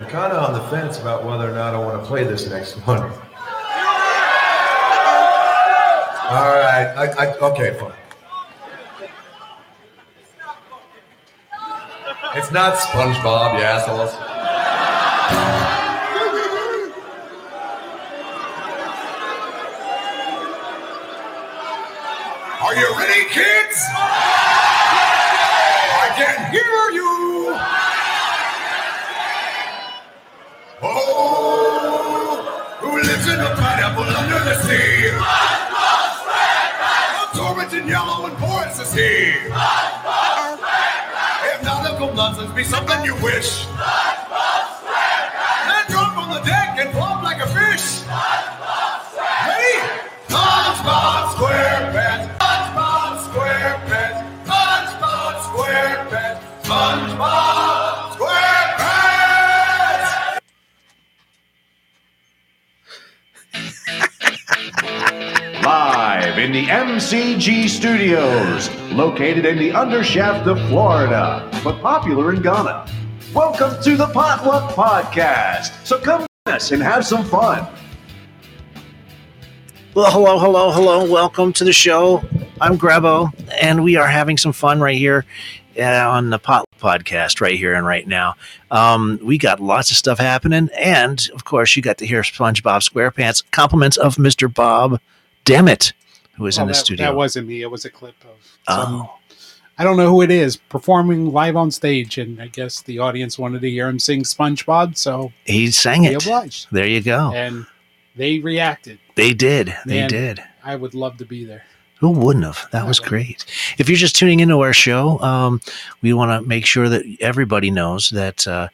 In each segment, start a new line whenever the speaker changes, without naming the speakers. kind of on the fence about whether or not I want to play this next one. All right. I, I, okay, fine. It's not SpongeBob, you assholes.
Are you ready, kids? I can hear you. Oh, who lives in a pineapple under the sea? SpongeBob SquarePants. and yellow and porous is he. If nautical nonsense be something you wish. SpongeBob SquarePants. Then drop on the deck and flop like a fish. Ready? SpongeBob SquarePants. SpongeBob SquarePants. SpongeBob SquarePants. SpongeBob SquarePants.
Live in the MCG studios, located in the undershaft of Florida, but popular in Ghana. Welcome to the Potluck Podcast. So come with us and have some fun.
Well, hello, hello, hello. Welcome to the show. I'm Grebo, and we are having some fun right here uh, on the Pot Podcast right here and right now. Um, we got lots of stuff happening, and of course, you got to hear SpongeBob SquarePants compliments of Mr. Bob Dammit, who is
Well,
in the
that,
studio.
That wasn't me. It was um, a clip of. Some,
oh,
I don't know who it is performing live on stage, and I guess the audience wanted to hear him sing SpongeBob, so
he sang
he
it.
obliged,
There you go.
and they reacted.
They did. They
Man.
did.
I would love to be there.
Who wouldn't have? That was great. If you're just tuning into our show, um, we want to make sure that everybody knows that uh,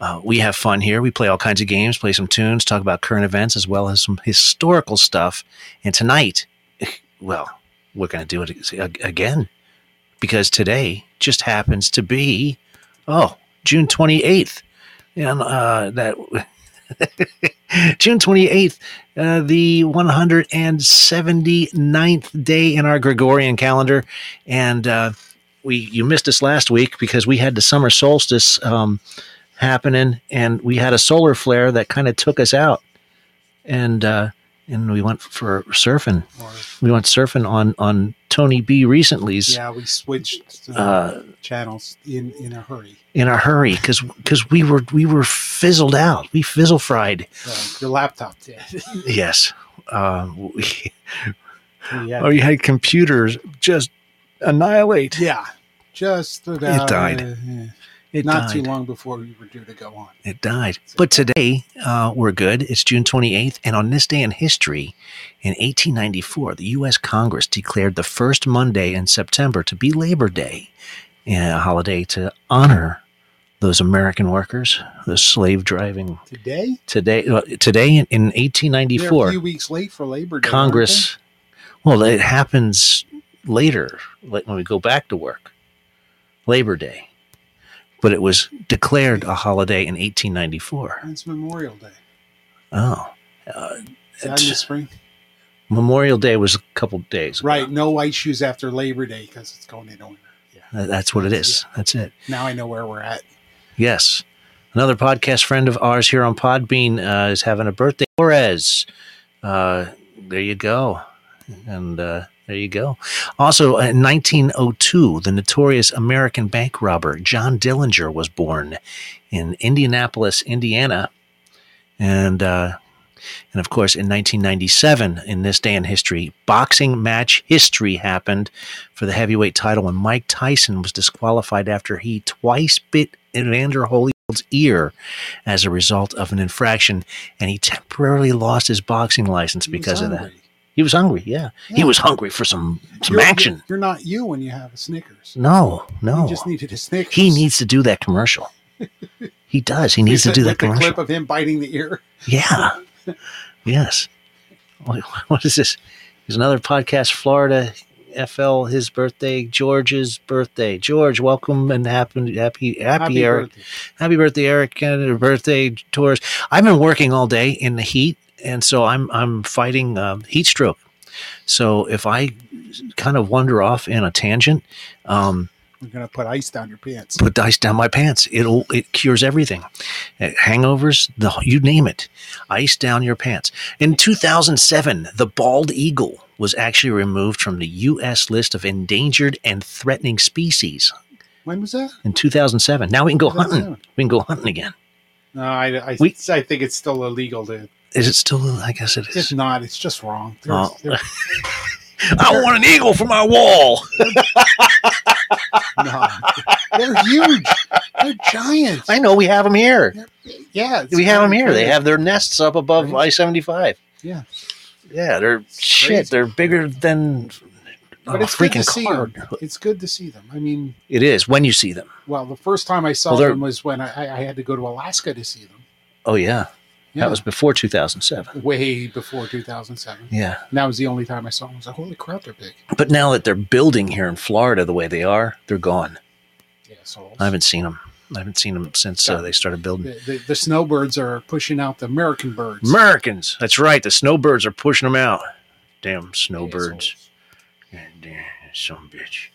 uh, we have fun here. We play all kinds of games, play some tunes, talk about current events as well as some historical stuff. And tonight, well, we're going to do it ag- again because today just happens to be, oh, June 28th. And uh, that. June 28th, uh, the 179th day in our Gregorian calendar. And uh, we you missed us last week because we had the summer solstice um, happening and we had a solar flare that kind of took us out. And uh, and we went for surfing.
Or
We went surfing on on Tony B recently's
yeah, we switched uh,
uh,
channels in in a hurry.
in a hurry because we were we were fizzled out. We fizzle fried.
So Uh, your laptop did.
Yes. Uh, we,
We had-
Oh, you had computers just annihilate.
yeah, just about,
died.
uh, yeah,
It
not
died.
too long before we were due to go on.
It died. But today, uh, we're good. It's June 28th. And on this day in history, in 1894, the U.S. Congress declared the first Monday in September to be Labor Day, a holiday to honor those American workers, those slave driving.
Today,
Today, uh, today in, in
They're
1894,
a few weeks late for Labor Day. aren't
Congress. Well, it happens later, like when we go back to work, Labor Day. But it was declared a holiday in
they?
1894.
It's Memorial Day.
Oh,
Is that in the spring?
Memorial Day was a couple days. ago.
Right. No white shoes after Labor Day because it's going into winter. Yeah.
Uh, That's what it is. That's it.
Now I know where we're at.
Yes. Another podcast friend of ours here on Podbean uh, is having a birthday. Torres. Uh, there you go. And uh, there you go. Also, in 1902, the notorious American bank robber John Dillinger was born in Indianapolis, Indiana. And, uh, and of course, in 1997, in this day in history, boxing match history happened for the heavyweight title when Mike Tyson was disqualified after he twice bit Evander Holyfield's ear as a result of an infraction, and he temporarily lost his boxing license because of that. He was hungry, yeah. He
Yeah.
was hungry for some some action.
You're not you when you have a Snickers.
No,
You
no.
just needed a Snickers.
He needs to do that commercial. he does. He needs to
With
do
the-
that
with the
commercial.
clip of him biting the ear.
Yeah. yes. What, what is this? There's another podcast, Florida FL, his birthday, George's birthday. George, welcome and happy, happy, er, happy,
Happy
Eric.
birthday.
Happy birthday, Eric Canada, birthday, Taurus. I've been working all day in the heat, and so I'm I'm fighting um, heat stroke. So if I kind of wander off in a tangent, um,
You're gonna put ice down your pants.
put the ice down my pants. It'll it cures everything, Uh, hangovers, the you name it. Ice down your pants. In 2007, the bald eagle was actually removed from the U.S. list of endangered and threatening species
When was that?
in 2007. Now we can go hunting.
2007.
We can go hunting again.
No, I I,
We-
I think it's still illegal to.
Is it still? I guess it
It's
is.
not. It's just wrong. There's,
Oh.
there-
I want an eagle for my wall.
no, they're huge. They're giants.
I know we have them here.
yeah, it's
We have them
kinda
here. They
crazy.
have their nests up above I seventy five.
Yeah.
yeah, they're shit.
crazy.
They're bigger than
But
a
it's good to
freaking
see
car.
them. It's good to see them. I mean,
It is when you see them.
well, the first time I saw
Well, they're-
them was when I, I had to go to Alaska to see them.
Oh yeah,
Yeah.
that was before two thousand seven.
way before 2007.
Yeah,
And that was the only time I saw them. I was like, holy crap, they're big.
but now that they're building here in Florida the way they are, they're gone.
Yeah, so
I haven't seen them. I haven't seen them since uh, they started building.
the, the, the snowbirds are pushing out the American birds.
Americans, that's right. The snowbirds are pushing them out. Damn snowbirds. And uh, some bitch.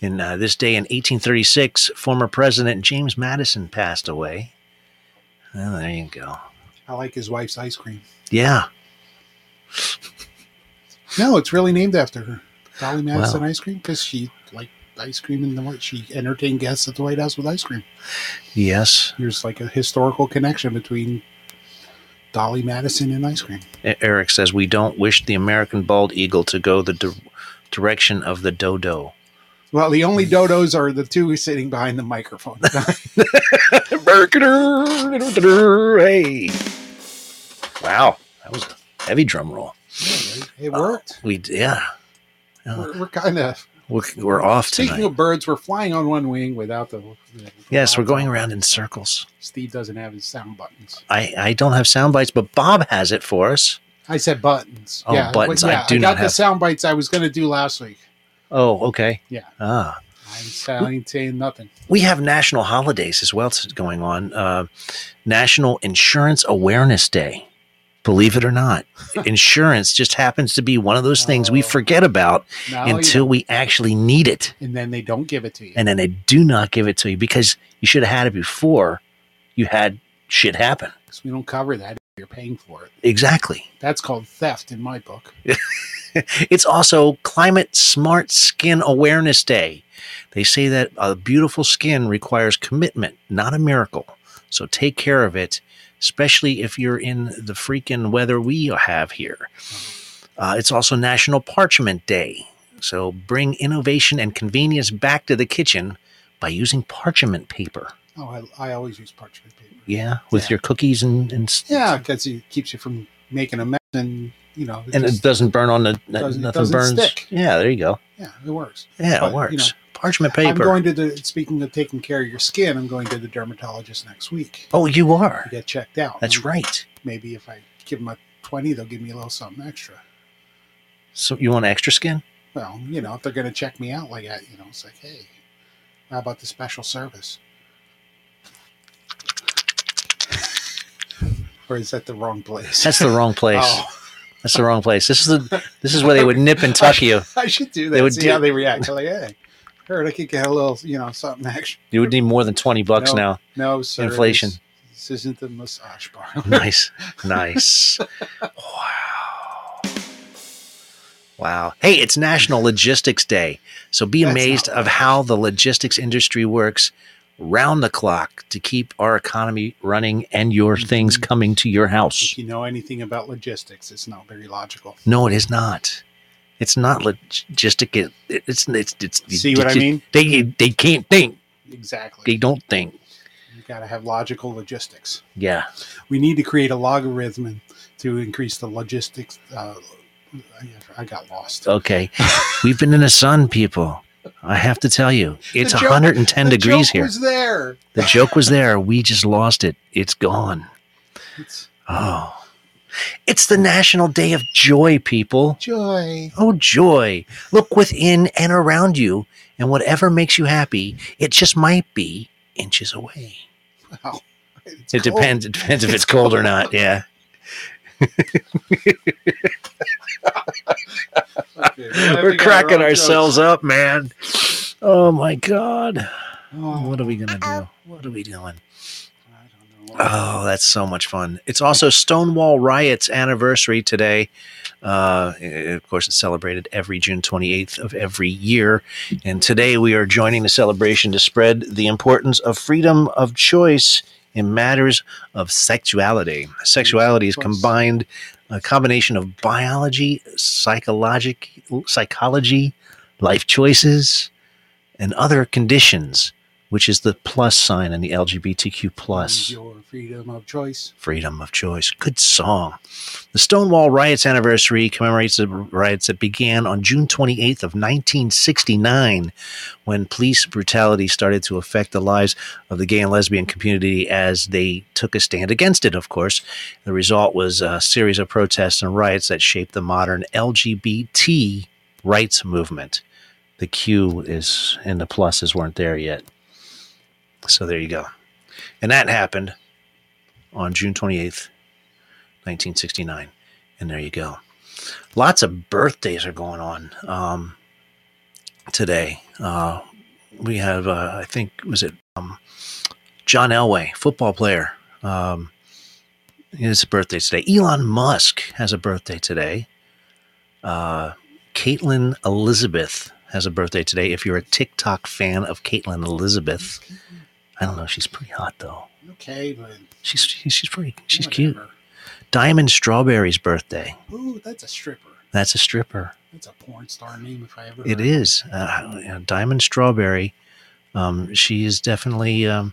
In uh, this day in 1836, former President James Madison passed away. Well, there you go.
I like his wife's ice cream.
Yeah.
No, it's really named after her. Dolly Madison
Wow.
ice cream because she liked ice cream and the White. She entertained guests at the White House with ice cream.
Yes.
There's like a historical connection between Dolly Madison and ice cream.
E- Eric says we don't wish the American bald eagle to go the di- direction of the dodo.
Well, the only
Hmm.
dodos are the two sitting behind the microphone.
hey. Wow. That was a heavy drum roll.
it worked.
We, yeah,
We're, we're kind of
we're, we're off
Speaking
Uh. tonight.
of birds, we're flying on one wing without the.
Yes, we're going around in circles.
Steve doesn't have his sound buttons.
I, I don't have sound bites, but Bob has it for us.
I said buttons.
Oh, buttons. I do
I got
not
the
have-
sound bites I was going to do last week.
Oh, okay.
Yeah.
Ah.
I ain't, sa- I ain't saying nothing.
We have national holidays as well that's going on. Uh, national Insurance Awareness Day. Believe it or not, insurance just happens to be one of those things we
Oh.
forget about
No, you
until we actually need it.
don't. and then they don't give it to you.
and then they do not give it to you because you should have had it before you had shit happen.
'Cause we don't cover that. You're paying for it.
Exactly.
That's called theft in my book.
It's also Climate Smart Skin Awareness Day. They say that a beautiful skin requires commitment, not a miracle. So take care of it, especially if you're in the freaking weather we have here. Uh, it's also National Parchment Day. So bring innovation and convenience back to the kitchen by using parchment paper.
Oh, I, I always use parchment paper.
Yeah, with
Yeah.
your cookies and, and s-
Yeah, because it keeps you from making a mess and, you know, it
and it
just-
doesn't burn on the
doesn't- it
nothing
doesn't
burns.
stick.
Yeah, there you go.
yeah, it works.
Yeah,
But,
it
you
works.
know,
Parchment
I'm
paper.
going to the, speaking of taking care of your skin, I'm going to the dermatologist next week.
oh, you are.
get checked out.
That's
And
right.
Maybe if I give them a 20, they'll give me a little something extra.
So you want extra skin?
Well, you know, if they're going to check me out like that, you know, it's like, hey, how about the special service? or is that the wrong place?
That's the wrong place.
Oh,
That's the wrong place. This is the this is where they would nip and tuck you.
Oh, I should do that.
They would
See
do-
how they react. They're like, hey, heard I could get a little, you know, something extra.
You would need more than twenty bucks
No. No, sir. this-
Inflation.
This, isn't the massage bar.
now. Nice, nice. wow, wow. Hey, it's National Logistics Day. So be
That's
amazed
not
of how the logistics industry works round the clock to keep our economy running and your
Mm-hmm.
things coming to your house.
if you know anything about logistics, it's not very logical.
No, it is not. It's not logistic. It, it's it's it's.
See what I mean?
They they can't think.
Exactly.
They don't think.
you got to have logical logistics.
Yeah.
we need to create a logarithm to increase the logistics. Uh, I- I got lost.
Okay. We've been in the sun, people. I have to tell you, it's
joke-
110
The
degrees
joke
here.
Was there?
the joke was there. We just lost it. It's gone.
It's
Oh. It's the National Day of Joy, people.
joy.
Oh, joy. Look within and around you, and whatever makes you happy, it just might be inches away.
Wow. It's
It
cold.
depends. It depends if it's cold or not. Yeah.
Okay, well, I think I
We're
got
cracking
wrong
ourselves up, man. Oh my God.
Oh,
What are we going to do? What are we doing?
I don't know.
Oh, that's so much fun. It's also Stonewall Riot's anniversary today. Uh, it- of course, it's celebrated every June 28th of every year. And today we are joining the celebration to spread the importance of freedom of choice in matters of sexuality. Sexuality is
Choice.
combined a combination of biology, psychologic, psychology, life choices, and other conditions, which is the plus sign in the LGBTQ plus
Your freedom of choice.
freedom of choice. Good song. The Stonewall Riots anniversary commemorates the riots that began on June 28th of 1969 when police brutality started to affect the lives of the gay and lesbian community as they took a stand against it, of course. The result was a series of protests and riots that shaped the modern LGBT rights movement. The Q is and the pluses weren't there yet. So there you go. And that happened on June 28th, 1969. And there you go. Lots of birthdays are going on um, today. Uh, we have, uh, I think, was it um, John Elway, football player? Um, his birthday today. Elon Musk has a birthday today. Uh, Caitlin Elizabeth has a birthday today. If you're a TikTok fan of Caitlin Elizabeth, I don't know. She's pretty hot though.
Okay, but
She's she's she's pretty. She's cute.
whatever.
Diamond Strawberry's birthday.
Ooh, that's a stripper.
That's a stripper.
That's a porn star name if I ever.
It is uh, you know, Diamond Strawberry. Um, she is definitely um,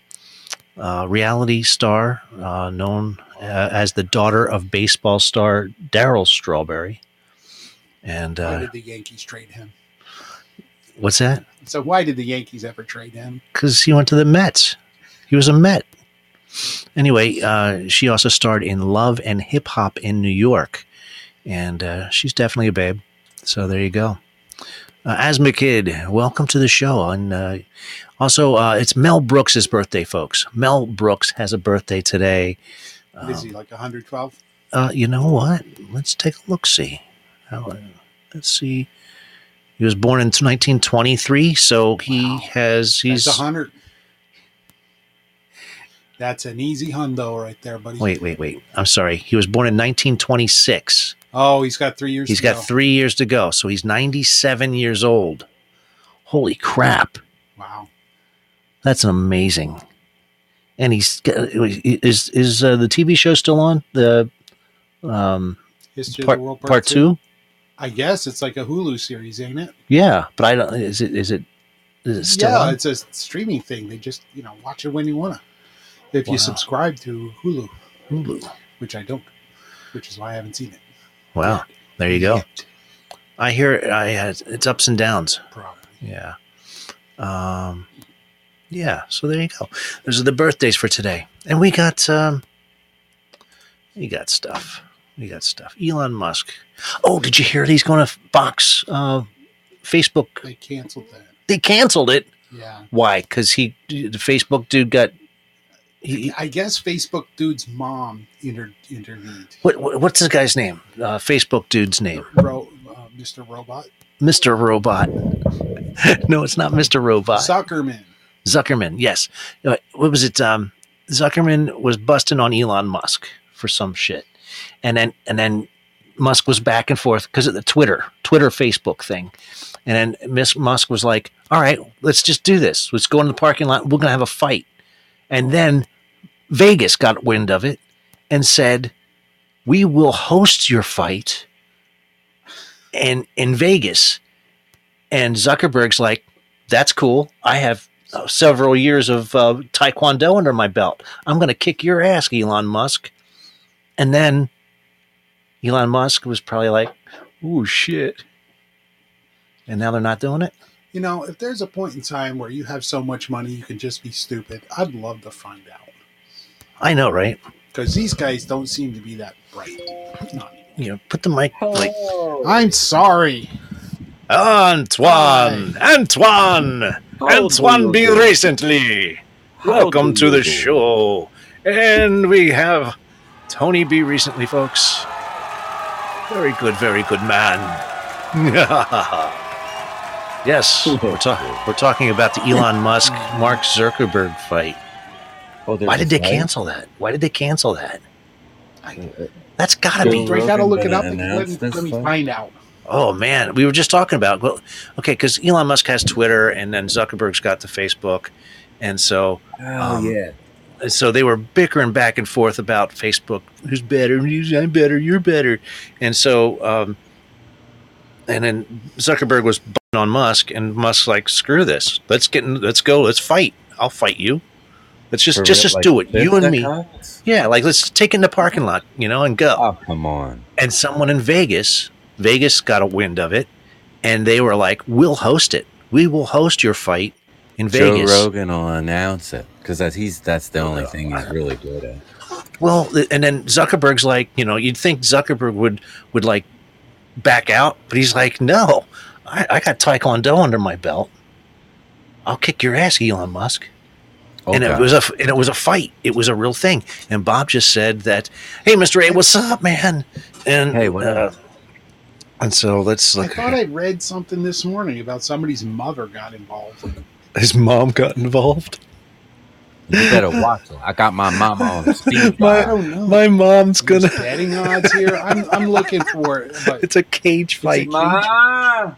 a reality star, uh, known uh, as the daughter of baseball star Daryl Strawberry. And
Why
uh,
did the Yankees trade him?
what's that?
So why did the Yankees ever trade him?
because he went to the Mets. He was a Met. Anyway, uh, she also starred in Love and Hip Hop in New York, and uh, she's definitely a babe. So there you go. Uh, Asthma Kid, welcome to the show. And uh, also, uh, it's Mel Brooks' birthday, folks. Mel Brooks has a birthday today. Um,
What Is he like 112?
Uh, you know what? Let's take a look. See, How- uh, let's see. He was born in 1923, so he has he's
That's a hundred. That's an easy hundo right there, buddy.
Wait, wait, wait. I'm sorry. He was born in 1926.
Oh, he's got three years.
He's
to
got
go.
three years to go. So he's 97 years old. Holy crap.
Wow.
That's amazing. And he's is is uh, the TV show still on? The um
History
part
of the World Part,
part 2?
I guess it's like a Hulu series, ain't it?
Yeah, but I don't is it is it is it still
yeah,
on?
it's a streaming thing. They just you know watch it when you wanna. If
Wow.
you subscribe to Hulu,
Hulu.
which I don't, which is why I haven't seen it.
Wow. There you go.
Yet,
I hear I had it's ups and downs.
probably.
Yeah. Um, yeah. So there you go. Those are the birthdays for today, and we got um, we got stuff. We got stuff. Elon Musk. Oh, did you hear that he's going to box uh, Facebook?
They canceled that.
They canceled it.
Yeah.
Why? Because he the Facebook dude got. He,
I guess Facebook dude's mom inter- intervened.
what, what- what's this guy's name? Uh, Facebook dude's name,
Ro- uh, Mr. Robot
Mister Robot. no, it's not Mister Robot.
Zuckerman.
Zuckerman, yes. Uh, What was it? Um, Zuckerman was busting on Elon Musk for some shit, and then and then Musk was back and forth because of the Twitter, Twitter, Facebook thing, and then Miss Musk was like, "All right, let's just do this. Let's go in the parking lot. We're gonna have a fight." And then Vegas got wind of it and said, "We will host your fight," and in Vegas, and Zuckerberg's like, "That's cool. I have uh, several years of uh, taekwondo under my belt. I'm going to kick your ass, Elon Musk. And then Elon Musk was probably like, "Ooh, shit." And now they're not doing it.
You know, if there's a point in time where you have so much money you can just be stupid, I'd love to find out.
I know, right?
Because these guys don't seem to be that bright. Not anymore.
You know, put the mic like
I'm sorry.
Antoine, Antoine, Antoine. Be recently. Welcome to the show, and we have Tony B. Recently, folks. Very good, very good man. Yes, we're, ta- we're talking about the Elon Musk Mark Zuckerberg fight.
Oh, there's
Why did
a
they
fight?
cancel that? Why did they cancel that?
Uh,
That's got to
Joe
be
Right now, to look it
Rogan
up.
been
and Let,
announced
me-
this
let me
fight?
find out.
Oh man, we were just talking about well, okay, because Elon Musk has Twitter, and then Zuckerberg's got the Facebook, and so
Oh
Um,
yeah.
and so they were bickering back and forth about Facebook, who's better, who's- I'm better, you're better, and so um, and then Zuckerberg was butting on Musk, and Musk's like, screw this, let's get, in, let's go, let's fight, I'll fight you, let's just
For
just
real,
just
like
do it, you and
fist
me,
cocks?
yeah, like let's take it in the parking lot, you know, and go
Oh come on.
and someone in Vegas, Vegas got a wind of it, and they were like, "We'll host it. We will host your fight in Vegas."
Joe Rogan will announce it because that's he's that's the only thing he's really good at.
Well, th- and then Zuckerberg's like, you know, you'd think Zuckerberg would would like back out, but he's like, "No, I, I got Taekwondo under my belt. I'll kick your ass, Elon Musk."
Oh,
and it
God.
was a and it was a fight. It was a real thing. And Bob just said that, "Hey, Mister A, what's up, man?" And uh,
Hey, what up?
and so let's
I
look.
thought I read something this morning about somebody's mother got involved.
His mom got involved.
you better watch it. I got my mama on speed
I
dial.
don't know.
My mom's
There's
gonna.
betting odds here. I'm, I'm looking for it. But
It's a cage fight.
Ma!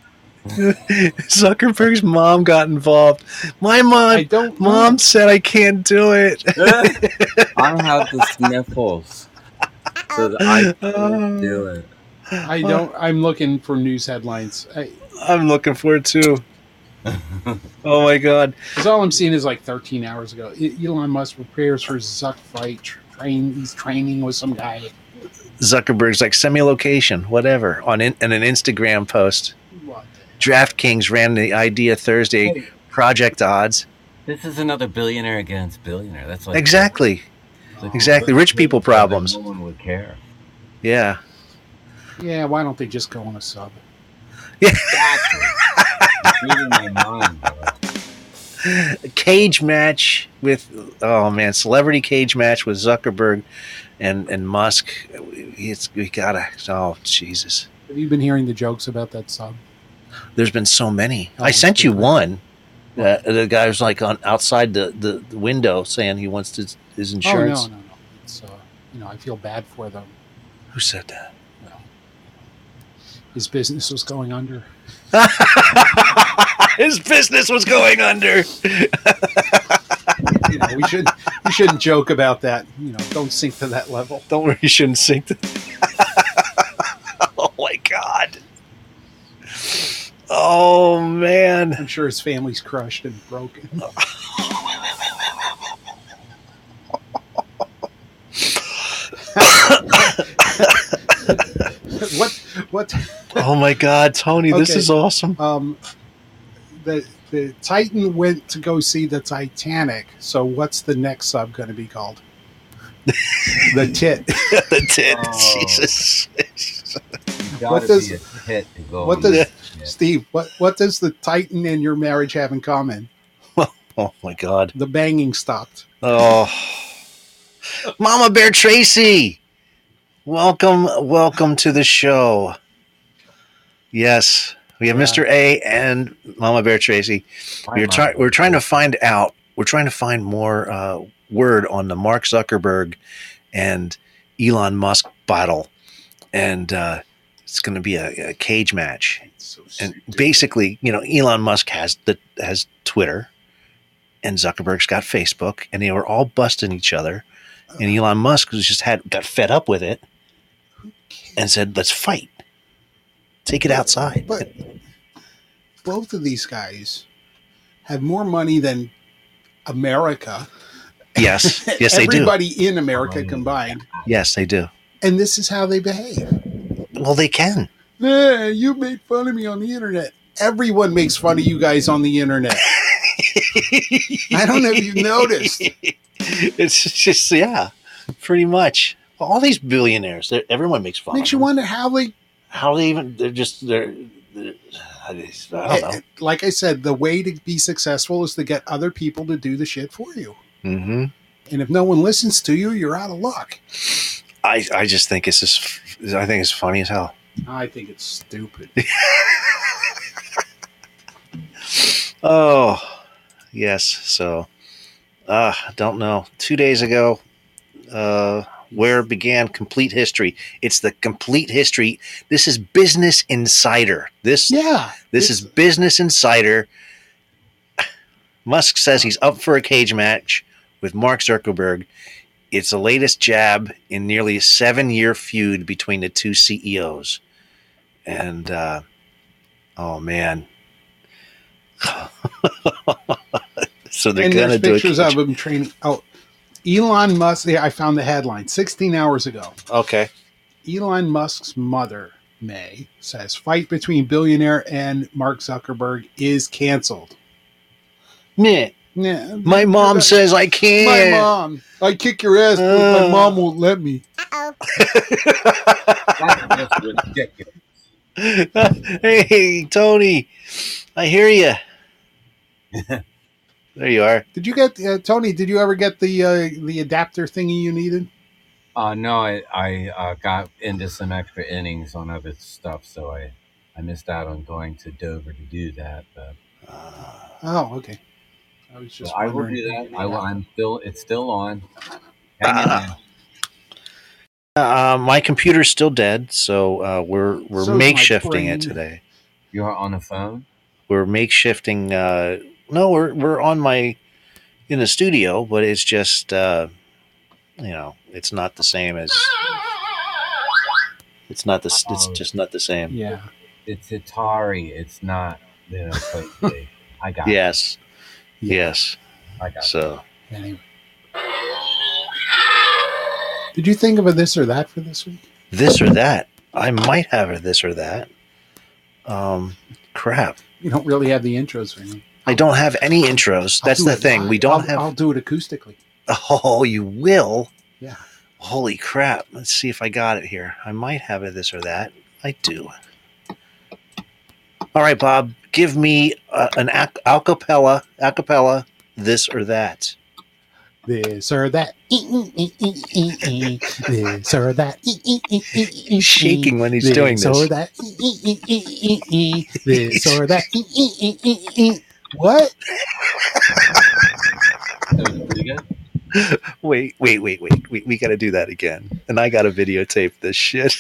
Zuckerberg's mom got involved. My
I
mom,
don't. know.
mom said I can't do it.
I have the sniffles. So that I can't do it.
I don't. I'm looking for news headlines. I,
I'm looking for it too. Oh my god!
'cause all I'm seeing is like 13 hours ago. E- Elon Musk prepares for Zuck fight. Train. He's training with some guy.
Zuckerberg's like semi location, whatever, on in, in an Instagram post.
What?
DraftKings ran the idea Thursday. Project odds.
This is another billionaire against billionaire. That's like
Exactly.
like-
Exactly. Rich people problems.
No one would care.
Yeah.
Yeah. Why don't they just go on a sub?
Exactly. It's reading my mind, bro.
cage match with oh man, celebrity cage match with Zuckerberg and and Musk. It's we gotta oh Jesus.
Have you been hearing the jokes about that sub?
There's been so many.
Oh,
I sent you
okay.
one. Uh, the guy was like on outside the, the, the window saying he wants his, his insurance.
Oh no, no, no. It's uh, you know, I feel bad for them.
Who said that?
His business was going under.
his business was going under.
You know, we should we shouldn't joke about that. You know, don't sink to that level.
Don't worry, you shouldn't sink. The- oh my god. Oh man.
I'm sure his family's crushed and broken. what what
Oh my God, Tony, this
Okay.
is awesome.
um the the Titan went to go see the Titanic. So what's the next sub going to be called? the tit.
the tit,
Oh.
Jesus.
You
What
gotta
does-
be a hit to go
What
on
does
that shit.
Steve, what what does the Titan and your marriage have in common?
Oh my God.
The banging stopped.
Oh, Mama Bear Tracy, welcome, welcome to the show. Yes, we have Mr. A and Mama Bear Tracy.
Why
We're
am I-
trying. We're trying to find out. We're trying to find more uh, word on the Mark Zuckerberg and Elon Musk battle, and uh, it's going to be a, a cage match. and basically, you know, Elon Musk has the has Twitter, and Zuckerberg's got Facebook, and they were all busting each other. And
Uh-huh.
Elon Musk was just had got fed up with it, and said, "Let's fight, take it outside."
But both of these guys have more money than America.
Yes, yes, they do.
Everybody in America combined.
Yes, they do.
And this is how they behave.
Well, they can.
Nah, you made fun of me on the internet. Everyone makes fun of you guys on the internet. I don't know if you've noticed.
It's just yeah, pretty much. All these billionaires, they're- everyone makes fun.
Makes
of
you
them.
wonder how they
How they even? They're just they're. they're I just-
Eh,
I don't know.
like I said, the way to be successful is to get other people to do the shit for you.
Mm-hmm.
And if no one listens to you, you're out of luck.
I, I just think it's just I think it's funny as hell.
I think it's stupid.
Oh, yes. So, uh, don't know. Two days ago, uh, where began complete history? It's the complete history. This is Business Insider. This
Yeah.
this is Business Insider. Musk says he's up for a cage match with Mark Zuckerberg. It's the latest jab in nearly a seven year feud between the two CEOs. And, uh, oh man. so they're
and
going to
there's
do a
pictures
cage-
of him training. Oh, Elon Musk. Yeah, I found the headline 16 hours ago.
Okay.
Elon Musk's mother, May, says fight between billionaire and Mark Zuckerberg is canceled.
Meh.
Yeah.
My mom says I
My
can't.
mom. I kick your ass, but
Uh.
my mom won't let me.
That's ridiculous.
hey, Tony, I hear you. there you are.
Did you get uh, Tony? Did you ever get the uh, the adapter thingy you needed?
Uh, no, I, I uh, got into some extra innings on other stuff, so I, I missed out on going to Dover to do that. But
Uh,
Oh, okay. I was just.
I will
wondering.
do that. I will, I'm still. It's still on. Hang in there.
Uh, my computer's still dead, so uh, we're we're
So is my
makeshifting
brain.
it today.
You are on the phone.
We're makeshifting. Uh, no, we're we're on my in the studio, but it's just uh, you know it's not the same as it's not the s- it's
Oh.
just not the same.
Yeah.
It's Atari. It's not. You know, PlayStation. I got. It.
Yes, yes.
I got. It.
So
Anyway. Did you think of a this or that for this week?
this or that, I might have a this or that. Um, crap.
You don't really have the intros for me.
I don't have any intros.
I'll
That's
do
the
it
thing. We
live.
don't
I'll-
have.
I'll do it acoustically.
Oh, you will?
Yeah.
Holy crap. Let's see if I got it here. I might have it this or that. I do. All right, Bob, give me uh, an ac- acapella, acapella, this or that.
This or that. This or that.
He's shaking when he's
this
doing this.
Or that. This or that. What?
So, you got-
Wait, wait, wait, wait. We, we got to do that again. And I got to videotape this shit.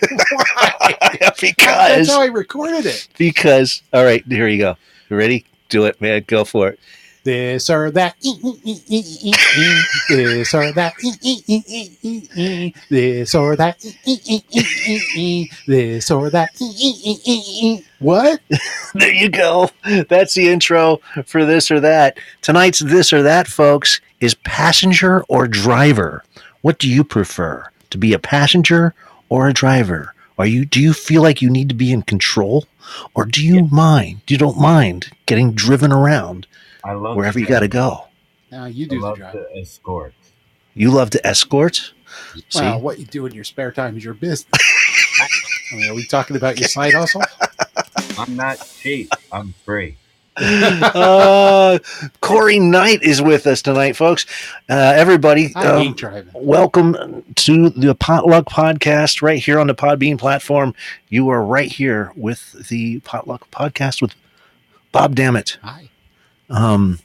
That's
because,
how I recorded it.
because, all right, here you go. You ready? Do it, man. Go for it.
This or that. This or that. This or that. This or that. What?
There you go. That's the intro for this or that. Tonight's this or that, folks, is passenger or driver. What do you prefer? To be a passenger or a driver? Are you do you feel like you need to be in control? Or do you mind? You don't mind getting driven around
I love
wherever you gotta go.
Now you
I
do the
love
job.
the uh, escort.
You love to escort? See?
Well, what you do in your spare time is your business. I mean, are we talking about your side hustle?
I'm not cheap. I'm free.
uh, Corey Knight is with us tonight, folks. Uh, everybody,
I
um,
hate driving.
Welcome to the Potluck Podcast right here on the Podbean platform. You are right here with the Potluck Podcast with Bob Dammit.
Hi.
Um,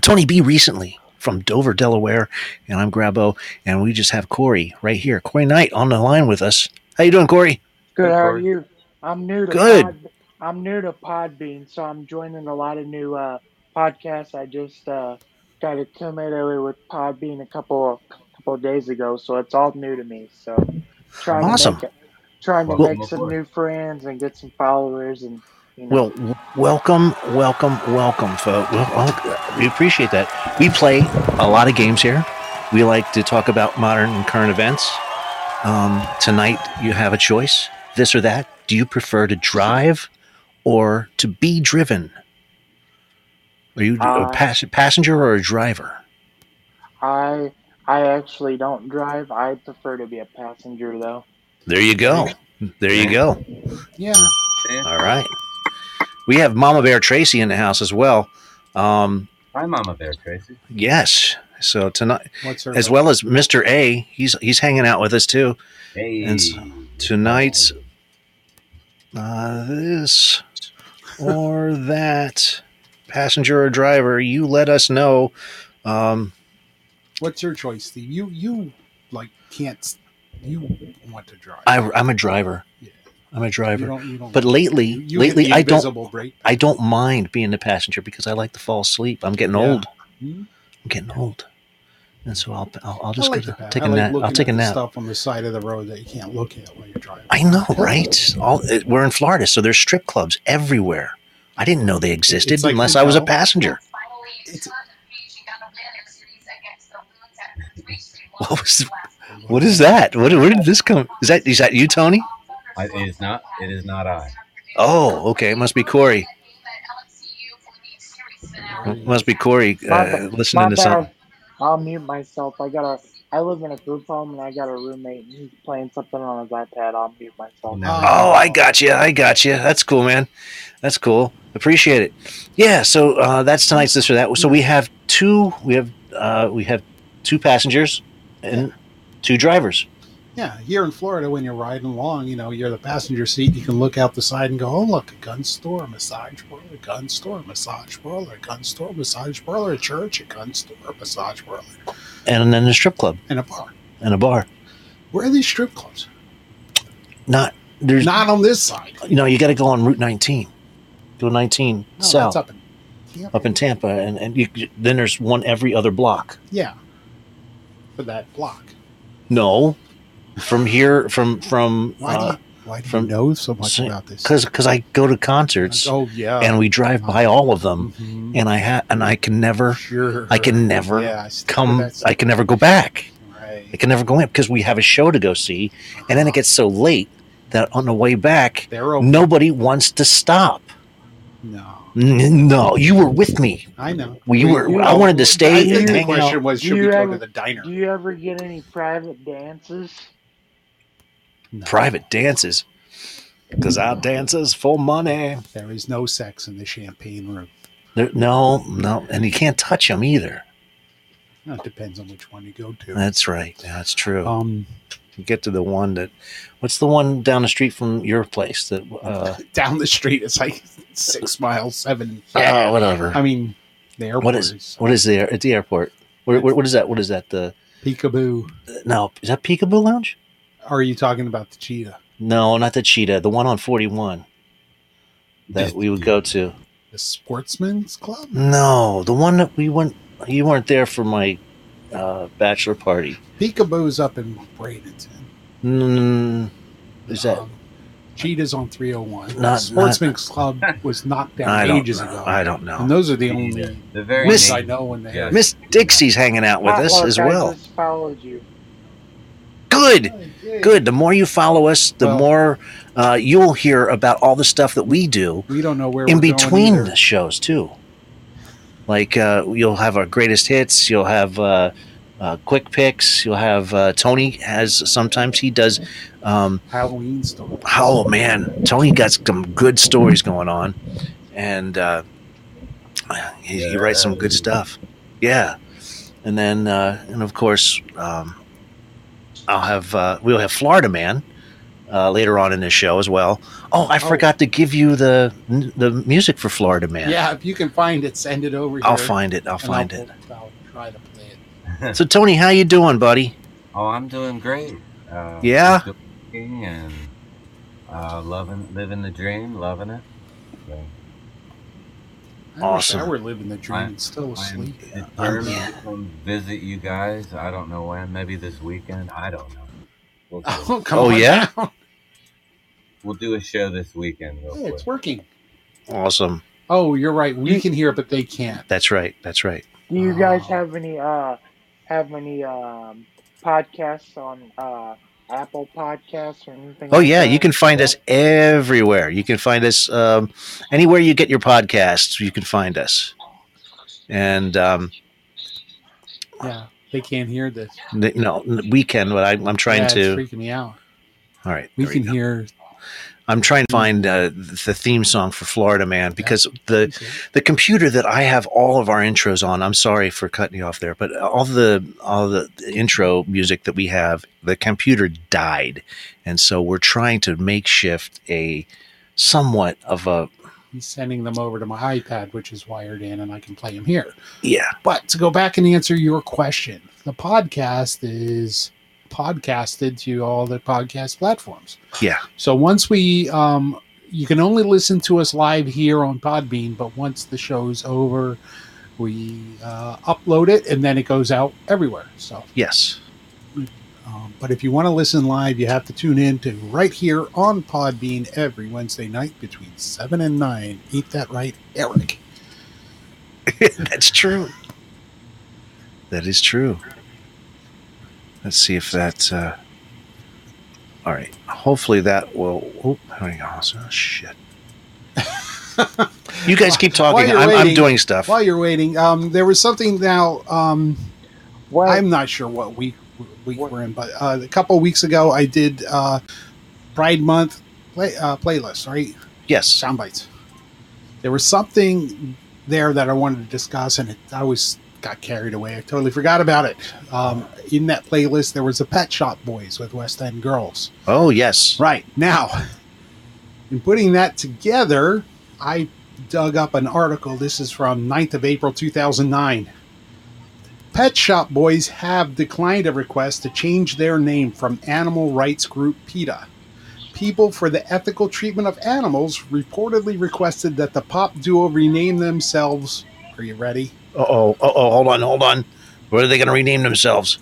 Tony B recently from Dover, Delaware, and I'm Grabo, and we just have Corey right here. Corey Knight on the line with us. How you doing, Corey?
Good. How are
Good.
you? I'm new to
Good.
Pod, I'm new to Podbean, so I'm joining a lot of new uh, podcasts. I just uh, got acclimated with Podbean a couple couple of days ago, so it's all new to me. So trying
Awesome.
to make, trying to
Well-
make some new friends and get some followers, and you know,
Well, w- welcome, welcome, welcome, folks. Well, uh, we appreciate that. We play a lot of games here. We like to talk about modern and current events. Um, tonight, you have a choice this or that. Do you prefer to drive or to be driven? Are you
Uh,
a pass- passenger or a driver?
I I actually don't drive. I prefer to be a passenger, though.
There you go. There you go.
Yeah.
All right. We have Mama Bear Tracy in the house as well. Um,
Hi, Mama Bear Tracy.
yes. So tonight,
What's her
as well as Mr. A. He's he's hanging out with us too
Hey.
And so- tonight's uh, this or that passenger or driver, you let us know. Um,
What's your choice, Steve? You you like can't s- you want to drive?
I, I'm a driver.
Yeah.
I'm a
you
driver.
don't, you don't
But
want
lately,
to. You- you hit
lately
the
I don't.
invisible brake.
I don't mind being the passenger because I like to fall asleep. I'm getting
Yeah.
old.
Hmm?
I'm getting old, and so I'll I'll, I'll
I
just
like
go
the pa-
take
I
a
like
nap. I'll
looking
take a
at the
nap.
Stuff on the side of the road that you can't look at while you're driving.
I know, right? All it- we're in Florida, so there's strip clubs everywhere. I didn't know they existed
It's like
unless I was a
Hotel.
passenger.
It's-
What was? What is that? What, where did this come? Is that is that you, Tony?
Uh,
I, it is not. It is not I.
Oh, okay. It must be Corey.
Mm.
It must be Corey
My-
uh, listening
my
to something.
bad. I'll mute myself. I got a. I live in a group home and I got a roommate and he's playing something on his iPad. I'll mute myself.
No.
Ah.
Oh, I got you. I got you. That's cool, man. That's cool. Appreciate it. Yeah. So uh, that's tonight's this or that. So we have two. We have uh, we have two passengers and two drivers.
Yeah, here in Florida, when you're riding along, you know, you're the passenger seat. You can look out the side and go, oh, look, a gun store, a massage parlor, a gun store, a massage parlor, a gun store, a massage parlor, a church, a gun store, a massage parlor,
and then a strip club
and a bar.
and a bar.
Where are these strip clubs?
Not there's
Not on this side.
you know you got to go on Route 19, go 19
No,
south
that's up in Tampa.
up in Tampa, and and you, you- then there's one every other block.
Yeah. For that block.
No, from here from from
Why do you, why do you
Uh, from-
know so much
so-
about this?
because because I go to concerts
oh, yeah.
and we drive by all of them,
Mhm.
and I ha- and I can never
Sure.
I can never
yeah, I stick with
come
that
I can never go back.
stuff. Right.
I can never go in because we have a show to go see, and then it gets so late that on the way back
They're open.
nobody wants to stop.
No.
N- No, you were with me.
I know.
We were.
you
I
know,
wanted to
I
stay.
think the
hang out.
question was, should
You
we go
have-
to the diner?
Do you ever get any private dances?
Private dances, because I dances for money.
There is no sex in the champagne room.
There, no, no, and you can't touch them either.
Well, It depends on which one you go to.
That's right. That's true.
Um,
you get to the one that. What's the one down the street from your place? That uh,
down the street, it's like six miles, seven.
yeah, whatever.
I mean, the airport
What
is,
is what is there at the airport? What, what, what is that? What is that? The
peekaboo.
no, is that Peekaboo Lounge?
Are you talking about the cheetah?
No, not the Cheetah. The one on forty one that we would go to.
The sportsman's club?
Hmm. No, the one that we went. You weren't there for my uh, bachelor party.
Peekaboo's up in Bradenton.
Mm, is that?
Um, cheetah's on 301.
Not- not-
sportsman's club was knocked down
I don't.
ages
know.
ago.
I don't
And
know.
those are the only
The very
Miss-
ones
name-
I know in the
Yeah.
area.
Miss Dixie's hanging out with us
Potluck,
as
I
well.
just followed you.
Good,
Hey,
good. The more you follow us, the
Well-
more uh, you'll hear about all the stuff that we do
We don't know where
in
we're going
between
either.
the shows too. Like uh, you'll have our greatest hits. You'll have uh, uh, quick picks. You'll have uh, Tony has sometimes he does. Um,
Halloween story.
oh man, Tony got some good stories going on, and uh, he, he writes some good stuff. Yeah, and then uh, and of course um, I'll have uh, we'll have Florida Man uh, later on in this show as well. Oh, I forgot to give you the the music for Florida Man.
Yeah, if you can find it, send it over
I'll
here.
find it. I'll
and
find
I'll,
it.
I'll try to play it.
So Tony, how you doing, buddy?
Oh, I'm doing great. Uh,
Yeah?
still working And uh, loving, living the dream, loving it. So
I wish
Awesome.
I were living the dream and still
I am
asleep.
determined to come visit you guys. I don't know when. Maybe this weekend. I don't know. We'll do,
Oh, come
Oh,
on
yeah?
down.
we'll do a show this weekend. Real
Hey,
quick.
Oh, it's working.
Awesome.
Oh, you're right. We can hear, but they can't.
That's right. That's right.
Do you
Uh-huh.
guys
Oh.
have any uh have any um podcasts on uh Apple Podcasts or anything?
Oh
like
yeah,
that?
you can find us everywhere. You can find us um, anywhere you get your podcasts. You can find us, and um,
Yeah, they can't hear this.
n- no weekend. But I, I'm trying
yeah,
to.
It's freaking me out.
All right,
We
there you
can
go.
hear.
I'm trying to find uh, the theme song for Florida Man because the the computer that I have all of our intros on. I'm sorry for cutting you off there, but all the all the intro music that we have, the computer died, and so we're trying to makeshift a somewhat of a
He's sending them over to my iPad, which is wired in, and I can play them here.
Yeah.
But to go back and answer your question, the podcast is podcasted to all the podcast platforms.
Yeah.
So once we, um, you can only listen to us live here on Podbean, but once the show's over, we uh, upload it and then it goes out everywhere. So,
Yes.
um, but if you want to listen live, you have to tune in to right here on Podbean every Wednesday night between 7 and 9. Eat that right, Eric.
That's true. That is true. Let's see if that's. Uh, all right. Hopefully that will. Oh, hang on. Oh, shit. you guys keep talking.
While you're
I'm, I'm
waiting-
doing stuff.
While you're waiting, um, there was something now. Um,
Well,
I'm not sure what week week we're in, but uh, a couple weeks ago I did uh, Pride Month play, uh, playlist, right?
Yes.
Sound bites. There was something there that I wanted to discuss, and it, I was got carried away. I totally forgot about it. Um, in that playlist, there was a Pet Shop Boys with West End Girls.
Oh, yes.
Right now, in putting that together, I dug up an article. This is from 9th of April 2009. Pet Shop Boys have declined a request to change their name from animal rights group PETA. People for the Ethical Treatment of Animals reportedly requested that the pop duo rename themselves. Are you ready?
Uh oh. Uh oh. Hold on. Hold on. What are they going to rename themselves?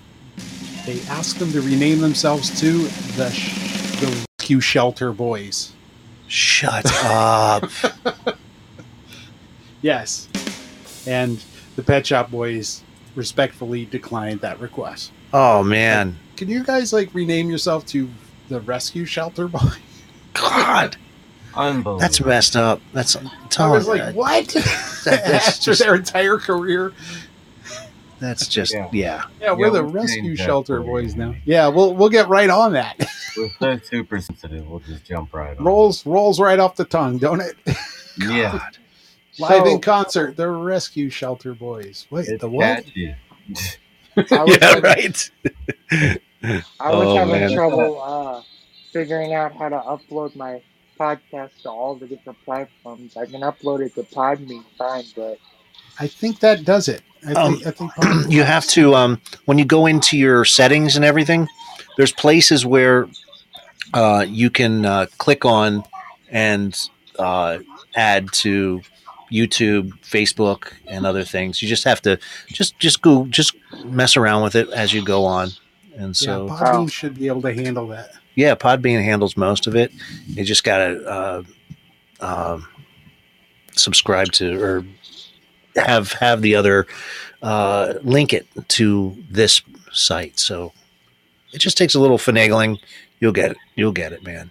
They asked them to rename themselves to the, sh- the Rescue Shelter Boys.
Shut up.
Yes. And the Pet Shop Boys respectfully declined that request.
Oh, man.
Can you guys like rename yourself to the Rescue Shelter Boy?
God.
Unbelievable.
That's messed up. That's.
I
Tell
was
them
like,
that.
what?
that- that's
After
just-
their entire career?
That's just.
Yeah.
yeah.
Yeah, we're the
we'll
Rescue
change that
Shelter
for you.
Boys now. Yeah, we'll we'll get right on that.
We're so super sensitive. We'll just jump right on.
rolls rolls right off the tongue, don't it?
Yeah.
Live in
so,
concert, the Rescue Shelter Boys. Wait,
It's
the what?
catchy.
I was
Yeah,
having,
right.
I was
Oh,
having
man.
trouble uh, figuring out how to upload my podcast to all the different platforms. I can upload it to Podbean, fine, but
I think that does it. I think,
Um,
I think
you have to um, when you go into your settings and everything there's places where uh, you can uh, click on and uh, add to youtube facebook and other things you just have to just just go just mess around with it as you go on and so
yeah,
yeah,
Podbean should be able to handle that.
podbean handles most of it you just gotta uh, um subscribe to or have have the other uh, link it to this site. So it just takes a little finagling. You'll get it. You'll get it, man.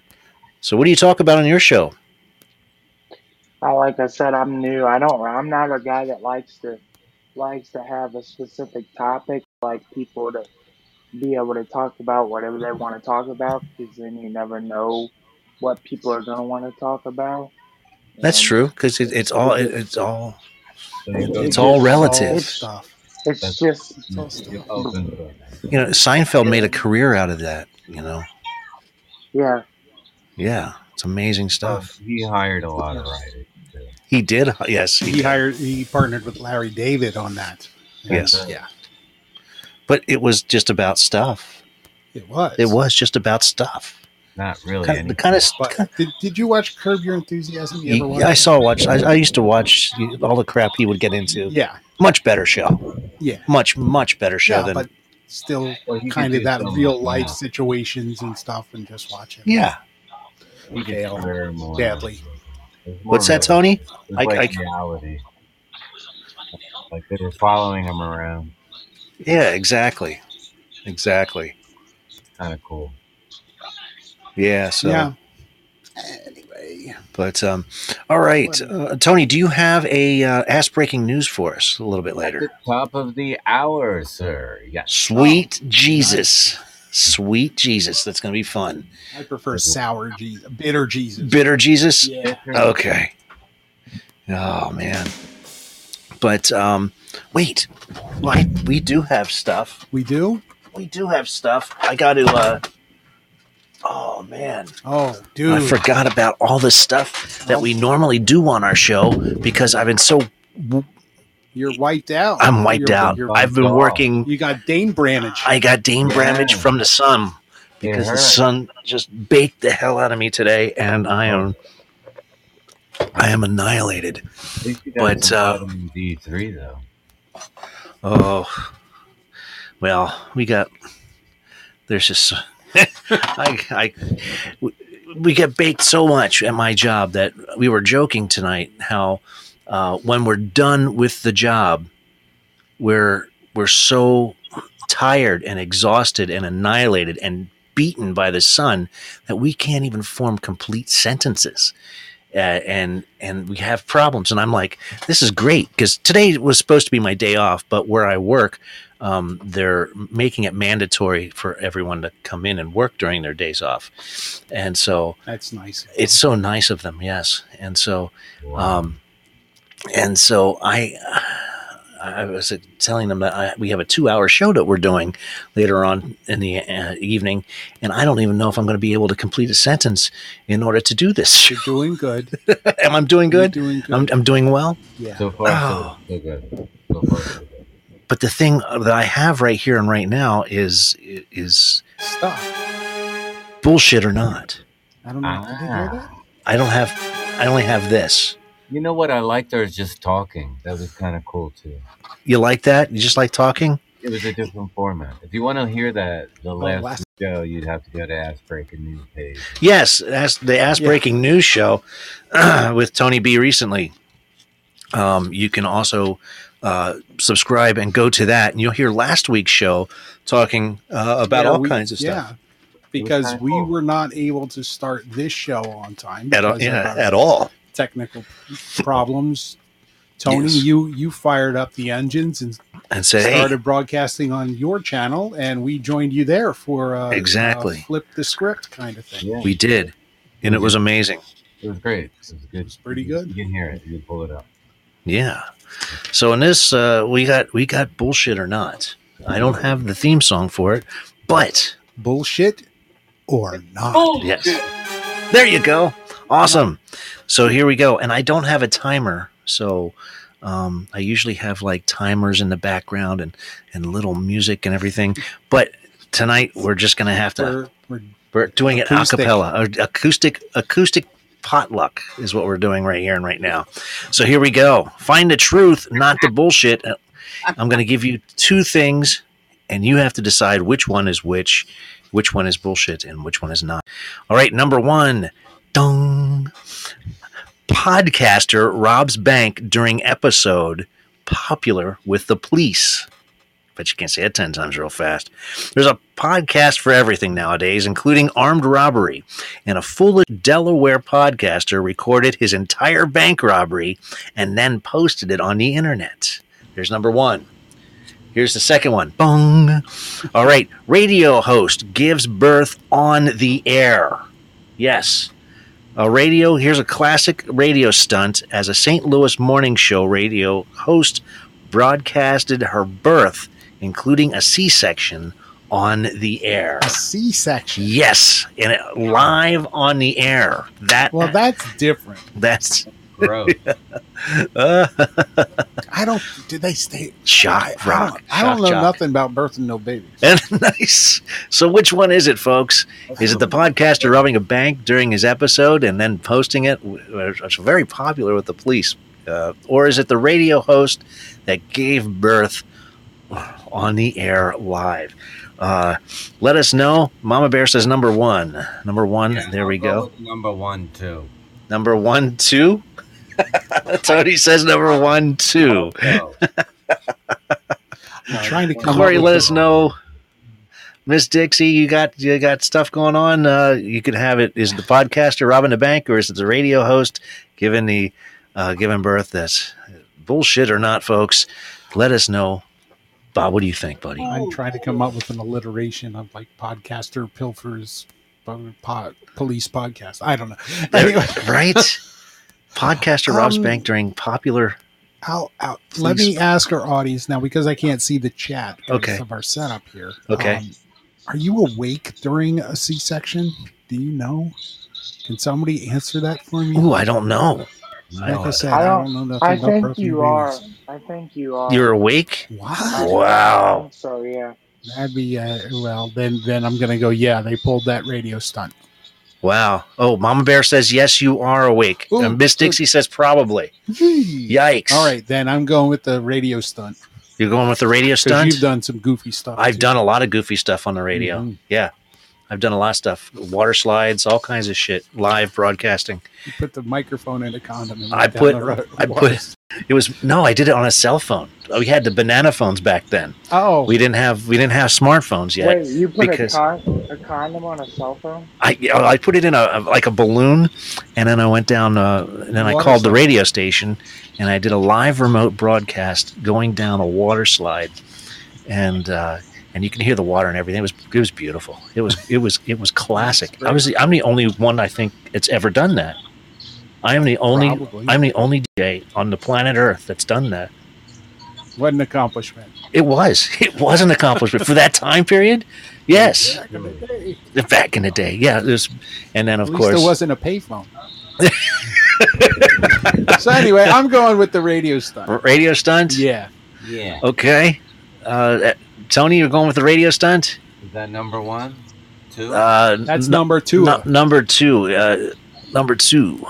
So what do you talk about on your show?
I, like I said, I'm new. I don't. I'm not a guy that likes to likes to have a specific topic. I like people to be able to talk about whatever they want to talk about, because then you never know what people are going to want to talk about.
That's
And
true because it, it's all it, it's all it's all
It's
relative.
stuff.
It's just
It's all stuff.
You're open to it.
You know, Seinfeld made a career out of that. You know,
yeah.
yeah, it's amazing stuff.
He hired a lot of writers. too.
He did. Yes, he
he
did.
hired he partnered with Larry David on that.
Yes.
yeah,
but it was just about stuff.
it was.
It was just about stuff.
Not really.
Kind the kind of
But did, did you watch Curb Your Enthusiasm? You ever watch
I
it?
saw watch. I, I used to watch all the crap he would get into.
Yeah,
Much better show.
yeah,
Much much better show
yeah,
than
but still
Well, he could
kind of
do
that
so much
real life
now.
situations and stuff, and just watch it.
yeah.
He could
fail
career more.
badly.
It's more
What's that,
real-
Tony?
It's
I-
like
I-
reality. Like they were following him around.
Yeah, exactly, exactly.
Kind of cool.
Yeah. So,
yeah. Anyway,
but um, all right, uh, Tony, do you have a uh, ass breaking news for us a little bit later?
Top of the hour, sir. Yes.
Sweet
Oh,
Jesus, sweet Jesus, that's gonna be fun.
I prefer sour Jesus, bitter Jesus.
Bitter Jesus.
Yeah,
Okay. Oh man. But um, wait,
What?
we do have stuff.
we do.
we do have stuff. I got to. Uh, Oh man,
Oh, dude.
I forgot about all the stuff that we normally do on our show because I've been so
You're wiped out.
I'm wiped
You're-
out.
you're
I've been
out.
working.
You got Dane Brannage.
I got Dane Bramage from the sun because the sun just baked the hell out of me today, and I am I am annihilated. but, uh,
D three though.
Oh, well, we got. There's just I I we- we get baked so much at my job that we were joking tonight how uh, when we're done with the job, we're we're so tired and exhausted and annihilated and beaten by the sun that we can't even form complete sentences. Uh, and and we have problems, and I'm like, this is great because today was supposed to be my day off, but where I work, um, they're making it mandatory for everyone to come in and work during their days off, and so
That's nice.
it's so nice of them, yes. And so, um, and so I, I was telling them that I, we have a two-hour show that we're doing later on in the uh, evening, and I don't even know if I'm going to be able to complete a sentence in order to do this.
You're doing good.
Am I doing
You're
good?
doing good.
I'm, I'm doing well.
yeah.
So far,
Oh.
so, so good. So far, so good.
but the thing that I have right here and right now is is
Stop.
bullshit or not.
I don't know. Did you hear that?
I don't have. I only have this.
You know what I liked? There was just talking. That was kind of cool too.
You like that? You just like talking?
It was a different format. If you want to hear that, the last,
Oh, last-
show, you'd have to go to Ask Breaking News page.
Yes. As the Ass Breaking News show with Tony B recently, um, you can also uh, subscribe and go to that, and you'll hear last week's show talking uh, about
Yeah,
all
we-
kinds of stuff.
Yeah. Because
kinda
we
cool.
were not able to start this show on time.
At all,
because of
yeah,
our
at all.
Technical problems. Tony,
Yes.
you you fired up the engines and
And say, hey,
started broadcasting on your channel, and we joined you there for uh,
Exactly.
uh, flip the script kind of thing.
Yeah,
we did, and it was amazing.
it was great. It was good.
was pretty good.
You can hear it. You can pull it up.
Yeah. So in this, uh, we got we got bullshit or not. I don't have the theme song for it, but
Bullshit or not?
Oh.
yes, there you go. Awesome. So here we go, and I don't have a timer, so um, I usually have like timers in the background and and little music and everything. But tonight we're just gonna have to
We're- we're-
we're doing it a
Acoustic.
cappella, a- acoustic, acoustic potluck is what we're doing right here and right now. So here we go. Find the truth, not the bullshit. Uh, I'm going to give you two things, and you have to decide which one is which, which one is bullshit, and which one is not. All right, number one, dung. Podcaster robs bank during episode popular with the police. But you can't say it 10 times real fast. There's a podcast for everything nowadays, including armed robbery. And a full Delaware podcaster recorded his entire bank robbery and then posted it on the internet. Here's number one. Here's the second one. Bong. All right. Radio host gives birth on the air. Yes. A radio, here's a classic radio stunt as a St. Louis morning show radio host broadcasted her birth, including a C section, on the air.
a C section.
Yes, and it, live on the air. That
Well, that's different.
that's
Gross.
uh,
I don't. Did they stay? I,
shock
I
rock.
don't, I don't
shock
know
jock.
nothing about birthing no babies.
And nice. So, which one is it, folks? Is it the podcaster robbing a bank during his episode and then posting it? uh, It's very popular with the police. Uh, or is it the radio host that gave birth on the air live? Uh, let us know. Mama Bear says number one. Number one.
Yeah,
there we
I'll
go.
with Number one, too.
Number one, two. Tony says number one, two.
So,
I'm trying to come.
Corey,
up
let
with
us know. Miss Dixie, you got you got stuff going on. Uh, you could have it. Is it the podcaster robbing the bank, or is it the radio host giving the uh, giving birth? That's bullshit or not, folks. Let us know. Bob, what do you think, buddy?
I'm trying to come up with an alliteration of like podcaster pilfers, po- pod, police podcast. I don't know. Anyway,
right? Podcaster robs
Um,
bank during popular.
I'll, I'll, let me ask our audience now because I can't see the chat because
Okay.
of our setup here.
Okay.
Um, are you awake during a C section? Do you know? Can somebody answer that for me?
Ooh, I don't know. I
like I
don't-
said,
I
I
don't-
don't, know nothing
I
about
think
Perfect
you are.
Venus.
I think you are.
You're awake?
I
What?
Wow.
think So yeah.
That'd be uh, well. Then, then I'm gonna go. Yeah, they pulled that radio stunt.
Wow. Oh, Mama Bear says, yes, you are awake.
Ooh.
and Miss Dixie says, probably.
yeah.
Yikes.
All right, then I'm going with the radio stunt
You're going with the radio
because
stunt?
you've done some goofy stuff.
I've
too.
done a lot of goofy stuff on the radio.
Mhm.
Yeah. I've done a lot of stuff water slides, all kinds of shit, live broadcasting.
You put the microphone in a condom. And
I
went down
put-
the road.
I put- It was, no, I did it on a cell phone. We had the banana phones back then.
Oh,
We didn't have, we didn't have smartphones yet.
Wait, you put
because-
a, con- a condom on a cell phone?
I, you know, I put it in a, a- like a balloon, and then I went down. Uh, and then I
Water
called the
slide.
radio station, and I did a live remote broadcast going down a water slide, and uh, and you can hear the water and everything. It was it was beautiful. It was it was it was classic. I was the, I'm the only one I think that's ever done that. I am the only
Probably.
I'm the only DJ on the planet Earth that's done that.
what an accomplishment!
It was it was an accomplishment for that time period. Yes,
Back in the day.
back in the day. Yeah, there's and then of
At least
course
it wasn't a payphone. so anyway, I'm going with the radio stunt.
radio stunts.
Yeah,
Yeah.
Okay. Uh, Tony, you're going with the radio stunt?
Is that number one? Two?
Uh,
that's
n-
number two.
nu- number two. Uh, number two.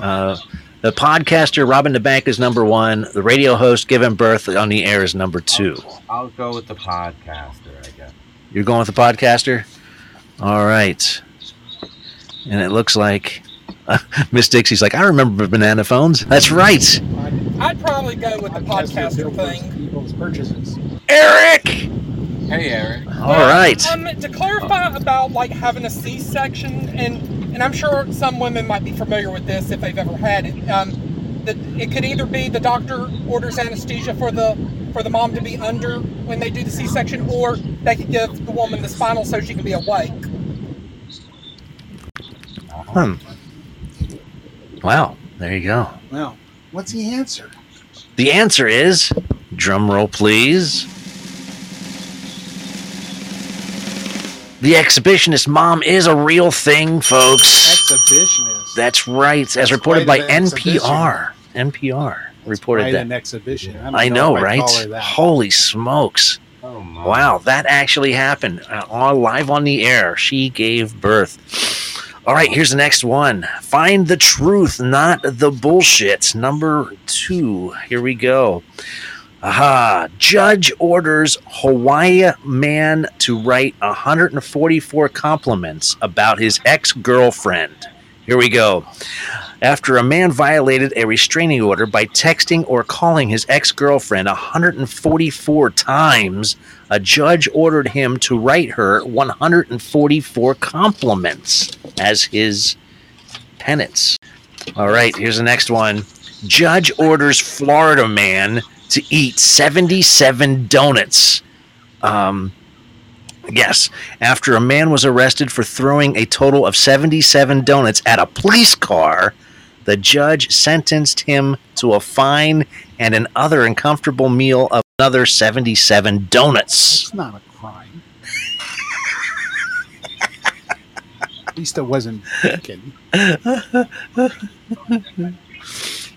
Uh, the podcaster Robin the Bank is number one. The radio host giving birth on the air is number two.
I'll go with the podcaster, I guess.
You're going with the podcaster? All right. And it looks like Miss Dixie's like, I remember banana phones. That's right.
I'd probably go with the podcaster thing.
People's purchases.
Eric!
Hey, Eric.
All right.
Um, to clarify about like having a C-section, and and I'm sure some women might be familiar with this if they've ever had it. Um, that it could either be the doctor orders anesthesia for the for the mom to be under when they do the C-section, or they could give the woman the spinal so she can be awake.
Hmm. Wow. There you go.
Well, what's the answer?
The answer is drum roll, please. The exhibitionist mom is a real thing, folks.
Exhibitionist.
That's right, as reported by
quite an
NPR. NPR
Quite
reported
an
that.
exhibition. I, don't
I know,
if I'd
right?
call her that.
Holy smokes.
Oh, my.
Wow, that actually happened uh, on live on the air. She gave birth. All right, here's the next one. Find the truth, not the bullshit. Number two. Here we go. Aha. Judge orders Hawaii man to write 144 compliments about his ex girlfriend. Here we go. After a man violated a restraining order by texting or calling his ex girlfriend 144 times, a judge ordered him to write her 144 compliments as his penance. All right, here's the next one. Judge orders Florida man to eat 77 donuts. Um, yes, after a man was arrested for throwing a total of 77 donuts at a police car, the judge sentenced him to a fine and another uncomfortable meal of another 77 donuts.
It's not a crime. At least it wasn't bacon.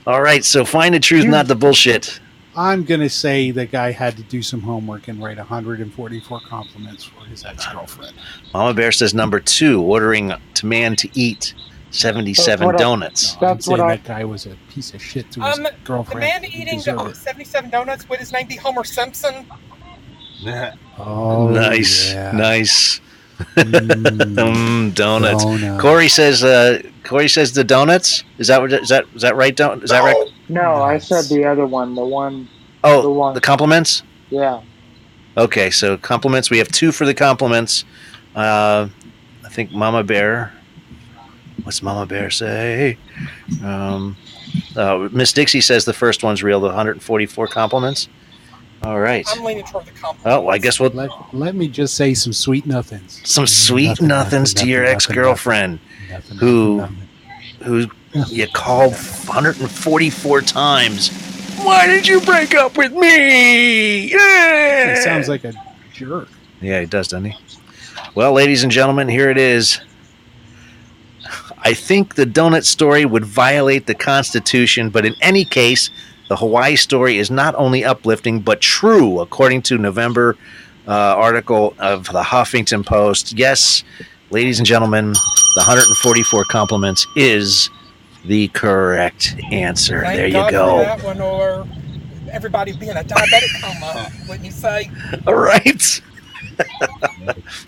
All right, so find the truth, not the bullshit.
I'm gonna say the guy had to do some homework and write 144 compliments for his ex-girlfriend.
Mama Bear says number two, ordering to man to eat 77
What up?
donuts.
No, I'm
That's
saying
what I-
that guy was a piece of shit to his
Um, The
girlfriend.
man
He
eating
deserved
the 77 donuts would his name be Homer Simpson?
it. Oh,
nice,
yeah.
nice.
Mm,
Mm, donuts.
donuts.
Corey says, uh, Corey says the donuts. Is that what? Is that is that right? Don- is that right?
No,
Nice.
I said the other one. The one. The
Oh,
one.
the compliments.
yeah.
Okay, so compliments. We have two for the compliments. Uh, I think Mama Bear. What's Mama Bear say? Um, uh, Miss Dixie says the first one's real. The 144 compliments. All right.
I'm leaning toward the compliment.
Oh, I guess we'll
Let, let me just say some sweet nothings.
some sweet
Nothing,
nothings
nothing,
to your
nothing,
ex girlfriend
Nothing,
Who-
nothing.
who you called 144 times. Why did you break up with me? Yeah.
He sounds like a jerk.
Yeah, he does, doesn't he? Well, ladies and gentlemen, here it is. I think the donut story would violate the Constitution, but in any case, the Hawaii story is not only uplifting but true, according to November uh, article of the Huffington Post. Yes, ladies and gentlemen, the 144 compliments is the correct answer.
Thank
there you
God
go.
For that one, or everybody being a diabetic coma, wouldn't you say?
All right.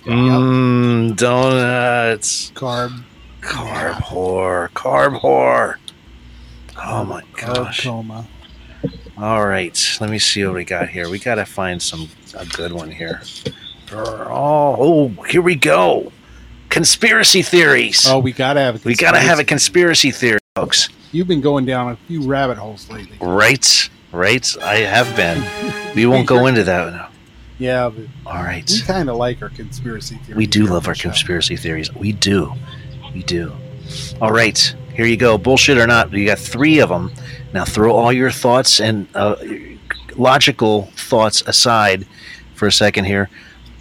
Mmm, donuts.
Carb,
Carb whore. Carb whore. Oh my
carb
gosh.
coma.
All right. Let me see what we got here. We got to find some a good one here. Oh, oh, here we go. Conspiracy theories.
Oh, we gotta have. A
we got to have a conspiracy theory, folks.
You've been going down a few rabbit holes lately.
Right? Right? I have been. We won't go into that now.
Yeah, but
All right.
we kind of like our conspiracy theories.
We do
here on
love
the
our
show.
conspiracy theories. We do. We do. All right. Here you go. Bullshit or not. You got three of them. Now throw all your thoughts and uh, logical thoughts aside for a second here.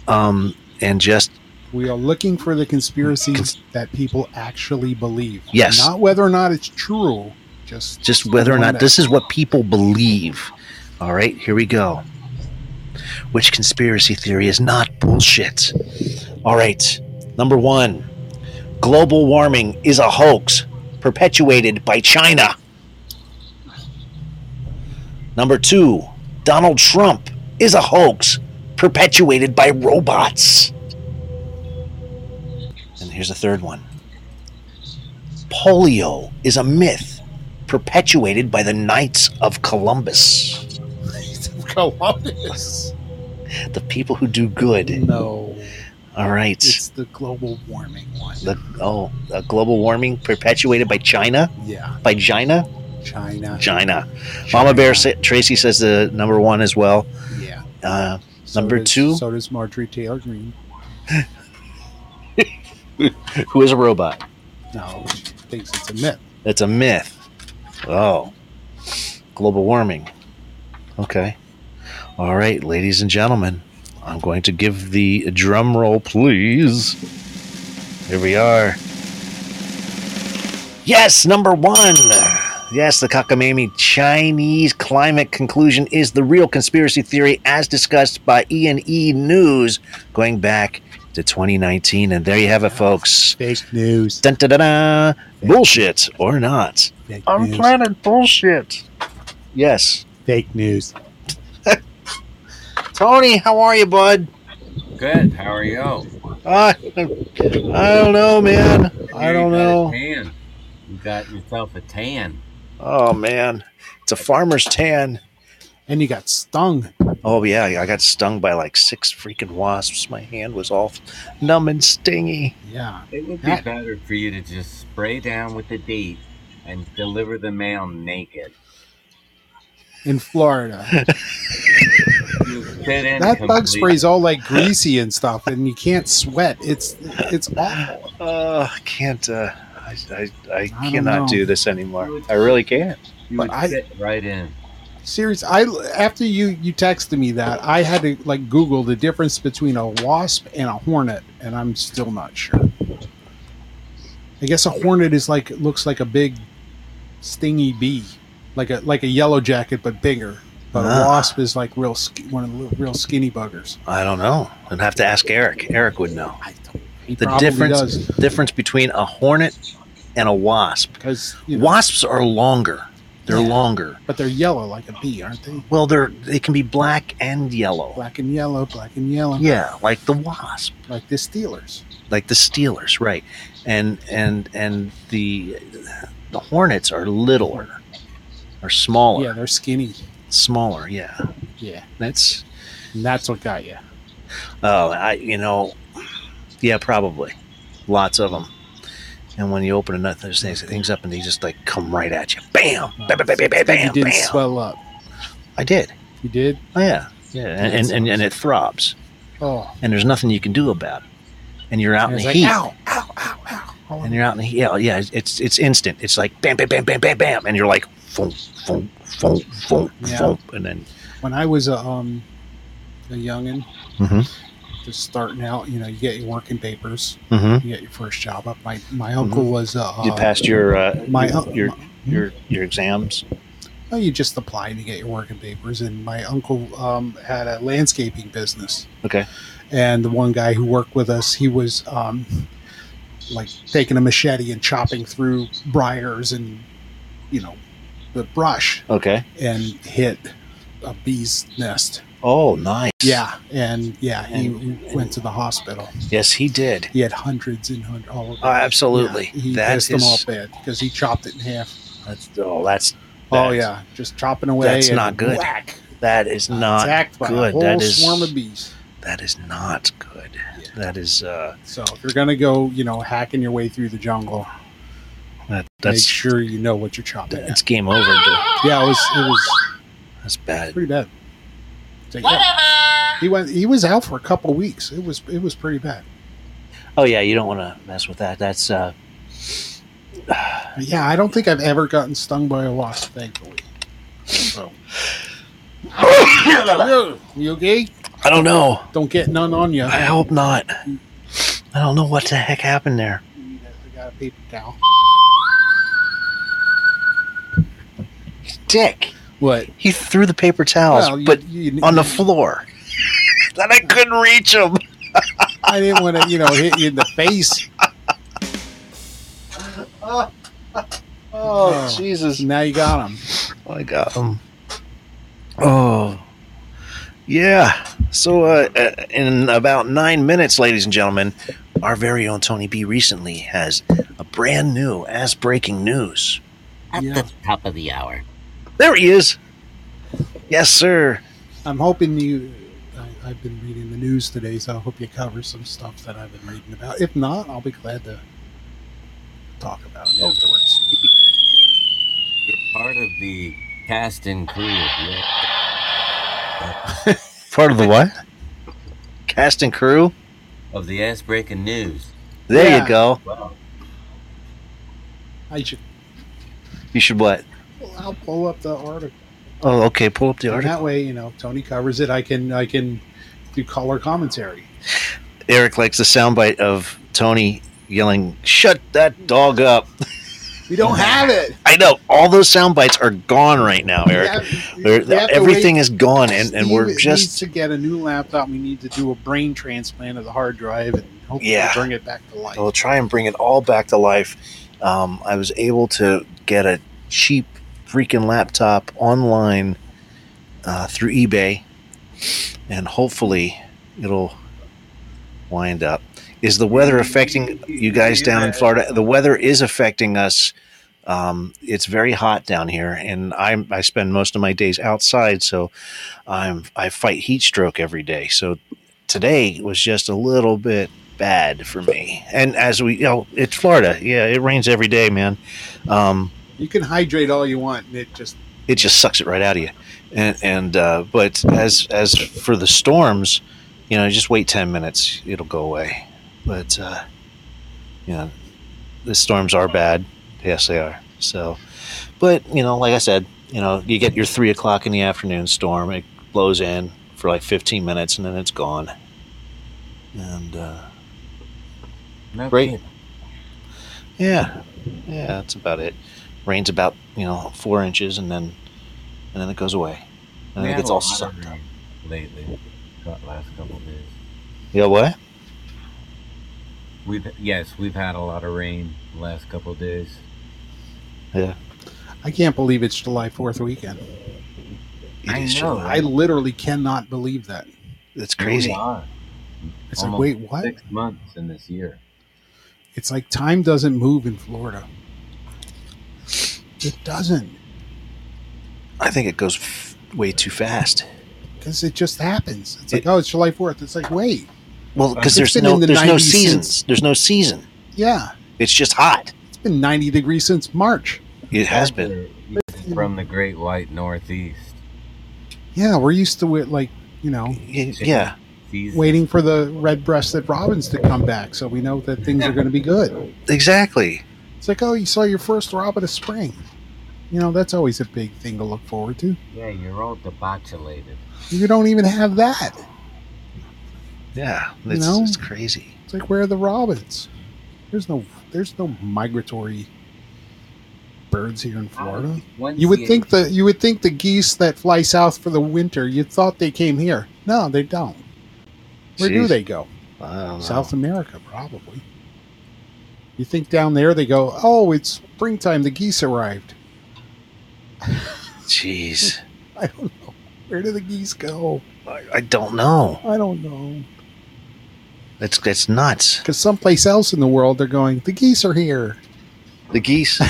Um, and just,
We are looking for the conspiracies
Cons-
that people actually believe.
Yes.
Not whether or not it's true, just
just whether or
one
not
that-
this is what people believe. All right. Here we go. Which conspiracy theory is not bullshit? All right. Number one global warming is a hoax perpetuated by China. Number two, Donald Trump is a hoax perpetuated by robots. And here's the third one polio is a myth perpetuated by the Knights of Columbus,
Columbus.
the people who do good.
No,
All right.
it's the global warming one.
The, oh, uh, global warming perpetuated by China?
yeah,
By China?
China.
China. Mama Bear sa- Tracy says the number one as well.
Yeah.
Uh,
So
Number
does-
two?
So does Marjorie Taylor Greene.
who is a robot?
No, she thinks it's a myth.
That's a myth. Oh, global warming. Okay. All right, ladies and gentlemen, I'm going to give the drum roll, please. Here we are. Yes, number one. Yes, the cockamamie Chinese climate conclusion is the real conspiracy theory as discussed by E&E News going back to 2019. And there you have it, folks.
Fake news.
Dun, dun, dun, dun. Bullshit or not.
Fake
I'm
news.
planet bullshit. Yes.
Fake news.
Tony, how are you, bud?
Good. How are you?
I, I don't know, man. I
You
don't
got a
know.
Tan. You got yourself a tan.
Oh, man. It's a farmer's tan.
And you got stung.
Oh, yeah. I got stung by like six freaking wasps. My hand was all numb and stingy.
Yeah.
It would be
That-
better for you to just spray down with the date and deliver the mail naked.
In Florida.
You fit in
That bug
complete-
spray's all like greasy and stuff, and you can't sweat. It's it's awful.
Uh, I can't. Uh, I, I, I
don't
cannot
know.
do this anymore. I really can't.
You
but
would
I-
fit right in.
Serious. I after you you texted me that I had to like Google the difference between a wasp and a hornet, and I'm still not sure. I guess a hornet is like looks like a big stingy bee, like a like a yellow jacket but bigger. But
Ah.
a wasp is like real sk- one of the little- real skinny buggers.
I don't know. I'd have to ask Eric. Eric would know.
I don't. He
The
probably
difference
does
difference between a hornet and a wasp.
because you know,
Wasps are longer. They're
Yeah.
longer.
but they're yellow like a bee, aren't they?
Well, they're they can be black and yellow.
Black and yellow, black and yellow.
Yeah, like the wasp,
like the Steelers.
like the Steelers, right? And and and the the Hornets are littler, are smaller,
Yeah, they're skinny.
smaller. Yeah,
Yeah,
that's
and that's what got you.
oh, I you know, yeah, probably lots of them. And when you open another those things, things up and they just like come right at you. Bam, bam, bam, bam, bam, bam,
Oh, Uh, you
bam.
didn't swell up.
I did.
You did.
Oh, yeah, yeah, and and, and, and it throbs.
Oh,
and there's nothing you can do about it. And you're out
And
in the
it's like,
heat.
ow, ow, ow, ow. Oh,
And you're out in the heat. Yeah, yeah, it's it's instant. It's like bam, bam, bam, bam, bam, bam, and you're like, boom, boom, boom, boom,
Yeah.
boom, and then
When I was a um a youngin,
Mhm.
just starting out, you know, you get your working papers,
Mm-hmm.
you get your first job up. My my uncle was uh,
You passed your uh,
my un-
your
my-
your your exams.
Well, you just apply to get your working papers. And my uncle um, had a landscaping business.
Okay.
And the one guy who worked with us, he was um, like taking a machete and chopping through briars and, you know, the brush
Okay.
and hit a bee's nest.
Oh, nice.
Yeah. And yeah, he
And-
went to the hospital.
Yes, he did.
He had hundreds and hundreds all over.
Oh, absolutely.
Yeah, he
That
pissed them
is-
all bad because he chopped it in half.
That's oh, that's
Oh
that's-
yeah, just chopping away.
that's
and
not good.
Whack,
That is not
attacked by a
good.
whole
That is
swarm of bees.
that is not good. That is uh
So if you're gonna go, you know, hacking your way through the jungle,
that
make
that's
sure you know what you're chopping.
that's game over. Dude.
at. Yeah, it was it was
That's bad.
pretty bad. So, yeah, he went. He was out for a couple weeks. It was it was pretty bad.
Oh yeah, you don't want to mess with that. That's uh
But yeah, I don't think I've ever gotten stung by a wasp, thankfully. So. you, you okay?
I don't know.
Don't get none on you.
I hope not. I don't know what the heck happened there.
I got a paper towel.
Dick,
What?
he threw the paper towels,
you-
Oh, but
you-
on the floor. that I couldn't reach him.
I didn't want to, you know, hit you in the face.
Oh,
Oh.
Jesus!
Now you got him.
I got him. Oh, yeah. So, uh, uh, in about nine minutes, ladies and gentlemen, our very own Tony B recently has a brand new ass breaking news.
At
Yeah.
the top of the hour.
There he is. Yes, sir.
I'm hoping you. I, I've been reading the news today, so I hope you cover some stuff that I've been reading about. If not, I'll be glad to talk about it afterwards.
You're part of the cast and crew. of Red-
Part of the what? Cast and crew.
Of the ass breaking news.
There
Yeah.
you go.
Wow.
I should.
You should what?
well, I'll pull up the article.
Oh, okay. Pull up the
And
article.
that way, you know, if Tony covers it. I can. I can do color commentary.
Eric likes the soundbite of Tony yelling, "Shut that dog up."
We don't have it.
I know all those sound bites are gone right now,
We
Eric.
have- we
They're-
have to
everything
wait.
is gone, and, and we're
Steve needs
just
to get a new laptop. We need to do a brain transplant of the hard drive and hopefully
Yeah. Oh.
bring it back to life.
we'll try and bring it all back to life. Um, I was able to get a cheap freaking laptop online uh, through eBay, and hopefully it'll wind up. Is the weather affecting you guys down in Florida? The weather is affecting us. Um, it's very hot down here, and I I spend most of my days outside, so I'm I fight heat stroke every day. So today was just a little bit bad for me. And as we, you know, it's Florida. Yeah, it rains every day, man. Um,
You can hydrate all you want, and it just
it just sucks it right out of you. And and uh, but as as for the storms, you know, just wait ten minutes, it'll go away. But uh, you know, the storms are bad. Yes, they are. So, but you know, like I said, you know, you get your three o'clock in the afternoon storm. It blows in for like fifteen minutes, and then it's gone. And uh,
No
Great.
kidding.
Yeah, yeah, that's about it. Rains about you know four inches, and then and then it goes away. And
We
then it
had
gets
a
all
lot of um,
sucked up.
rain Lately, got last couple of days.
Yeah, what?
We've yes, we've had a lot of rain the last couple of days.
I can't believe it's July 4th weekend.
It
I
is
know,
July.
I literally cannot believe that.
That's crazy.
We are
It's
Almost
like, wait, what?
six months in this year.
It's like time doesn't move in Florida. It doesn't
I think it goes f- way too fast.
because it just happens. It's
It-
like, oh, it's July 4th. It's like, wait,
Well, because
Uh,
there's
It's been
no
in the
there's no
90s
seasons. There's no season.
yeah,
It's just hot.
it's been 90 degrees since March.
It has been.
from the Great White Northeast.
Yeah, we're used to it, like, you know,
Y- Yeah,
Season.
waiting for the red breasted robins to come back so we know that things are going to be good.
exactly.
It's like, oh, you saw your first robin of spring. You know, that's always a big thing to look forward to.
Yeah, you're all debauchulated.
You don't even have that.
Yeah,
You
it's,
know?
it's crazy.
It's like where are the robins? There's no there's no migratory birds here in Florida. You would think that you would think the geese that fly south for the winter, you thought they came here. No, they don't. Where do
Jeez.
they go?
I don't know.
South America, probably. You think down there they go, oh, it's springtime, the geese arrived.
Jeez,
I don't know. Where do the geese go?
I, I don't know.
I don't know.
It's it's nuts.
Because someplace else in the world they're going, the geese are here.
The geese,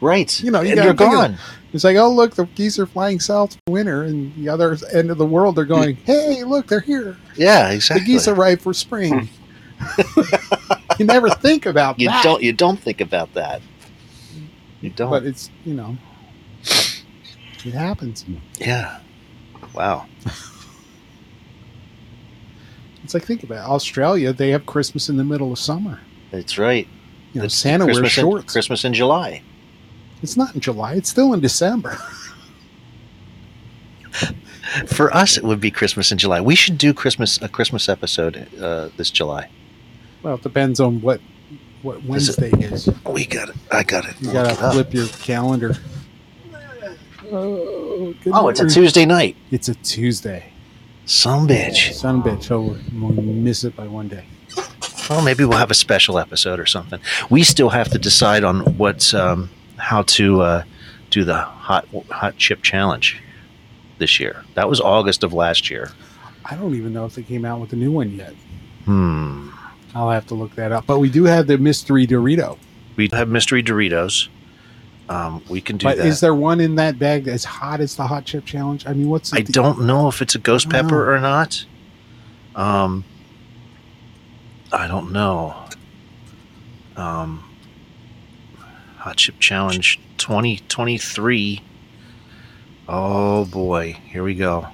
right?
You know, you
and
gotta
they're
think of-
gone.
It's like, oh, look, the geese are flying south for winter, and the other end of the world they're going, hey, look, they're here.
Yeah,
The
Hmm. exactly. Hmm.
geese arrived for spring. you never think about
you
that.
don't you don't think about that. You don't.
But it's, you know, it happens.
yeah. Wow.
It's like think about it. Australia. They have Christmas in the middle of summer.
That's right.
You know,
That's
Santa wears
Christmas in-
shorts.
Christmas in July.
It's not in July. It's still in December.
For us, it would be Christmas in July. We should do Christmas a Christmas episode uh, this July.
well, it depends on what what
Is it-
Wednesday is.
Oh, We got it. I got it.
You
Look
gotta
it up.
flip your calendar. Oh, good
Oh, it's a
Lord.
Tuesday night.
It's a Tuesday.
Some bitch.
Son of a bitch. Oh, we'll miss it by one day.
Well, maybe we'll have a special episode or something. We still have to decide on what's um, how to uh, do the hot hot chip challenge this year. That was August of last year.
I don't even know if they came out with a new one yet.
Hmm.
I'll have to look that up. But we do have the mystery Dorito.
We have mystery Doritos. Um, we can do
but
that.
is there one in that bag that's hot as the hot chip challenge? I mean, what's the Oh,
I don't know if it's a ghost
I don't
pepper
know.
or not. Um, I don't know. Um, Hot Chip Challenge 2023. Oh boy, here we go.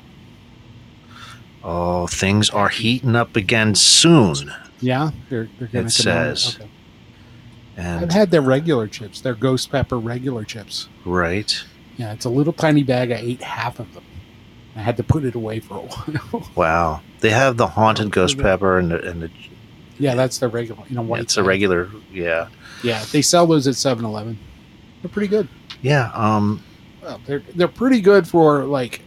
Oh, things are heating up again soon.
Yeah, they're they're gonna
It
come out?
says.
Okay. I've
And
had their regular chips. Their ghost pepper regular chips.
right.
Yeah, it's a little tiny bag. I ate half of them. I had to put it away for a while.
Wow. They have the haunted ghost
Okay.
pepper and the, and the,
yeah, that's the regular. You know, white.
it's a regular, yeah.
Yeah, they sell those at 7-Eleven. They're pretty good.
Yeah, um
Well, they're they're pretty good for like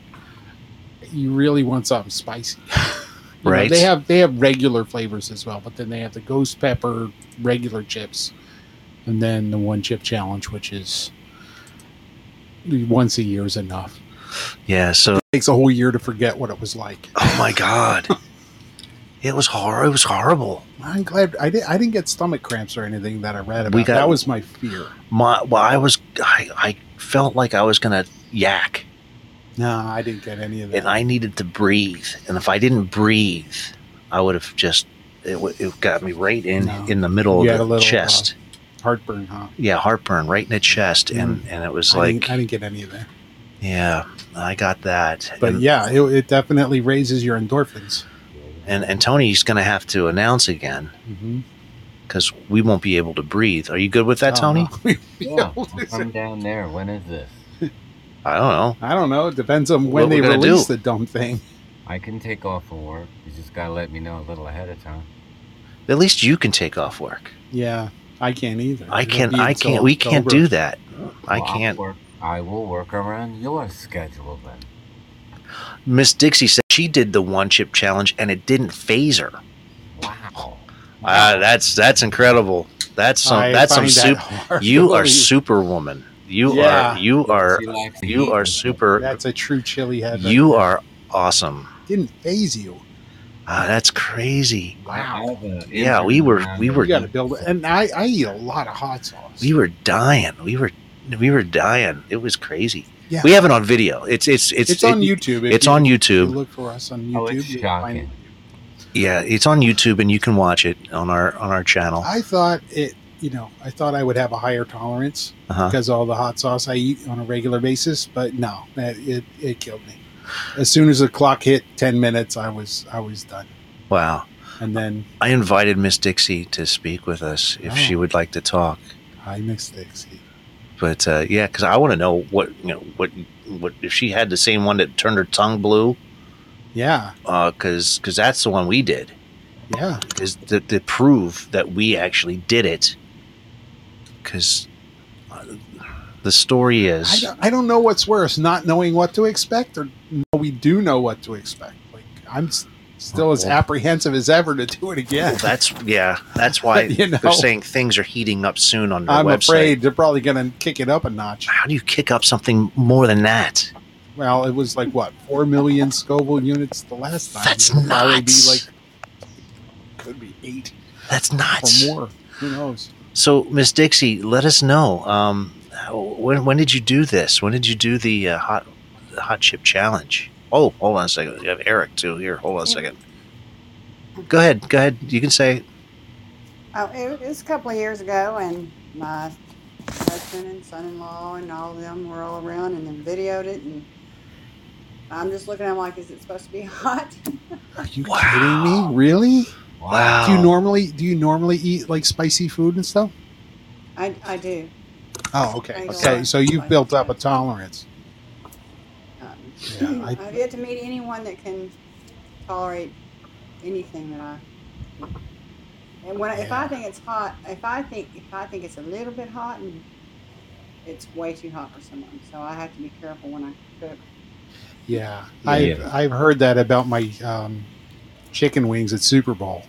you really want something spicy. You know,
Right.
they have they have regular flavors as well, but then they have the ghost pepper regular chips, and then the one chip challenge, which is once a year is enough.
yeah, so
takes a whole year to forget what it was like.
Oh my god. it was hor it was horrible.
I'm glad I did. I didn't get stomach cramps or anything that I read about.
We got-
that was my fear.
My well, I was I, I felt like I was gonna yak
No, I didn't get any of
and
that.
I needed to breathe. And if I didn't breathe, I would have just it, w- it got me right in
No.
in the middle
You
of
had
the
a little, uh,
chest.
Heartburn, huh?
yeah, heartburn right in the chest and and it was
Mm. I,
like
didn't, I didn't get any of that.
yeah, I got that.
But
and,
yeah, it, it definitely raises your endorphins.
and and Tony's going to have to announce again
Mm-hmm.
cuz we won't be able to breathe. Are you good with that,
Oh,
Tony?
Yeah, I'll come down there. When is this?
I don't know.
I don't know. It depends on
What
when
we
they
gonna
release
do?
the dumb thing.
I can take off from work. You just gotta let me know a little ahead of time.
At least you can take off work.
Yeah, I can't either.
I
It'll
can't.
be
I
until
can't. We can't
October.
do that. I
Well, I'll
can't.
Work, I will work around your schedule then.
Miss Dixie said she did the one chip challenge and it didn't phase her.
Wow.
Ah, that's that's incredible. That's some.
I
that's some
find
super.
hard to
You are
believe.
superwoman. You
Yeah.
are. You are.
She likes the heat.
You are super.
That's a true chili head.
You are awesome.
didn't phase you.
Ah, that's crazy.
I
Wow.
have a
Yeah,
intern
we were-
around
we
here.
were-
You got to build it. And I, I eat a lot of hot sauce.
We were dying. We were. We were dying. It was crazy.
Yeah.
We have it on video. It's it's it's
it's, on
it-
YouTube. If
It's
you-
on
if
YouTube.
you look for us on YouTube.
Oh, it's
you'll find
shocking.
it.
Yeah, it's on YouTube, and you can watch it on our on our channel.
I thought it. You know, I thought I would have a higher tolerance
Uh-huh.
because all the hot sauce I eat on a regular basis, but no, that, it it killed me. As soon as the clock hit ten minutes, I was I was done.
Wow.
And then
I invited Miss Dixie to speak with us if
Oh.
she would like to talk.
I missed Dixie.
But uh, yeah, because I want to know what you know what what if she had the same one that turned her tongue blue
Yeah.
because because that's the one we did
Yeah.
is to, to prove that we actually did it. Because the story
I
is
don't, I don't know what's worse, not knowing what to expect, or no, we do know what to expect. Like I'm s- still as apprehensive as ever to do it again.
that's yeah that's why
You know.
they're saying things are heating up soon on their
I'm
website.
afraid they're probably going to kick it up a notch.
How do you kick up something more than that?
Well, it was like what four million Scoville units the last time.
That's
It'll probably be
nuts.
like could be eight
That's
or
nuts.
more. Who knows?
So, Miss Dixie, let us know. Um, how- when when did you do this? When did you do the uh, hot the hot chip challenge? Oh, hold on a second. You have Eric too here. Hold on a second. Go ahead. Go ahead. You can say it.
Oh, it was a couple of years ago, and my husband and son-in-law and all of them were all around, and then videoed it, and I'm just looking at them like, is it supposed to be hot?
Are you kidding me? Really?
Wow.
Do you normally do you normally eat like spicy food and stuff?
I, I do.
Oh, okay.
I don't
Okay,
like
so you've
spicy
built up a
food.
tolerance.
Um,
Yeah, I-
I've yet to meet anyone that can tolerate anything that I. And when I if I
Yeah.
think it's hot, if I think if I think it's a little bit hot, and it's way too hot for someone, so I have to be careful when I cook.
Yeah,
Yeah.
I've I've heard that about my um, chicken wings at Super Bowl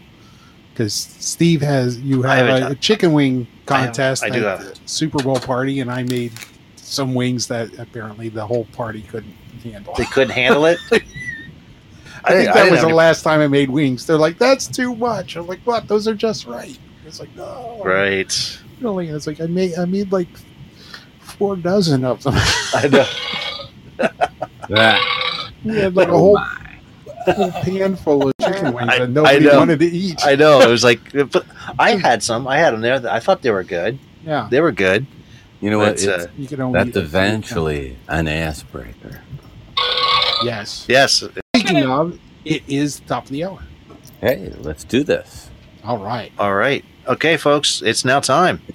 because Steve has you
I
have
have
a,
a-
a chicken wing
I have-
contest.
I do
at
have-
the Super Bowl party, and I made some wings that apparently the whole party couldn't handle.
They couldn't handle it.
I think
didn't-
that
didn't
was
have
the
any-
last time I made wings. They're like, "That's too much." I'm like, "What? Those are just right." It's like, "No,
right.
really." And it's like I made I made like four dozen of them.
I know.
That,
we had like a whole, whole pan full of chicken
Oh
wings
I-
that nobody
know.
wanted to eat.
I know. It was like, but I had some. I had them there. I thought they were good.
yeah.
They were good.
you know what?
That's,
it's,
uh,
You can only eat
that's
a few
eventually an ass breaker.
times. Yes.
Yes.
Speaking of, it is top of the hour.
Hey, let's do this.
All right.
All right. Okay, folks. It's now time.
For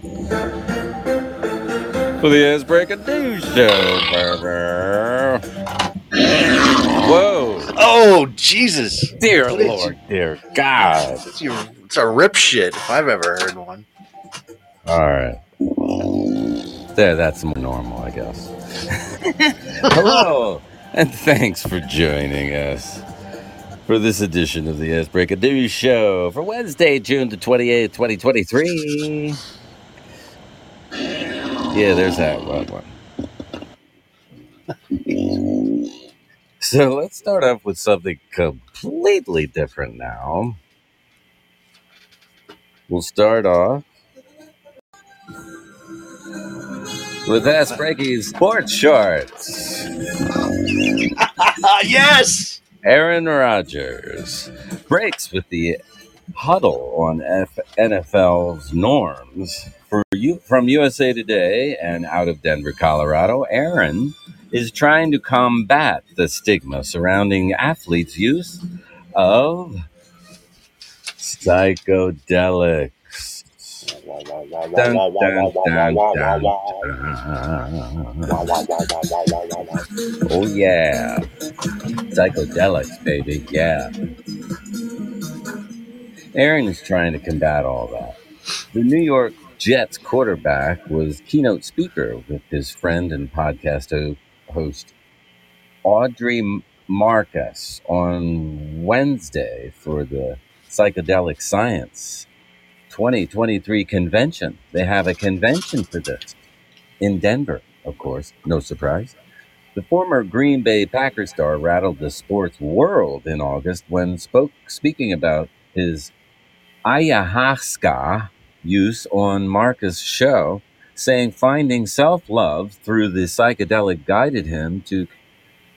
the ass breaker news show, Berber. Whoa.
Oh Jesus!
Dear
What did
Lord, dear God.
It's your- it's a rip shit if I've ever heard one.
All right. There, that's more normal, I guess. Hello, and thanks for joining us for this edition of the Ass Breaker News Show for Wednesday, June the 28th, 2023. Yeah, there's that one. one. So let's start off with something completely different now. We'll start off with Ass Breaking Sports Shorts.
Uh, yes.
Aaron Rodgers breaks with the huddle on F- NFL's norms. For you from USA Today and out of Denver, Colorado, Aaron is trying to combat the stigma surrounding athletes' use of psychedelics. Dun, dun, dun, dun, dun. Oh yeah. Psychedelics, baby. Yeah. Aaron is trying to combat all that. The New York Jets quarterback was keynote speaker with his friend and podcast ho- host Audrey Marcus on Wednesday for the Psychedelic Science 2023 convention. They have a convention for this in Denver, of course. No surprise. The former Green Bay Packers star rattled the sports world in August when spoke speaking about his ayahuasca use on Marcus' show, saying finding self-love through the psychedelic guided him to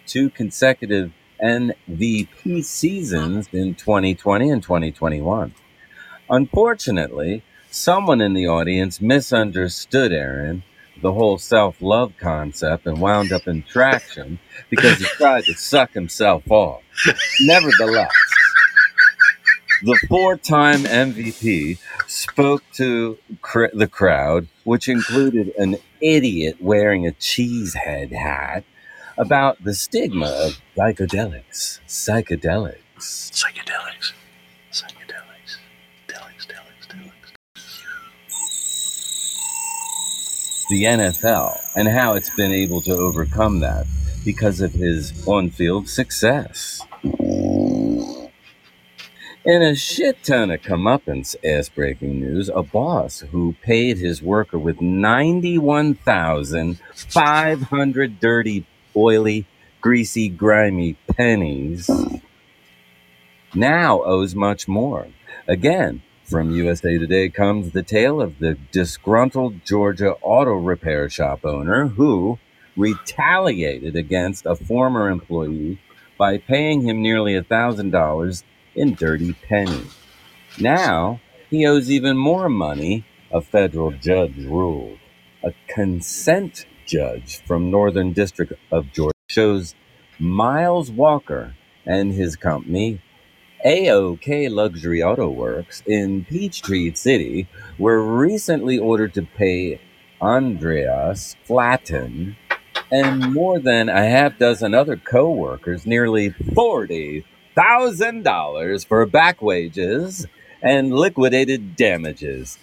two consecutive MVP seasons in 2020 and 2021. Unfortunately, someone in the audience misunderstood Aaron the whole self love concept and wound up in traction because he tried to suck himself off. Nevertheless, the four time MVP spoke to cr- the crowd, which included an idiot wearing a cheese head hat, about the stigma of psychedelics. Psychedelics.
Psychedelics. Psychedelics. Delics, delics, delics.
the NFL and how it's been able to overcome that because of his on field success. In a shit ton of comeuppance ass breaking news, a boss who paid his worker with 91,500 dirty, oily, greasy, grimy pennies now owes much more. Again, from USA Today comes the tale of the disgruntled Georgia auto repair shop owner who retaliated against a former employee by paying him nearly $1,000 in dirty pennies. Now he owes even more money, a federal judge ruled. A consent judge from Northern District of Georgia shows Miles Walker and his company AOK Luxury Auto Works in Peachtree City were recently ordered to pay Andreas Flatten and more than a half dozen other co workers nearly $40,000 for back wages and liquidated damages.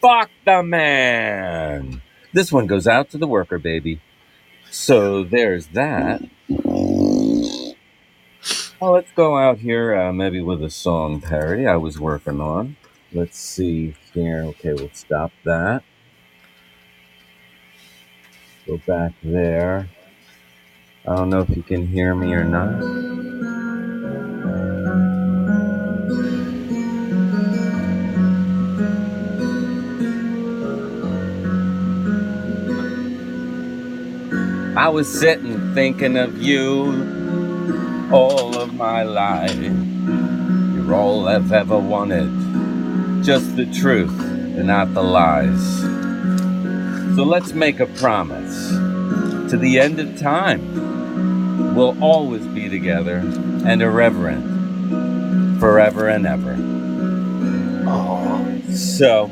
Fuck the man! This one goes out to the worker, baby. So there's that. Well, let's go out here uh, maybe with a song parody I was working on. Let's see here. Okay, we'll stop that. Go back there. I don't know if you can hear me or not. I was sitting thinking of you all of my life. You're all I've ever wanted. Just the truth and not the lies. So let's make a promise. To the end of time, we'll always be together and irreverent forever and ever. So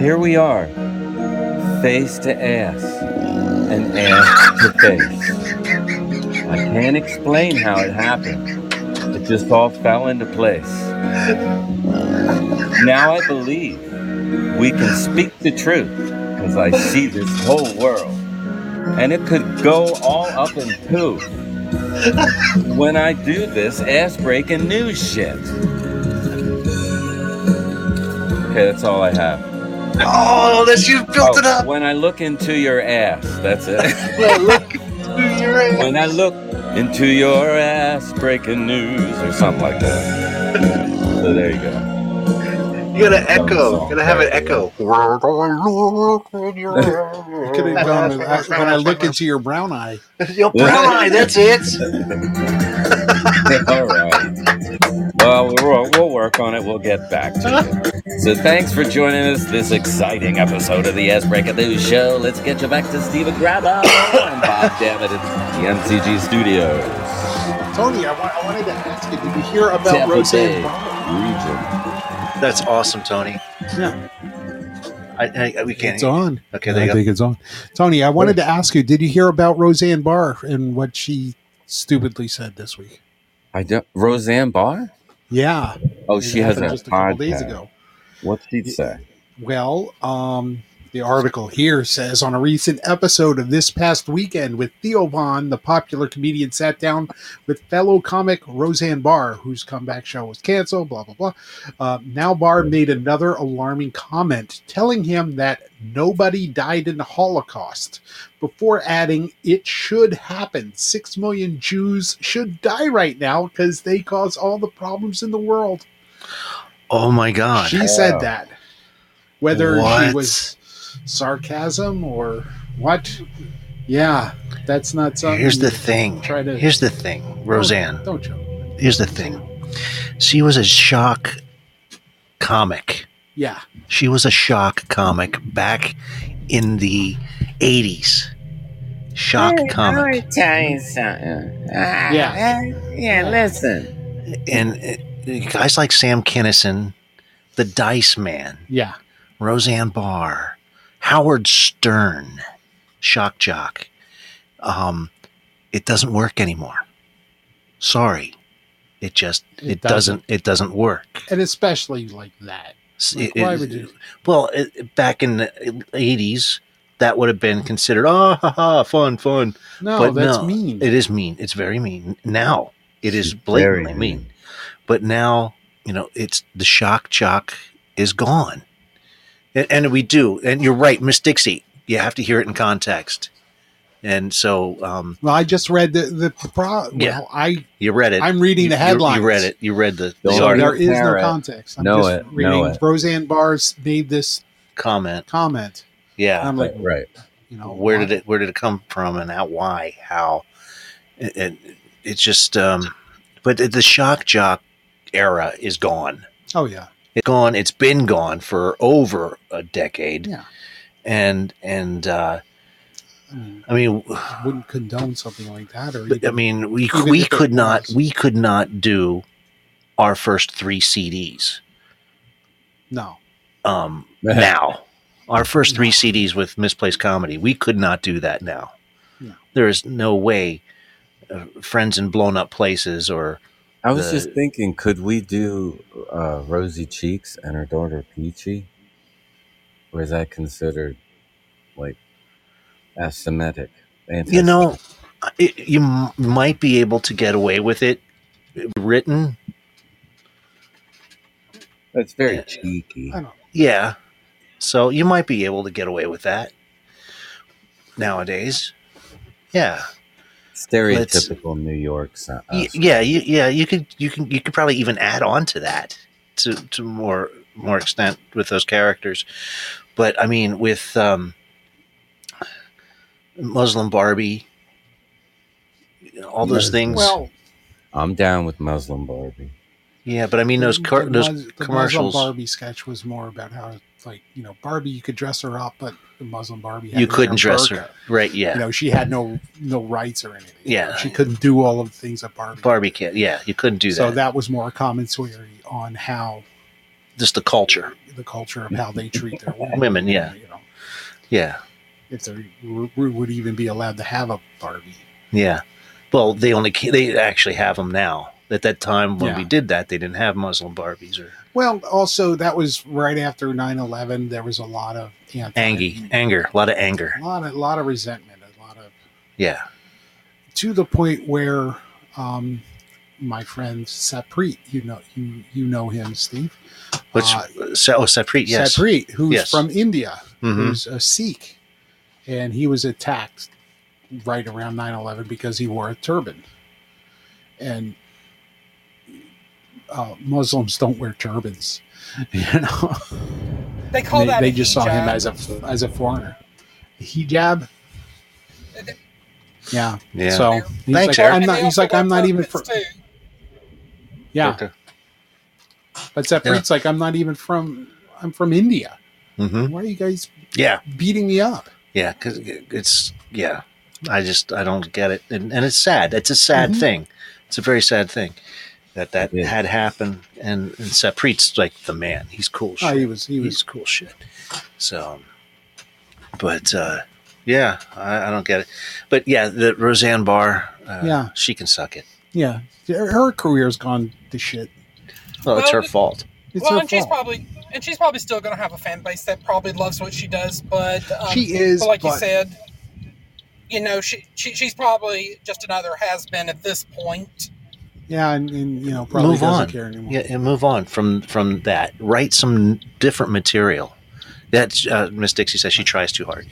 here we are, face to ass and ass to face. I can't explain how it happened, it just all fell into place. Now I believe we can speak the truth because I see this whole world and it could go all up in poo when I do this ass breaking news shit. Okay, that's all I have.
Oh, that's you built it
Oh,
up.
when I look into your ass, that's it. when I look into your ass, breaking news or something like that. So there you go.
You gotta echo.
song.
Gotta have an echo.
I could have gone with I- when I look into your brown eye.
Your brown eye. That's it.
All right. Well, we'll, we'll work on it. We'll get back to it. So thanks for joining us this exciting episode of the Ass Breaker News Show. Let's get you back to Steve Grabo and Bob Dammit at the MCG Studios.
Tony, I, wa- I wanted to ask you, did you hear about
Tampa
Roseanne
Bay
Barr?
region.
That's awesome, Tony.
Yeah.
I, I, we can't.
It's on.
Okay, there you go.
I think it's on. Tony, I wanted to ask you, did you hear about Roseanne Barr and what she stupidly said this week?
I don't, Roseanne Barr?
Yeah.
Oh,
it
she has a
happened just a couple
podcast.
days ago.
What's she say?
Well, um, the article here says on a recent episode of this past weekend with Theo Vaughn, the popular comedian sat down with fellow comic Roseanne Barr, whose comeback show was canceled, blah, blah, blah. Uh, now, Barr made another alarming comment telling him that nobody died in the Holocaust before adding, It should happen. Six million Jews should die right now because they cause all the problems in the world.
Oh my God.
She said that. Whether
What?
she was sarcasm or what? Yeah, that's not something.
Here's the thing.
Try to-
Here's the thing, Roseanne.
Don't you?
Here's the thing. She was a shock comic.
Yeah,
She was a shock comic back in the 80s. Shock comic.
tell you something. Ah,
Yeah.
Yeah, listen.
And uh, guys like Sam Kinison, the Dice Man,
yeah.
Roseanne Barr, Howard Stern, shock jock. Um, it doesn't work anymore. Sorry. It just it,
It
doesn't.
doesn't.
it doesn't work.
and especially like that.
S-
Like,
it-
why
it-
would you?
Well, it, it- back in the 80s that would have been considered oh ha, ha, fun fun.
No,
but
that's
no,
mean.
It is mean. It's very mean. Now it is blatantly
Very
mean. But now, you know, it's the shock jock is gone. And, and we do. And you're right, Miss Dixie. You have to hear it in context. And so um,
well, I just read the the, the pro.
Yeah.
Well, I
you read it.
I'm reading
You-
the
you-
headlines.
You, read it. You read the,
Don't
the
so
Sorry.
there
article
is
Ignore
no
it.
context. I'm
Know
just
it. Know
reading
it.
Roseanne Barr's made this
comment.
comment.
Yeah.
And I'm like,
Right, right.
you know,
where
why?
did it where did it come from and how why how it, it, it's just um but the- the shock jock era is gone
Oh yeah,
it's gone it's been gone for over a decade
Yeah.
and and uh
I mean,
i mean
I wouldn't condone something like that, or
but, i
even-
mean we
Even
we
if it
could not
was.
we could not do our first 3 CDs
no,
um now our first 3 CDs with misplaced comedy we could not do that now
No.
there is no way uh, friends in blown up places or
I was
the-
just thinking, could we do uh, Rosy Cheeks and her daughter Peachy? Or is that considered like asemitic?
you know it, you m- might be able to get away with it written
it's very cheeky.
I don't.
yeah so you might be able to get away with that nowadays yeah
Stereotypical New York uh, sound.
Y- yeah you, yeah you could you can you could probably even add on to that to to more more extent with those characters but i mean with um muslim barbie you know, all those
Muslim.
things
Well,
I'm down with Muslim Barbie.
yeah but i mean those car-
the
those
Mus- the
commercials-
Muslim Barbie sketch was more about how, like, you know, Barbie you could dress her up, but the Muslim Barbie had
you
to wear
couldn't dress
burqa.
her right yeah
You know, she had no no rights or anything.
Yeah.
she couldn't do all of the things that Barbie.
Barbie kid. Yeah, you couldn't do
so
that.
that was more a commentary on how
Just the culture.
the culture of how they treat their women.
Women, yeah.
You know,
Yeah,
if they w- w- would even be allowed to have a Barbie.
yeah. Well, they only ca- they actually have them now. At that time when
Yeah.
we did that, they didn't have Muslim Barbies or
Well, also that was right after 9-11. There was a lot of anti-
angie anger, a lot of anger.
a lot of, lot of resentment, a lot of
Yeah,
to the point where um, my friend Saprit, you know, you you know him, Steve.
which
Uh,
Sa- oh Sapri, yes,
Saprit, who's
Yes.
from India,
hmm
who's a Sikh, and he was attacked right around 9/11 because he wore a turban, and uh, Muslims don't wear turbans, you know.
They call
they,
that.
they
a
just saw him
hijab.
as a as a foreigner. Hijab. Yeah.
Yeah.
So he's
Thanks, Eric.
like, I'm
And
not.
they
He's
also
like, I'm
wear
not even. Fr-
burqas, too.
yeah.
Okay.
But Zephyr's like, I'm not even from. I'm from India.
hmm
Why are you guys
Yeah,
beating me up?
yeah. Because it's yeah. I just I don't get it, and, and it's sad. It's a sad
Mhm.
thing. It's a very sad thing that that
It is.
had happened. And, and Saprit's like the man. He's cool. as
Oh,
shit.
he was. He
He's
was.
cool shit. So, um, but uh, yeah, I, I don't get it. But yeah, the Roseanne Barr, uh,
Yeah.
she can suck it.
Yeah. Her her career's gone to shit.
Well, it's her
Well,
fault.
It's
well,
her
and she's
fault.
probably and she's probably still going to have a fan base that probably loves what she does, but um,
She is,
But like you
but-
said, you know, she, she she's probably just another has been at this point.
yeah, and, and you know, probably
Move
doesn't
on.
care anymore.
Yeah, and move on from from that. Write some different material. That's uh, Miss Dixie says she tries too hard.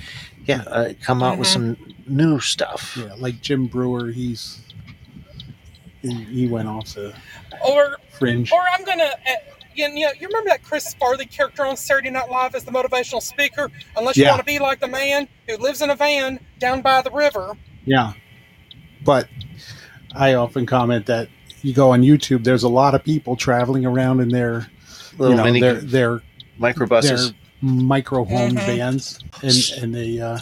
Yeah, uh, come out with
Mhm.
some new stuff.
Yeah, like Jim Brewer, he's he, he went off the
Or
fringe.
or I'm gonna. Uh, you know, you remember that Chris Farley character on Saturday Night Live as the motivational speaker? Unless you
Yeah.
want to be like the man who lives in a van down by the river.
Yeah, but I often comment that you go on YouTube, there's a lot of people traveling around in their
Little
you know,
mini
their their
microbuses.
their micro home
Mhm.
vans, and and they uh,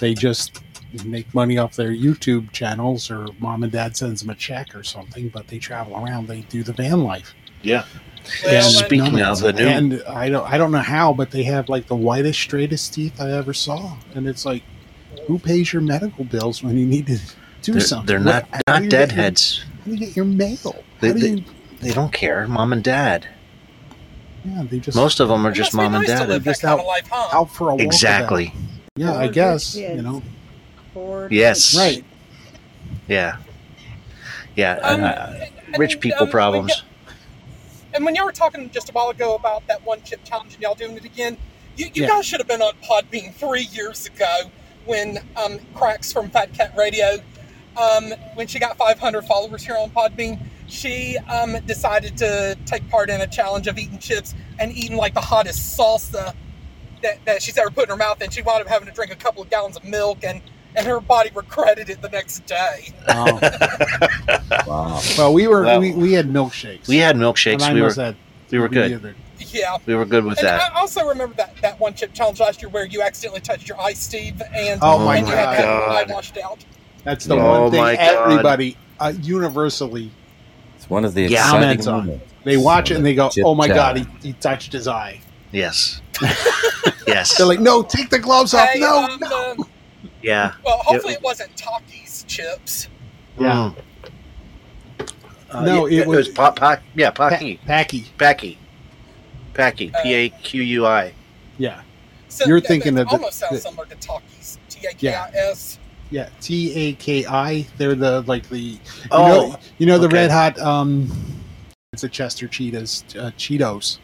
they just make money off their YouTube channels, or mom and dad sends them a check or something. But they travel around, they do the van life.
Well,
And-
then-
Speaking of the new,
And I don't I don't know how, but they have like the whitest, straightest teeth I ever saw, and it's like, who pays your medical bills when you need to do
They're,
something.
they're
What-
not
how do
not
you get
deadheads.
Your, how do you get your mail?
They,
how do
they,
you?
they don't care. Mom and dad.
Yeah, they just
Most of them are
It
just
must be
mom and
nice to
dad.
live
Just
that kind
out-
of life, huh?
out for a walk. with them.
Exactly.
Yeah, I
Or
guess
kids.
you know.
Or-
Yes.
Right.
Yeah. Yeah.
Um,
uh,
and-
rich
and,
people
um, when
problems.
y- and when y'all were talking just a while ago about that one chip challenge and y'all doing it again, you, you
Yeah.
guys should have been on Podbean three years ago when um, Cracks from Fat Cat Radio, um, when she got 500 followers here on Podbean, she um, decided to take part in a challenge of eating chips and eating like the hottest salsa that, that she's ever put in her mouth. And she wound up having to drink a couple of gallons of milk and, and her body regretted it the next day.
Wow.
Wow.
well, we were
Well-
we, we had milkshakes.
We had
and
milkshakes.
I
We were
must add,
we were good.
other-
Yeah.
We were good with
And um,
that.
I also remember that, that one chip challenge last year where you accidentally touched your eye, Steve, and
Oh my
and you had to have your eye
God.
washed out.
That's the
Oh
one
my
thing
God.
everybody uh, universally
It's one of the
Yeah.
exciting
Comments on
moments.
they watch it
One
and
of
they go,
the
"Oh my god,
chip
he, he touched his eye."
Yes. yes.
They're like, "No, take the gloves off."
Hey,
no,
um,
no.
um,
yeah.
well, hopefully it wasn't Takis chips.
Yeah.
Mm. Uh,
No,
yeah,
it was-
pa- pa- yeah, Paki.
Pa- Packy.
Packy. Packy.
Uh,
P A Q U I.
Yeah,
So
You're
that-
thinking
that
of the-
almost sounds
the-
similar to Takis. T A K I S.
yeah. T A K I. They're the like the you
Oh,
know, you know the
okay.
red hot um, it's a Chester Cheetahs uh, Cheetos.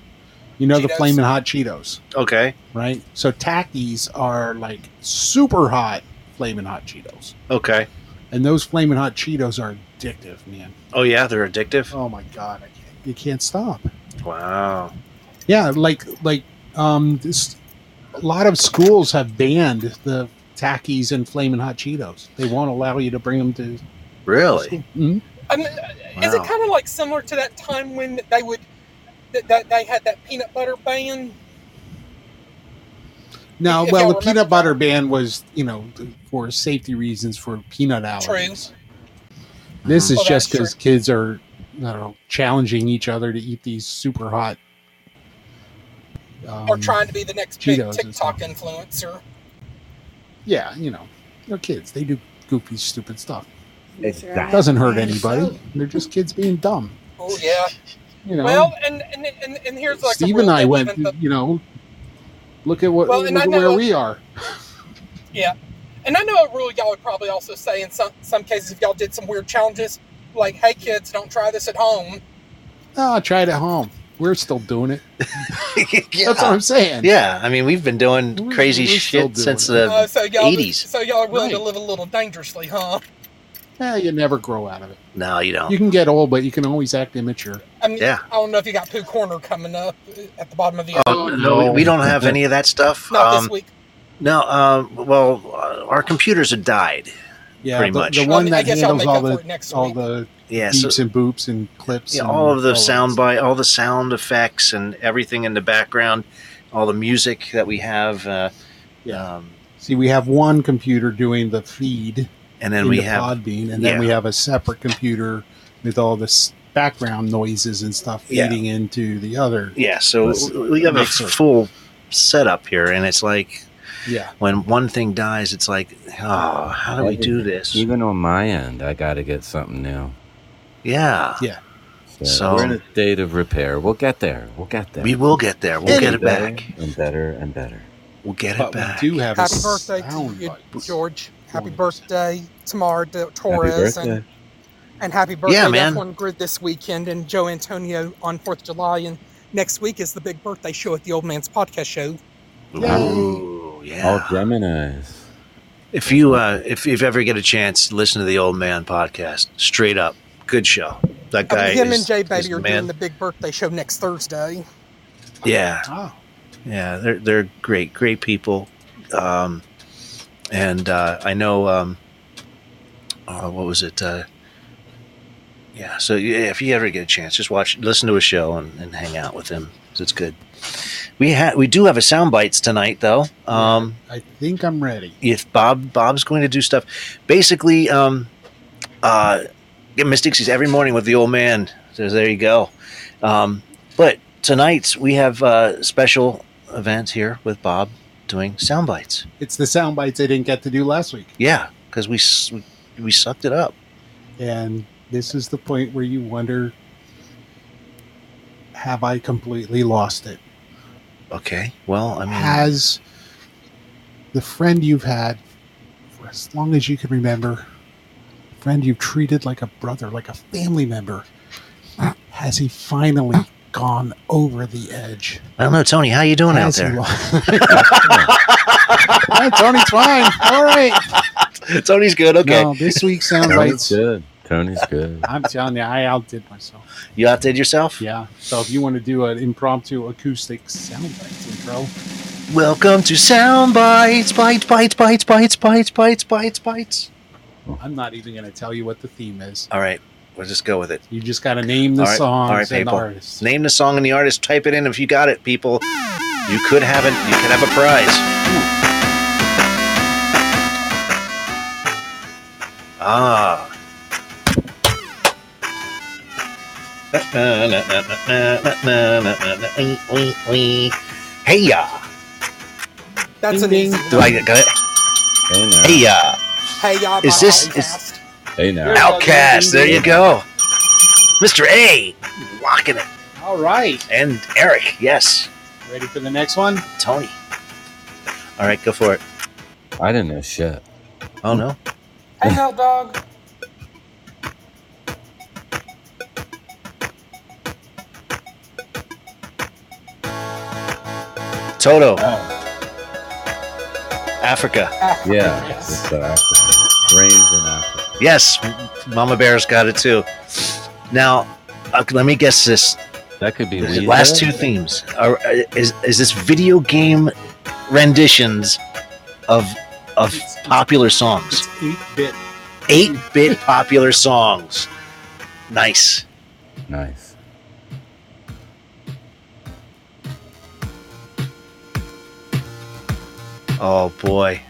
You know the
Cheetos.
flaming hot Cheetos,
Okay.
right? So tackies are like super hot flaming hot Cheetos,
Okay.
and those flaming hot Cheetos are addictive, man.
Oh yeah, they're addictive.
Oh my god, I can't, you can't stop.
Wow.
Yeah, like like um, this, a lot of schools have banned the tackies and flaming hot Cheetos. They won't allow you to bring them to.
Really?
Mhm.
I mean, Is it
Wow.
kind of like similar to that time when they would that, that they had that peanut butter ban?
No,
If- if
well,
y'all
the
remember-
peanut butter ban was you know for safety reasons for peanut allergies. This is
Well,
just
that's
because kids are I don't know challenging each other to eat these super hot.
Or
um,
trying to be the next
Cheetos
big
and
TikTok
stuff.
influencer?
Yeah, you know, they're kids. They do goofy, stupid stuff.
Exactly.
Doesn't hurt anybody. They're just kids being dumb.
Oh yeah.
You know.
Well, and and, and, and here's like
Steve
a
and
rule
I
they
went,
live in the-
you know, look at what
Well,
look
and I
at
know-
where we are.
Yeah, and I know a rule y'all would probably also say in some some cases if y'all did some weird challenges, like, "Hey kids, don't try this at home."
Oh, try it at home. We're still doing it.
yeah.
That's what I'm saying.
yeah. I mean, we've been doing
We're-
crazy
we're still
shit
doing
since
it.
the
Uh, so y'all,
80s.
so y'all are willing to
Right.
live a little dangerously, huh?
Eh, you never grow out of it.
No, you don't.
You can get old, but you can always act immature.
I mean,
Yeah.
I don't know if you got poo corner coming up at the bottom of the hour.
Oh, no, we- we don't have any of that stuff.
Not
um,
this week.
No, uh, well, uh, our computers have died.
Yeah,
Pretty
the,
much.
the
Well, I
one
mean, I
that
guess y'all
handles
make
all
up for it
the
next
all
week.
the
Yeah, so-
beeps and boops and clips.
yeah,
and
all of the
that
sound
stuff.
by all the sound effects and everything in the background, all the music that we have. Uh,
Yeah.
um,
See, we have one computer doing the feed,
and then
into
we have
Podbean, and
yeah.
then we have a separate computer with all this background noises and stuff
Yeah.
feeding into the other.
yeah. So
Let's-
we have a
mixer.
full setup here, and it's like
Yeah.
when one thing dies, it's like, oh, how do we do this?
Even on my end, I got to get something new.
Yeah,
So,
So-
we're in a state of repair. We'll get there. We'll get there.
we will get there. We'll get it
Better
back.
and better and better.
We'll get it
But we
back.
do have a
Happy birthday to
sound
you,
bite.
George. Happy
Nice.
birthday, Tamar De-
Happy
Torres,
birthday.
and, and happy birthday
Yeah,
to
man.
F1 Grid this weekend and Joe Antonio on 4th of July. And next week is the big birthday show at the Old Man's Podcast Show.
Ooh, yeah.
All Geminis.
If you uh, if if ever get a chance, listen to the Old Man podcast. Straight up, good show. That
I
guy.
mean, him
is-
and Jay
is
Baby
the
are
man.
doing the big birthday show next Thursday.
Yeah,
Oh,
yeah. They're they're great, great people. Um, and uh, I know um, uh, what was it? Uh, yeah. So yeah, if you ever get a chance, just watch, listen to a show, and, and hang out with him. 'cause It's good. We ha- we do have a sound bites tonight though. Um,
I think I'm ready.
if Bob Bob's going to do stuff, basically, um, uh, get Miss Dixie's every morning with the old man. So there you go. Um, but tonight we have a special event here with Bob doing sound bites.
It's the sound bites I didn't get to do last week.
Yeah, because we, s- we we sucked it up.
And this is the point where you wonder have I completely lost it?
Okay. Well, I mean,
Has the friend you've had for as long as you can remember, friend you've treated like a brother, like a family member, has he finally gone over the edge?
I don't know, Tony. How you doing out
Has he
there?
lo- Yeah, Tony's fine. All right.
Tony's good. Okay.
No, this week's sound
Tony's
bites.
good. Tony's good.
I'm telling you, I outdid myself.
You outdid yourself.
Yeah. So if you want to do an impromptu acoustic soundbites intro,
Welcome to Sound Bites, Bites, Bites, Bites, Bites, Bites, Bites, Bites, Bites.
I'm not even going to tell you what the theme is.
All right, we'll just go with it.
You just got to name the
All right.
songs
All right,
and
people.
artists.
Name the song and the artist. Type it in if you got it, people. You could have it. You could have a prize. Ah. Hey ya!
That's an
Ding,
easy
ding.
Do
one.
I got it?
Hey now.
Hey ya!
Hey, y'all.
Is
by
this-
Outcast.
Hey now.
Outcast. There you go, Mr. A, rocking it,
All right.
and Eric. Yes,
Ready for the next one?
Tony. All right, go for it.
I didn't know shit.
Oh no.
Hey, hell dog.
Toto. Africa.
Yeah.
Yes.
It's uh, Africa. Rains in Africa.
Yes, Mama Bear's got it too. Now, uh, let me guess this.
That could be
The
Weezer.
last two themes are uh, is is this video game renditions of of popular songs,
It's 8 bit.
eight bit popular songs. Nice.
Nice.
Oh boy.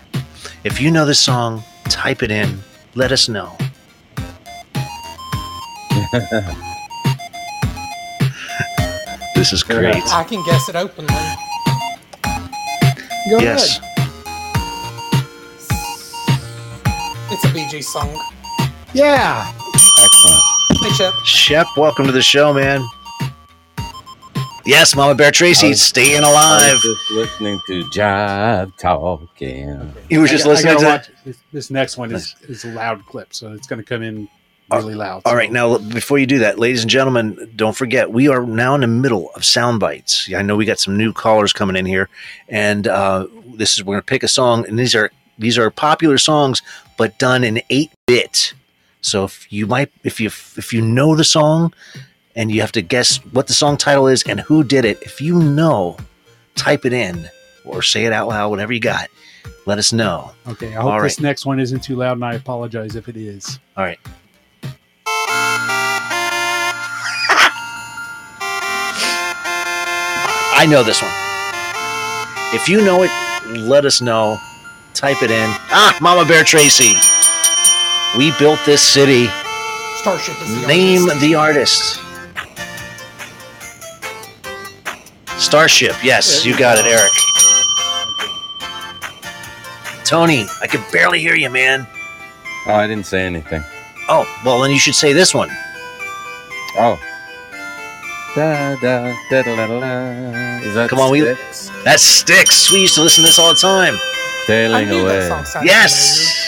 If you know the song, type it in. Let us know. this is great.
I can guess it openly.
Go
Yes.
It's a BG song.
ahead. Yeah.
Excellent.
Hey, Chip.
Shep, welcome to the show, man. Yes, Mama Bear Tracy,
I
Uh,
was-
staying
I
alive.
was just listening to Jive Talking.
You were just
I- I
listening
gotta
to that.
watch- This, this next one is, is a loud clip, so it's going to come in
All-
really loud.
All
so-
right, now before you do that, ladies and gentlemen, don't forget we are now in the middle of sound bites. I know we got some new callers coming in here, and uh, this is we're gonna pick a song, and these are these are popular songs, but done in eight bit. So if you might, if you if you know the song, and you have to guess what the song title is and who did it, if you know, type it in or say it out loud, whatever you got. Let us know.
Okay. I hope
All
this next one isn't too loud, and I apologize if it is.
All right. I know this one. If you know it, let us know. Type it in. Ah, Mama Bear Tracy. We built this city.
Starship is the
Name
artist.
the artist. Starship. Yes, you got it, Eric. Tony, I could barely hear you, man.
Oh, I didn't say anything.
Oh, well, then you should say this one.
Oh. Da, da, da, da, da, da. Is that
Come on, we-
sticks?
That sticks. We used to listen to this all the time.
I
Sailing
knew that song
away.
sounded familiar.
Yes.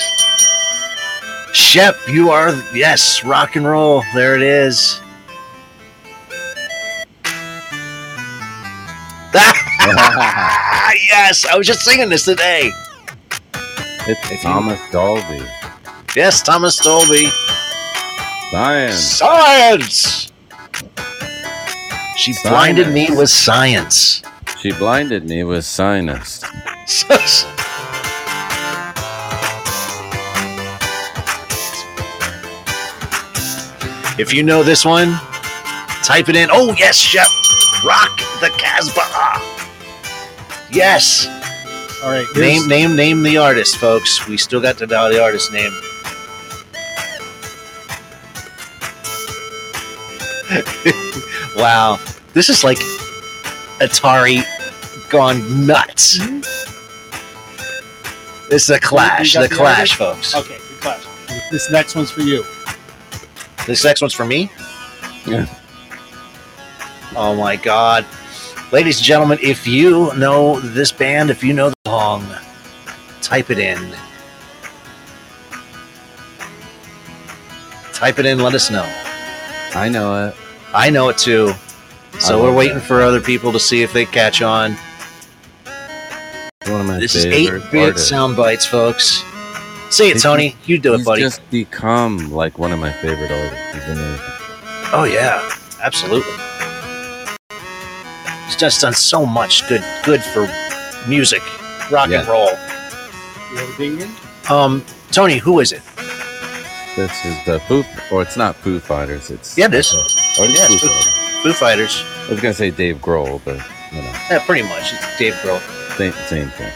Shep, you are yes, rock and roll. There it is. yes, I was just singing this today.
It's Thomas Dolby.
Yes, Thomas Dolby.
Science.
Science. She blinded me
Science.
with science.
She blinded me with sinus.
if you know this one, type it in. Oh, yes, Chef. Rock the Casbah. Yes.
All right. here's-
Name, name, name the artist, folks. We still got to know the artist name. wow. This is like Atari gone nuts.
Mm-hmm.
This is a clash.
got
The
the
clash, folks.
Okay. Good clash. This next one's for you.
This next one's for me.
Yeah.
Oh my God, ladies and gentlemen, if you know this band, if you know the song, type it in. Type it in. Let us know.
I know it.
I know it too.
I
So
love
we're
that.
waiting for other people to see if they catch on.
It's one of my
This is
favorite
8 bit
artists.
sound bites, folks. Say it,
He's
Tony. You do it,
He's
buddy.
just become like one of my favorite artists. He's amazing.
Oh yeah, absolutely. He's just done so much good good for music, rock and
Yeah.
roll.
You have a ding ding?
Um, Tony, who is it?
This is the Foo, or it's not Foo Fighters. It's
Yeah, it is.
Oh, yeah,
Yeah,
Foo
it's Foo-
Fighters.
Foo Fighters.
I was gonna say Dave Grohl, but you know,
Yeah, pretty much. It's Dave Grohl.
same, same thing.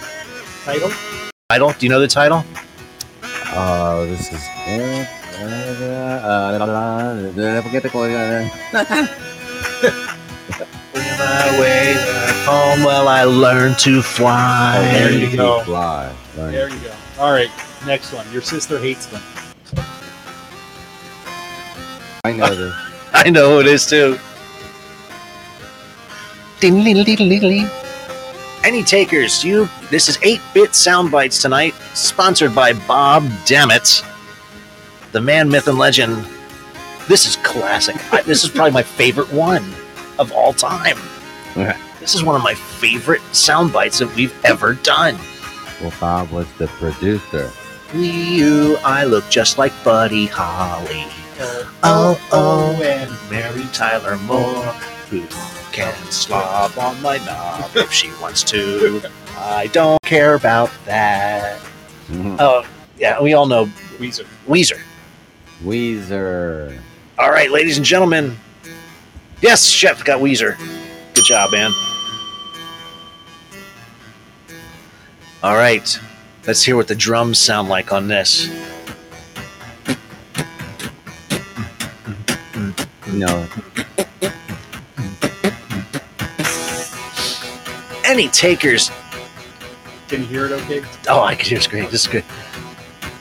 Title?
Title? Do you know the title?
Uh, this is. Uh, forget the
Bring my way home while I learn to fly.
There you
Learn to
go.
Fly. Learn
There
to-
you go. All right, next one. Your sister hates them.
I know this.
I know who it is too. Any takers? You. This is eight bit sound bites tonight, sponsored by Bob Dammit, the man, myth, and legend. This is classic. I, this is probably my favorite one of all time.
Okay.
This is one of my favorite sound bites that we've ever done.
Well, Bob was the producer.
You, I look just like Buddy Holly. Oh, oh, and Mary Tyler Moore, who can slob on my knob if she wants to. I don't care about that.
Mhm.
Oh, yeah, we all know
Weezer.
Weezer.
Weezer.
All right, ladies and gentlemen. Yes, Chef got Weezer. Good job, man. All right, let's hear what the drums sound like on this.
No,
Any takers
Can you hear it okay?
Oh, I can hear it's great. This is good.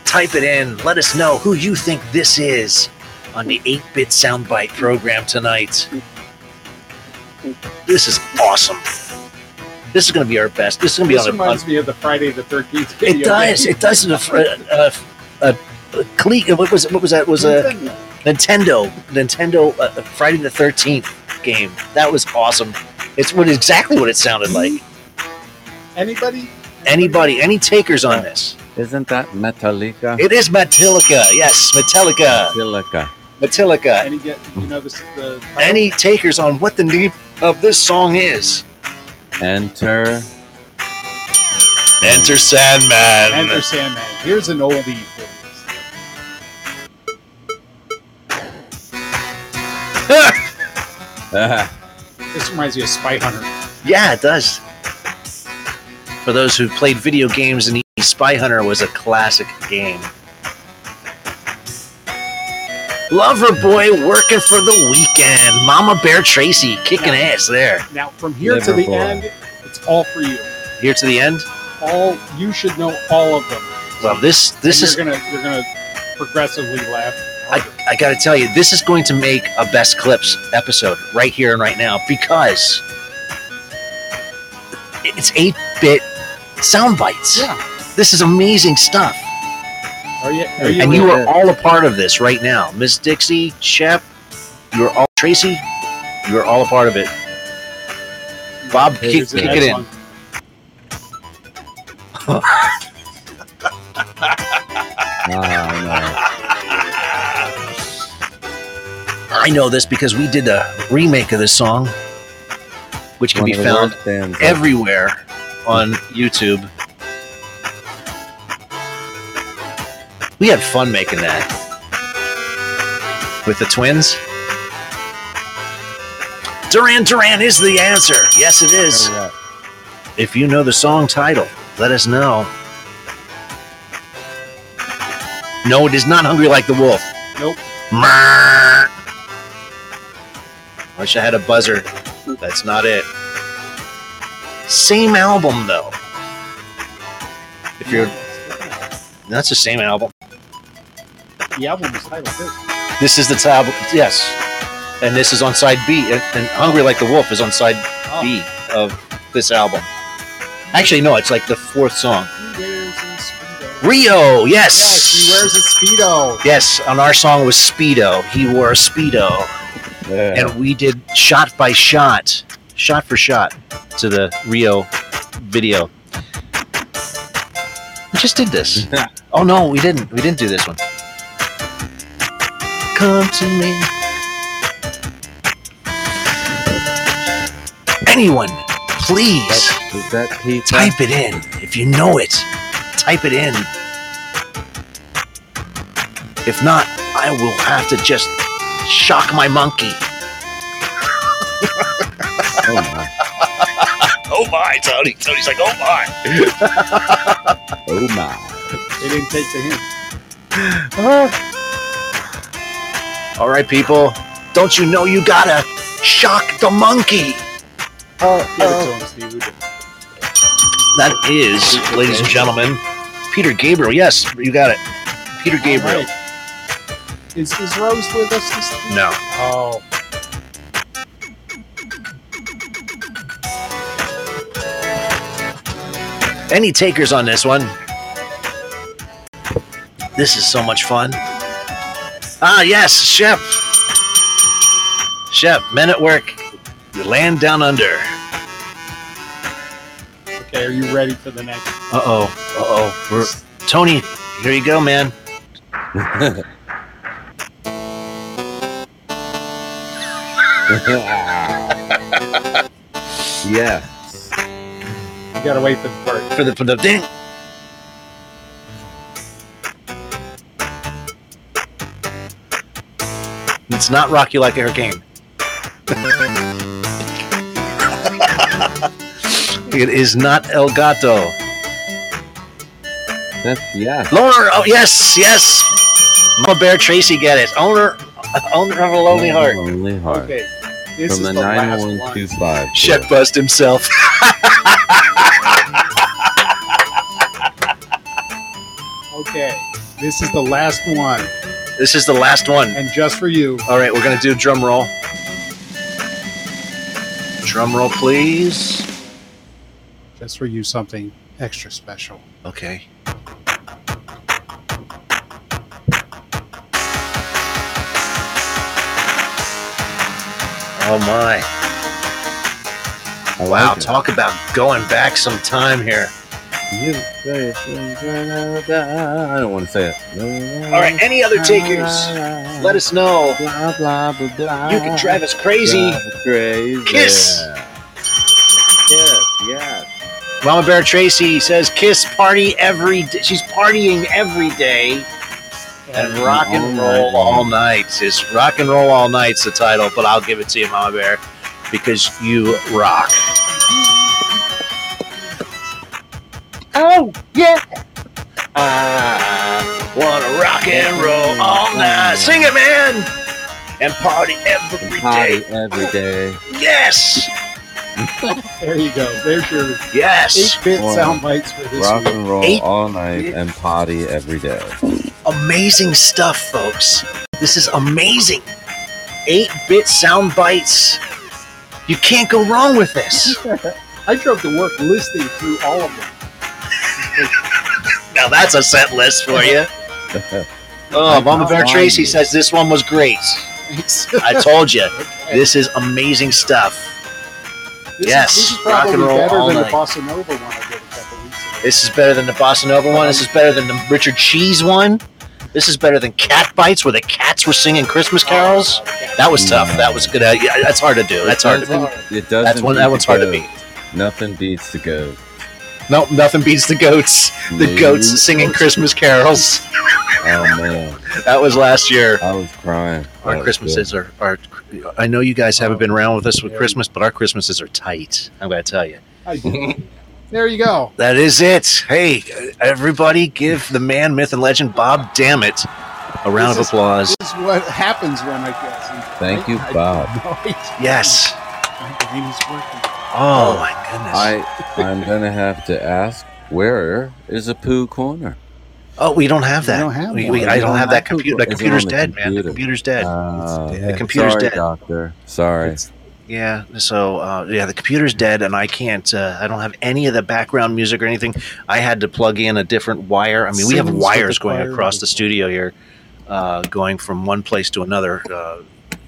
Type it in. Let us know who you think this is on the 8 bit soundbite program tonight. This is awesome. This is going to be our best. This is going to be
This
on a.
reminds me of the Friday the 13th video.
it does. It does. It does. A, a, a, a cle- What was what was that? It was a Nintendo Nintendo uh, Friday the Thirteenth game. That was awesome. It's what exactly what it sounded like.
Anybody?
Anybody, any takers on this?
isn't that Metallica?
It is Metallica. Yes, Metallica.
Metallica.
Metallica.
Any get? You know this? The title?
Any takers on what the name of this song is?
Enter.
Enter Sandman.
Enter Sandman. Here's an oldie. for you.
Ah,
This reminds me of Spy Hunter.
Yeah, it does. For those who played video games, and Spy Hunter was a classic game. Lover boy working for the weekend. Mama Bear Tracy kicking ass there.
Now, from here to the
Liverpool.
end, it's all for you.
Here to the end.
All you should know all of them.
Well, this this
And
is
you're gonna you're gonna progressively laugh.
I, I got to tell you, this is going to make a best clips episode right here and right now because it's 8 bit sound bites.
Yeah.
This is amazing stuff.
Are you? Are you?
and you
really
are all a part of this right now. Miss Dixie, Shep, you're all, Tracy, you're all a part of it. Bob, kick,
Here's the
kick
next
it in.
one.
Ah,
I know this because we did a remake of this song, which
no.
can
One
be
of the
found
worst bands ever.
everywhere on YouTube. We had fun making that with the twins. Duran Duran is the answer. Yes, it is.
Hurry up.
If you know the song title, let us know. No, it is not Hungry Like the Wolf.
Nope.
Brrr. Wish I had a buzzer. That's not it. Same album, though. If you're. That's the same album.
The album is titled this.
This is the tab. Yes, and this is on side B. And and "Hungry Like the Wolf" is on side
Oh.
B of this album. Actually, no, it's like the fourth song.
He wears a speedo.
Rio, yes,
Yes, he wears a speedo.
yes. On our song was Speedo. He wore a Speedo,
Yeah.
and we did shot by shot, shot for shot, to the Rio video. We just did this. Oh no, we didn't. We didn't do this one. Come to me. Anyone, please
That- was that Pete?
type it in. If you know it, type it in. If not, I will have to just shock my monkey.
Oh, my.
Oh my, Tony. Tony's like, oh my.
Oh, my.
They didn't take the hint.
All right, people. Don't you know you gotta shock the monkey?
Give it to him, Steve. We did.
That is, ladies and gentlemen, Peter Gabriel. Yes, you got it. Peter Gabriel.
All right. Is, is Rose with us this
No.
Oh.
Any takers on this one? This is so much fun. Ah, yes, Shep. Shep, men at work. The land down under.
Okay, are you ready for the next?
Uh oh. Uh oh. We're Tony. Here you go, man.
yeah.
You gotta wait for the part.
For the for the ding. It's not rock you like a hurricane. it is not El Gato.
That, yeah.
Loner, oh yes, yes. Mama Bear Tracy get it. Owner owner of a lonely heart.
Lonely heart.
Okay. This
From
is
the
the last one.
9125.
Shep bust himself.
Okay. This is the last one.
This is the last one.
And just for you.
Alright, we're gonna do drum roll. Drum roll, please.
Just for you something extra special.
Okay. Oh my.
I like
Wow,
it.
talk about going back some time here.
You say it. I don't want to say it.
All right, any other takers?
Uh,
Let us know.
Blah, blah, blah, blah.
You can drive us crazy.
Drive crazy.
Kiss.
Kiss, yes.
Mama Bear Tracy says, "Kiss party every day." She's partying every day, and rock and
all
roll
night
all night is rock and roll all night's the title, but I'll give it to you, Mama Bear, because you rock. Oh yeah, I wanna rock and roll all night. Sing it, man, and party every
And party
day.
every day.
Yes,
There you go. There's your
yes.
8 bit
Wow.
sound bites for this
Rock
one.
and roll
Eight-
all night and party every day.
amazing stuff, folks. This is amazing. 8 bit sound bites. You can't go wrong with this.
I drove to work listening to all of them.
Now that's a set list for you. Oh, Mama Bear
Fine.
Tracy says this one was great.
Thanks.
I told you, this is amazing stuff.
This
Yes,
Is, this is
rock and
probably
roll
better
all
than
night.
the Bossa Nova one I did a couple weeks ago.
This is better than the Bossa Nova one. This is better than the Richard Cheese one. This is better than Cat Bites, where the cats were singing Christmas carols. That was tough. That was good. Uh, yeah, that's hard to do. That's hard to
Nothing-
beat.
It doesn't
That's one.
beat
That one's
the
hard to
goat.
beat.
Nothing beats the goat.
No, nothing beats the goats. The
Moo.
goats singing Christmas carols.
Oh man,
That was last year.
I was crying. That
Our
was
Christmases are, are. I know you guys haven't been around with us with Christmas, but our Christmases are tight. I'm going to tell you.
I- there you go.
That is it. Hey, everybody, give the man, myth, and legend, Bob Dammit, a round of
This is-
applause.
This is what happens when I guess.
good. Thank you, Bob.
Yes.
My brain is working.
Oh, my goodness.
I I'm gonna have to ask, where is a poo corner?
Oh, we don't have
We
that.
don't have
We-
one.
we- I
We
don't
don't
have that
have
computer.
Google.
That
It's on
computer's
the
dead, man. The
computer.
computer's dead.
Ah,
It's
the
dead.
computer's
sorry,
dead.
doctor. Sorry.
Yeah. So uh, yeah, the computer's dead, and I can't. Uh, I don't have any of the background music or anything. I had to plug in a different wire. I mean, we have
Someone's got
wires
the
going
wire.
across the studio here, uh, going from one place to another, uh,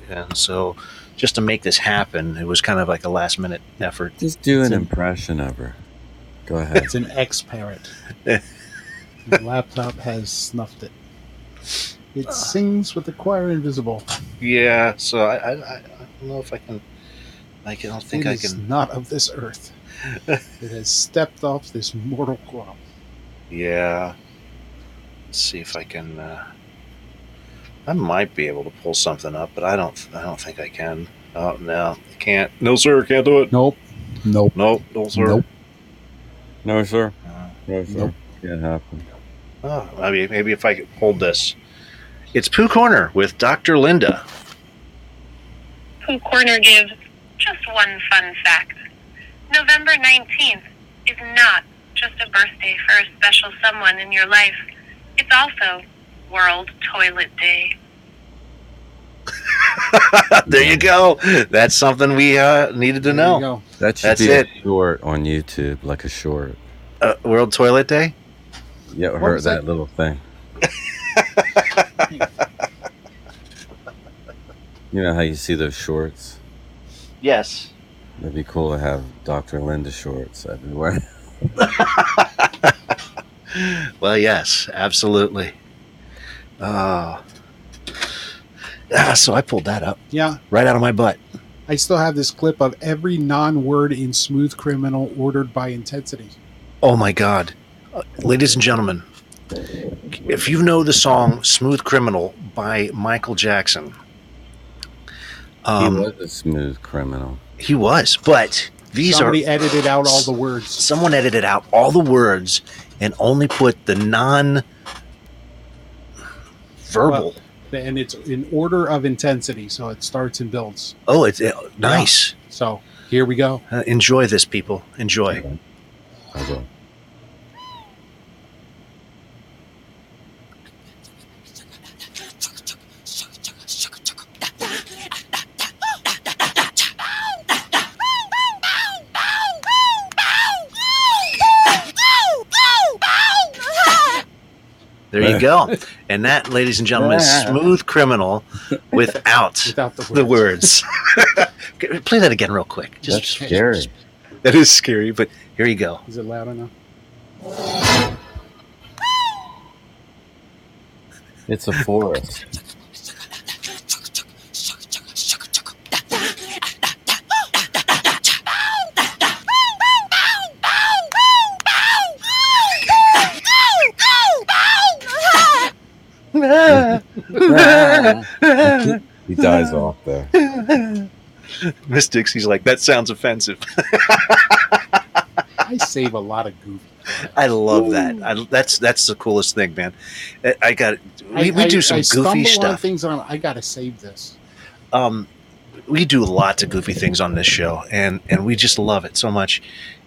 and so just to make this happen, it was kind of like a last minute effort.
Just do an
It's a-
impression of her. Go ahead.
It's an ex parrot. the laptop has snuffed it.
Ah.
It sings with the choir invisible.
Yeah. So I, I, I I don't know if I can. I can, I don't think
It
I
is
can.
not of this earth. it has stepped off this mortal coil.
Yeah. Let's see if I can. Uh, I might be able to pull something up, but I don't. I don't think I can. Oh no, can't. No sir, can't do it.
Nope. Nope.
Nope, no sir.
Nope.
no, sir.
Uh,
No, sir.
Nope.
Can't happen.
oh, I mean, maybe if I could hold this. It's Pooh Corner with Dr. Linda.
Who Corner gives just one fun fact. November 19th is not just a birthday for a special someone in your life, it's also World Toilet Day.
there you go. That's something we uh, needed to
There
know.
you go.
That should
That's
be
it.
a short on YouTube, like a short.
Uh, World Toilet Day.
Yeah, or
was that?
that, little thing. you know how you see those shorts?
Yes.
It'd be cool to have Dr. Linda shorts everywhere.
Well, yes, absolutely. Uh, ah, so I pulled that up
Yeah,
right out of my butt.
I still have this clip of every non word in Smooth Criminal ordered by intensity.
Oh my God. Uh, Ladies and gentlemen, if you know the song Smooth Criminal by Michael Jackson, um,
he was a smooth criminal.
he was, but these
Somebody
are.
edited out all the words.
Someone edited out all the words and only put the non verbal.
And it's in order of intensity, so it starts and builds.
oh, it's uh, nice.
So here we go.
Uh, enjoy this, people. Enjoy.
I will.
There you go. And that, ladies and gentlemen, is Smooth Criminal without
Without the words.
the words. Okay, Play that again, real quick.
That's
Just,
scary.
that is scary, but here you go.
Is it loud enough?
It's a forest. he dies off there.
Miss Dixie's like, that sounds offensive.
I save a lot of goofy.
I love that. I, that's that's the coolest thing, man. I- I got we,
I-
we
I-
do some
I
goofy
stumble On
stuff.
things that I'm- I gotta save this.
Um, we do lots of goofy things on this show, and and we just love it so much.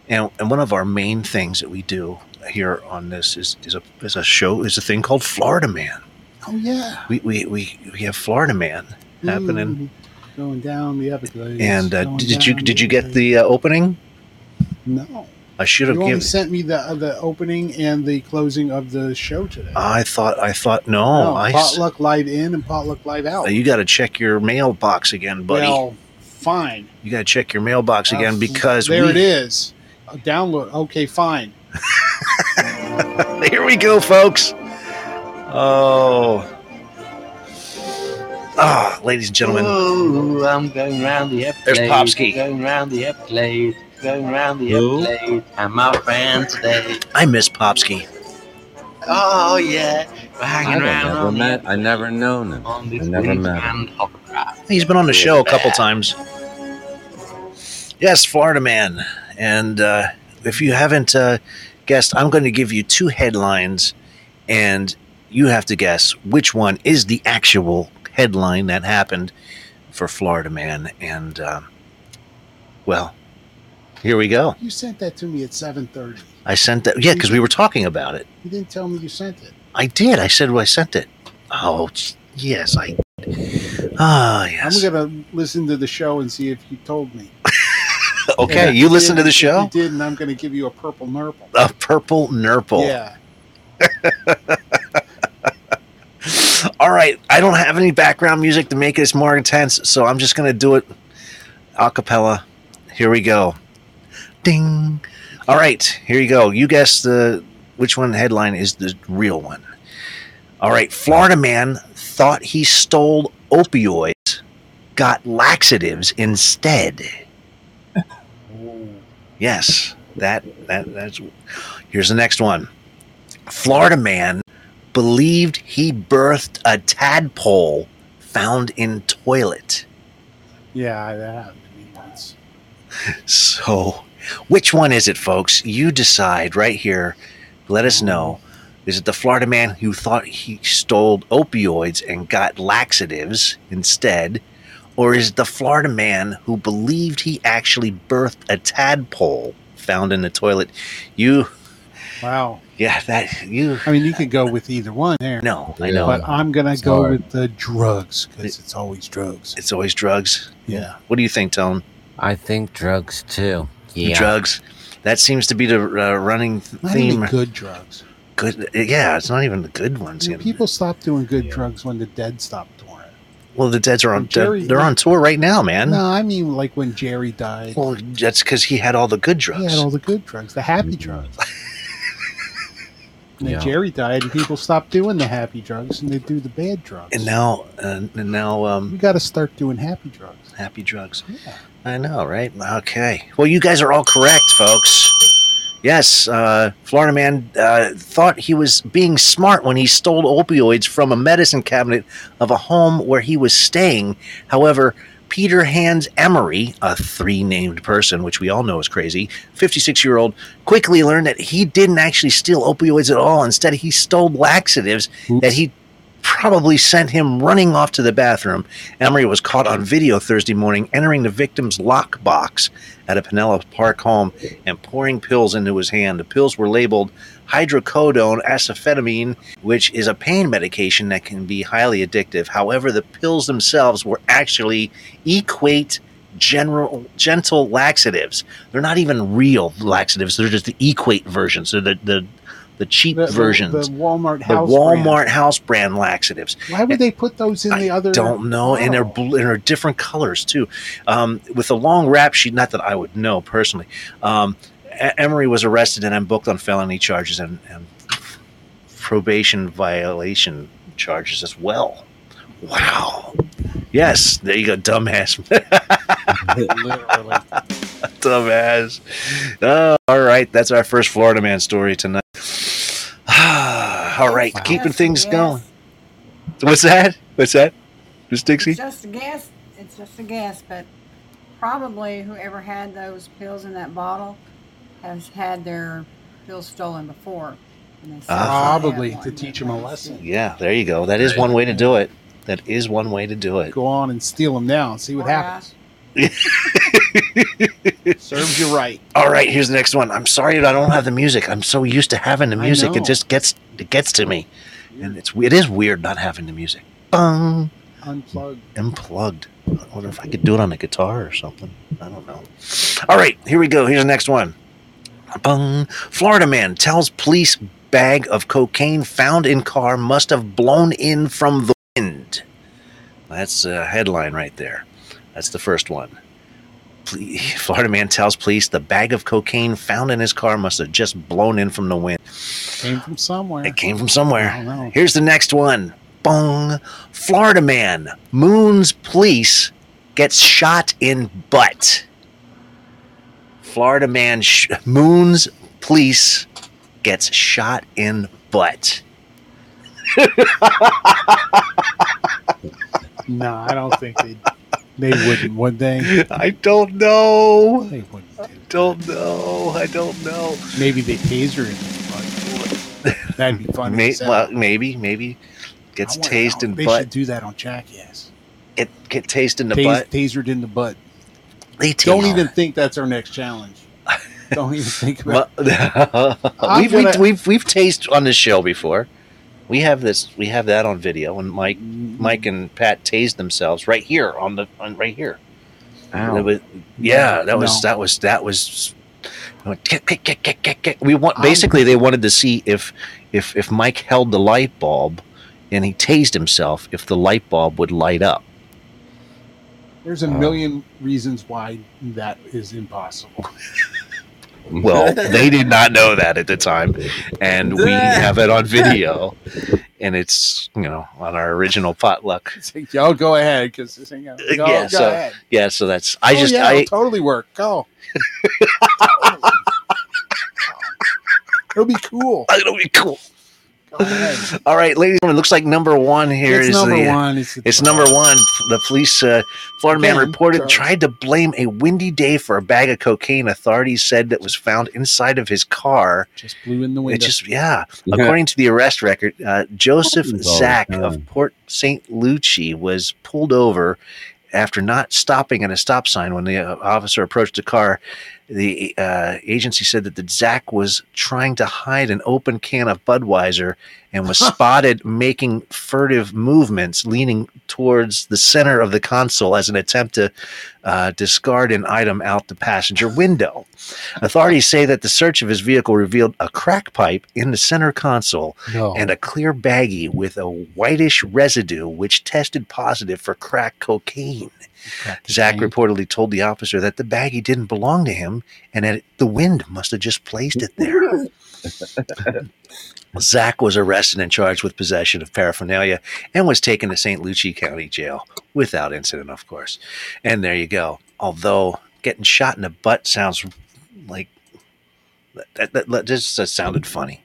And and one of our main things that we do here on this is is a is a show is a thing called Florida Man.
Oh yeah,
We we we, we have Florida Man happening.
Mm, going down the Everglades.
And uh,
going
did you
down
did you get
Everglades.
the uh, opening?
No,
I should have
you only
given.
sent me the uh, the opening and the closing of the show today.
I thought I thought no.
No,
Oh, I s-
potluck live in and potluck live out.
you got to check your mailbox again, buddy.
Well, fine.
You got to check your mailbox again
Uh,
because
there
we,
it is. A download. Okay, fine.
Here we go, folks. Oh. Ah, ladies and gentlemen,
Ooh, Oh, I'm going round the
There's
Everglades.
Popsky.
Going round the Everglades. Going round the
Who?
Everglades. And my friends today.
I miss Popsky.
Oh yeah, we're
I
hanging round
never
on the
met. I never known
Um,
him.
on
I
this
never
weekend
met. him.
hot ride.
He's been on the show a couple times. Yes, Florida Man. And uh, if you haven't uh, guessed, I'm going to give you two headlines, and you have to guess which one is the actual headline that happened for Florida Man. And, um, well, here we go.
You sent that to me at seven thirty.
I sent that. Yeah, because we were talking about it.
You didn't tell me you sent it.
I did. I said I sent it. Oh, yes, I. Ah, yes.
I'm going to listen to the show and see if you told me.
Okay,
And
you
if
listen to the
if
show?
you did, and I'm going to give you a purple nurple.
A purple nurple.
Yeah.
All right. I don't have any background music to make this more intense, so I'm just going to do it a cappella. Here we go. Ding. All right. Here you go. You guess the which one headline is the real one. All right. Florida man thought he stole opioids, got laxatives instead. Yes. That that that's Here's the next one. Florida man believed he birthed a tadpole found in toilet.
Yeah, that happened to me once.
So, which one is it, folks? You decide right here. Let us know. Is it the Florida man who thought he stole opioids and got laxatives instead? Or is it the Florida man who believed he actually birthed a tadpole found in the toilet? You,
Wow.
yeah, that, you,
I mean, you could go with either one there.
no, I know.
But I'm going to go
hard.
with the drugs because it's always drugs.
It's always drugs.
Yeah.
What do you think, Tone?
I think drugs too. Yeah.
Drugs. That seems to be the uh, running th-
Not
theme.
even good drugs.
Good. Yeah, it's not even the good ones.
You
you
know,
know.
people stopped doing good drugs when the dead stopped doing it.
well, the Deads are on.
Jerry-
they're on tour right now, man.
No, I mean like when Jerry died.
Well, that's because he had all the good drugs.
He had all the good drugs, the happy
Mm-hmm.
drugs. And then
Yeah.
Jerry died, and people stopped doing the happy drugs, and they do the bad drugs.
and now, uh, and now, um,
we got to start doing happy drugs.
happy drugs.
Yeah.
I know, right? Okay. Well, you guys are all correct, folks. Yes, uh, Florida man uh, thought he was being smart when he stole opioids from a medicine cabinet of a home where he was staying. However, Peter Hans Emery, a three named person, which we all know is crazy, 56 year old, quickly learned that he didn't actually steal opioids at all. Instead, he stole laxatives that he probably sent him running off to the bathroom. Emery was caught on video Thursday morning entering the victim's lockbox at a Pinellas Park home and pouring pills into his hand. The pills were labeled hydrocodone acetamine, which is a pain medication that can be highly addictive. However, the pills themselves were actually equate general gentle laxatives. They're not even real laxatives. They're just the equate versions. They're the the, the cheap
The, the-
versions
the Walmart
the
house.
Walmart
brand.
house brand laxatives.
Why would they put those in the
I
other?
don't know, and they're
bottle?
bl- and they're different colors too. Um, with a long rap sheet, not that I would know personally. Um, E- Emery was arrested and then booked on felony charges and, and probation violation charges as well. Wow. Yes, there you go, dumbass.
Literally.
dumbass. Oh, all right, that's our first Florida man story tonight. all right,
Wow.
keeping things
Yes.
going. What's that? What's that? Miss Dixie?
It's just a guess. It's just a guess, but probably whoever had those pills in that bottle has had their pills stolen before. and they still
Ah.
have
Probably
one
to
that
teach 'em a
they
lesson.
see.
Yeah, there you go. That is one way to do it. That is one way to do it.
Go on and steal them now and see what
Or, uh,
happens. Serves you right.
All right, here's the next one. I'm sorry that I don't have the music. I'm so used to having the
I
music, it
know.
just gets it gets to me, and it's it is weird not having the music. Bung.
Unplug.
unplugged. I wonder if I could do it on a guitar or something. I don't know. All right, here we go. Here's the next one. Bung. Florida man tells police bag of cocaine found in car must have blown in from the wind. That's a headline right there. That's the first one. Ple- Florida man tells police the bag of cocaine found in his car must have just blown in from the wind.
Came from somewhere.
It came from somewhere.
I don't know.
Here's the next one. Bong. Florida man moons police gets shot in butt. Florida man sh- moons police gets shot in butt.
No, I don't think they they wouldn't, would they?
I don't know.
They wouldn't. do that.
Don't know. I don't know.
Maybe they taser him, but that'd be funny.
May-
as hell.
well, maybe, maybe gets
I wanna
tased
know.
in
They
butt.
should do that on Jackass.
Get get tased in the
Tas-
butt.
Tasered in the butt.
They
Don't
tase-
even think that's our next challenge. Don't even think about.
Well, we've,
I'm
we,
gonna-
we've we've tased on this show before. We have this. We have that on video, and Mike, Mike, and Pat tased themselves right here on the on right here.
Ow.
That was- yeah, that was
No.
that was that was. kick, kick, kick, kick, kick, kick. We want basically they wanted to see if if if Mike held the light bulb and he tased himself if the light bulb would light up. uh,
There's a million reasons why that is impossible.
Well, they did not know that at the time, and we have it on video, and it's you know on our original potluck.
It's like, Yo, go ahead, because this ain't gonna. Go,
Uh, yeah,
go
so
ahead.
yeah, so that's I
Oh,
just
yeah,
I
it'll totally work. Go. It'll be cool.
It'll be cool.
Go ahead.
All right, ladies and gentlemen, looks like number one here is
it's number
the.
one. It's,
It's number one. The police, uh, Florida man
Again,
reported
drugs.
tried to blame a windy day for a bag of cocaine. Authorities said that was found inside of his car.
just blew in the
It
window.
just, yeah.
Yeah.
According to the arrest record, uh, Joseph
Happens all the
Zack
time.
of Port St. Lucie was pulled over after not stopping at a stop sign when the uh, officer approached the car. The uh, agency said that the Zack was trying to hide an open can of Budweiser and was spotted making furtive movements, leaning towards the center of the console as an attempt to uh, discard an item out the passenger window. Authorities say that the search of his vehicle revealed a crack pipe in the center console
no.
and a clear baggie with a whitish residue, which tested positive for crack cocaine. Zach reportedly told the officer that the baggie didn't belong to him and that the wind must have just placed it there. Zach was arrested and charged with possession of paraphernalia and was taken to St. Lucie County Jail without incident, of course. And there you go. Although getting shot in the butt sounds like that, that, that just sounded funny.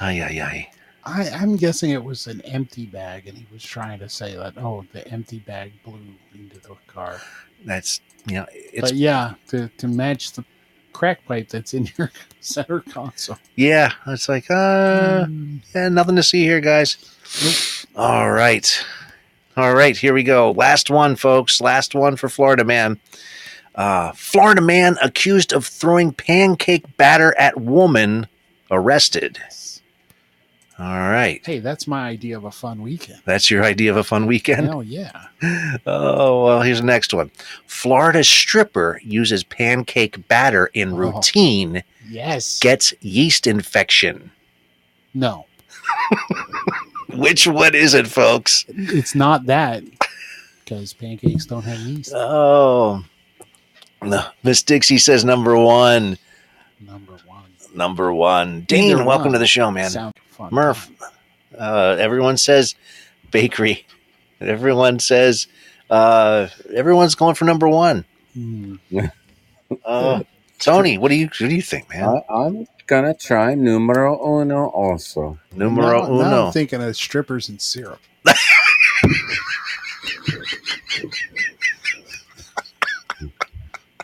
Ay, ay, ay.
I, I'm guessing it was an empty bag, and he was trying to say that. Oh, the empty bag blew into the car.
That's you know, it's
but yeah, to, to match the crack pipe that's in your center console.
yeah. It's like
Mm.
uh, yeah, nothing to see here, guys. All right, all right. Here we go. Last one, folks. Last one for Florida man. Uh, Florida man accused of throwing pancake batter at woman arrested. All right,
Hey, that's my idea of a fun weekend.
that's your idea of a fun weekend.
Hell yeah.
Oh, well, here's the next one. Florida stripper uses pancake batter in
Oh.
routine,
Yes.
gets yeast infection.
no,
Which one is it, folks?
it's not that because pancakes don't have yeast.
Oh. No. Miss Dixie says number one.
Number one.
Number one. Dean,
Number
welcome
one.
to the show, man.
Sound fun.
Murph, uh, everyone says bakery. Everyone says, uh, everyone's going for number one.
Mm.
Uh, Tony, what do you what do you think, man?
I, I'm gonna try numero uno also.
Numero
now, now I'm
uno.
thinking of strippers and syrup.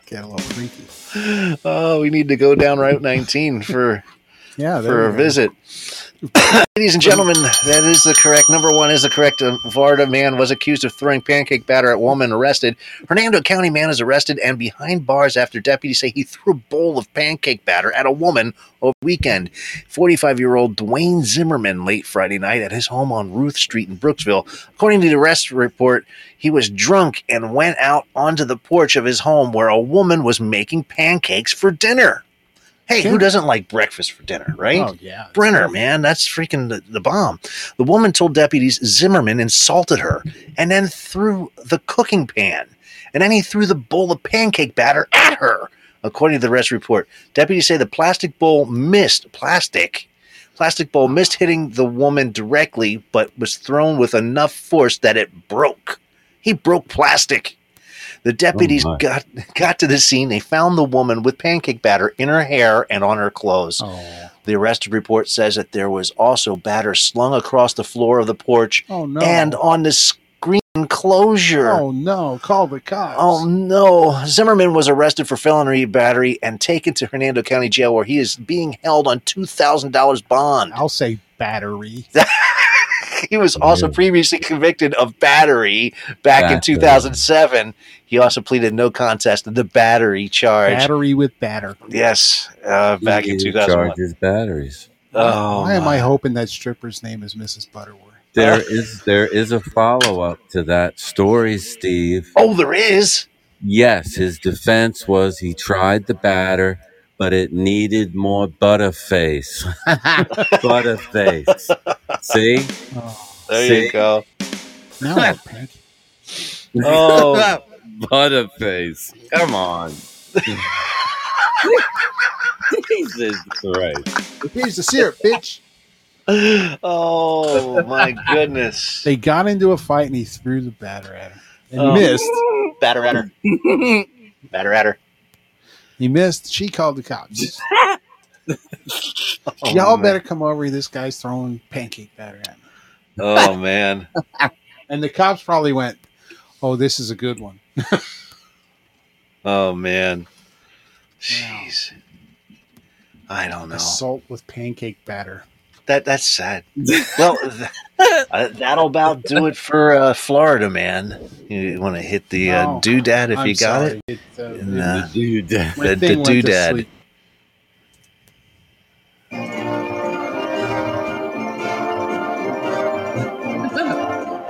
Get a little freaky.
Oh, we need to go down Route 19 for
Yeah, there
for a
you go.
visit. Ladies and gentlemen, that is the correct number one is the correct. Uh, Florida man was accused of throwing pancake batter at woman arrested. Hernando County man is arrested and behind bars after deputies say he threw a bowl of pancake batter at a woman over the weekend. 45 year old Dwayne Zimmerman late Friday night at his home on Ruth Street in Brooksville. According to the arrest report, he was drunk and went out onto the porch of his home where a woman was making pancakes for dinner. Hey, who
Sure.
doesn't like breakfast for dinner, right?
Oh yeah.
Brenner, man, that's freaking the, the bomb. The woman told deputies Zimmerman insulted her and then threw the cooking pan. And then he threw the bowl of pancake batter at her, according to the arrest report. Deputies say the plastic bowl missed plastic. Plastic bowl missed hitting the woman directly, but was thrown with enough force that it broke. He broke plastic. The deputies
my.
got got to the scene. They found the woman with pancake batter in her hair and on her clothes.
Oh.
The arrest report says that there was also batter slung across the floor of the porch
Oh no.
and on the screen closure.
Oh no! Call the cops.
Oh, no. Zimmerman was arrested for felony battery and taken to Hernando County Jail where he is being held on $2,000 bond.
I'll say battery.
He was also
Yeah.
previously convicted of battery back in
Battery.
2007. He also pleaded no contest to the battery charge.
Battery with batter.
yes, uh, back in
He
2001.
Charges batteries. Oh,
Why am
my.
I hoping that stripper's name is Mrs. Butterworth?
There is there is a follow up to that story, Steve.
Oh, there is.
Yes, his defense was he tried the batter, but it needed more butterface. butterface. See?
Oh,
There
See?
you go.
Now we're pink.
Oh, butterface. Come on. Jesus Christ.
Here's the syrup, bitch.
Oh my goodness.
They got into a fight and he threw the batter at him and
Oh.
missed.
Batter at her. Batter at her.
He missed. She called the cops.
Oh,
Y'all better come over here. This guy's throwing pancake batter at me.
Oh man.
And the cops probably went, "Oh, this is a good one."
Oh man. Jeez.
I don't know.
Assault with pancake batter.
That that's sad. well, th- uh, that'll about do it for uh, Florida, man. You want to hit the uh,
Oh,
doodad if
I'm
you got
sorry.
it.
uh,
And, uh,
Dude.
my
the- the
thing went to
doodad.
sleep.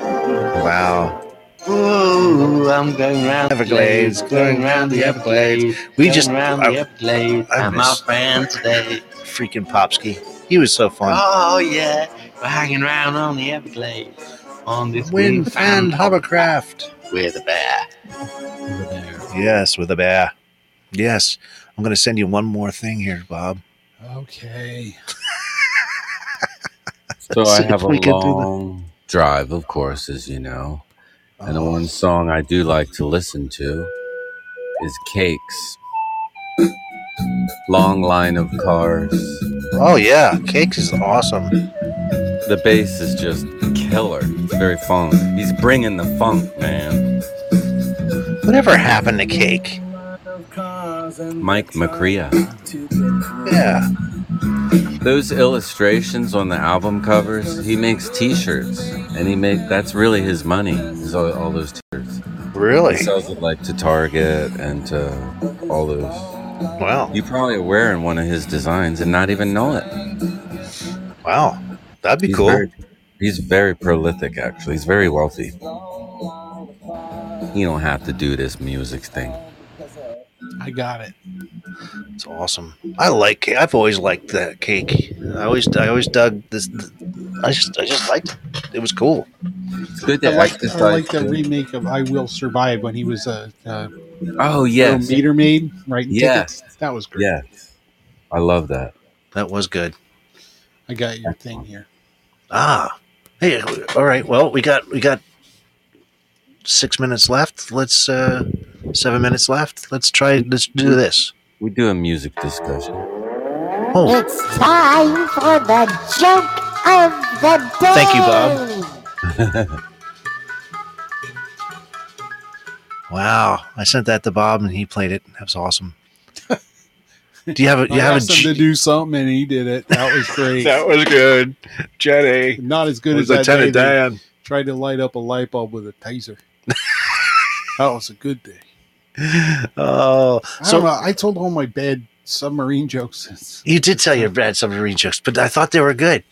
wow,
Ooh, I'm going round
Everglades,
going round the Everglades.
We
going
just-
round
I-
the Everglades.
I
I'm
miss-
off brand today.
freaking Popsky, he was so fun.
Oh yeah, we're hanging round on the Everglades on this wind fan
Windfan hovercraft.
with a bear.
Yes, with a bear. Yes, I'm going to send you one more thing here, Bob.
Okay.
So I
See if
have a
we can do that.
long drive, of course, as you know. And
Oh.
the one song I do like to listen to is Cakes. Long line of cars.
Oh yeah, cakes is awesome.
The bass is just killer. It's very funk. He's bringing the funk, man.
Whatever happened to cake?
Mike McCrea.
Yeah,
Those illustrations on the album covers, he makes t-shirts. And he make that's really his money, is all, all those t-shirts. He
really.
sells it like to Target and to all those
Wow,
You probably are wearing one of his designs and not even know it.
wow, that'd be
He's
cool.
Very, he's very prolific, actually. He's very wealthy. You don't have to do this music thing.
I got it.
It's awesome. I like. ca- I've always liked that cake. I always, I always dug this. I just, I just liked it. It was cool.
It's good
I
to
like,
exercise.
I like the remake of "I Will Survive" when he was a, a
oh yes,
meter maid, writing
Yes.
tickets. That was great.
yes. I love that.
That was good.
I got your thing here.
Ah, hey, all right. Well, we got, we got six minutes left. Let's, uh seven minutes left. Let's try. Let's do this.
We do a music discussion.
Oh,
It's time for the joke of the day.
Thank you, Bob. wow! I sent that to Bob and he played it. That was awesome. Do you have a? You
I
have a?
asked him to
j-
do something, and he did it. That was great.
was good, Jenny.
Not as good as that day they tried to light up a light bulb with a taser. that was a good day.
Oh,
I
so
don't know. I told all my bad submarine jokes.
You did tell your bad submarine jokes, but I thought they were good.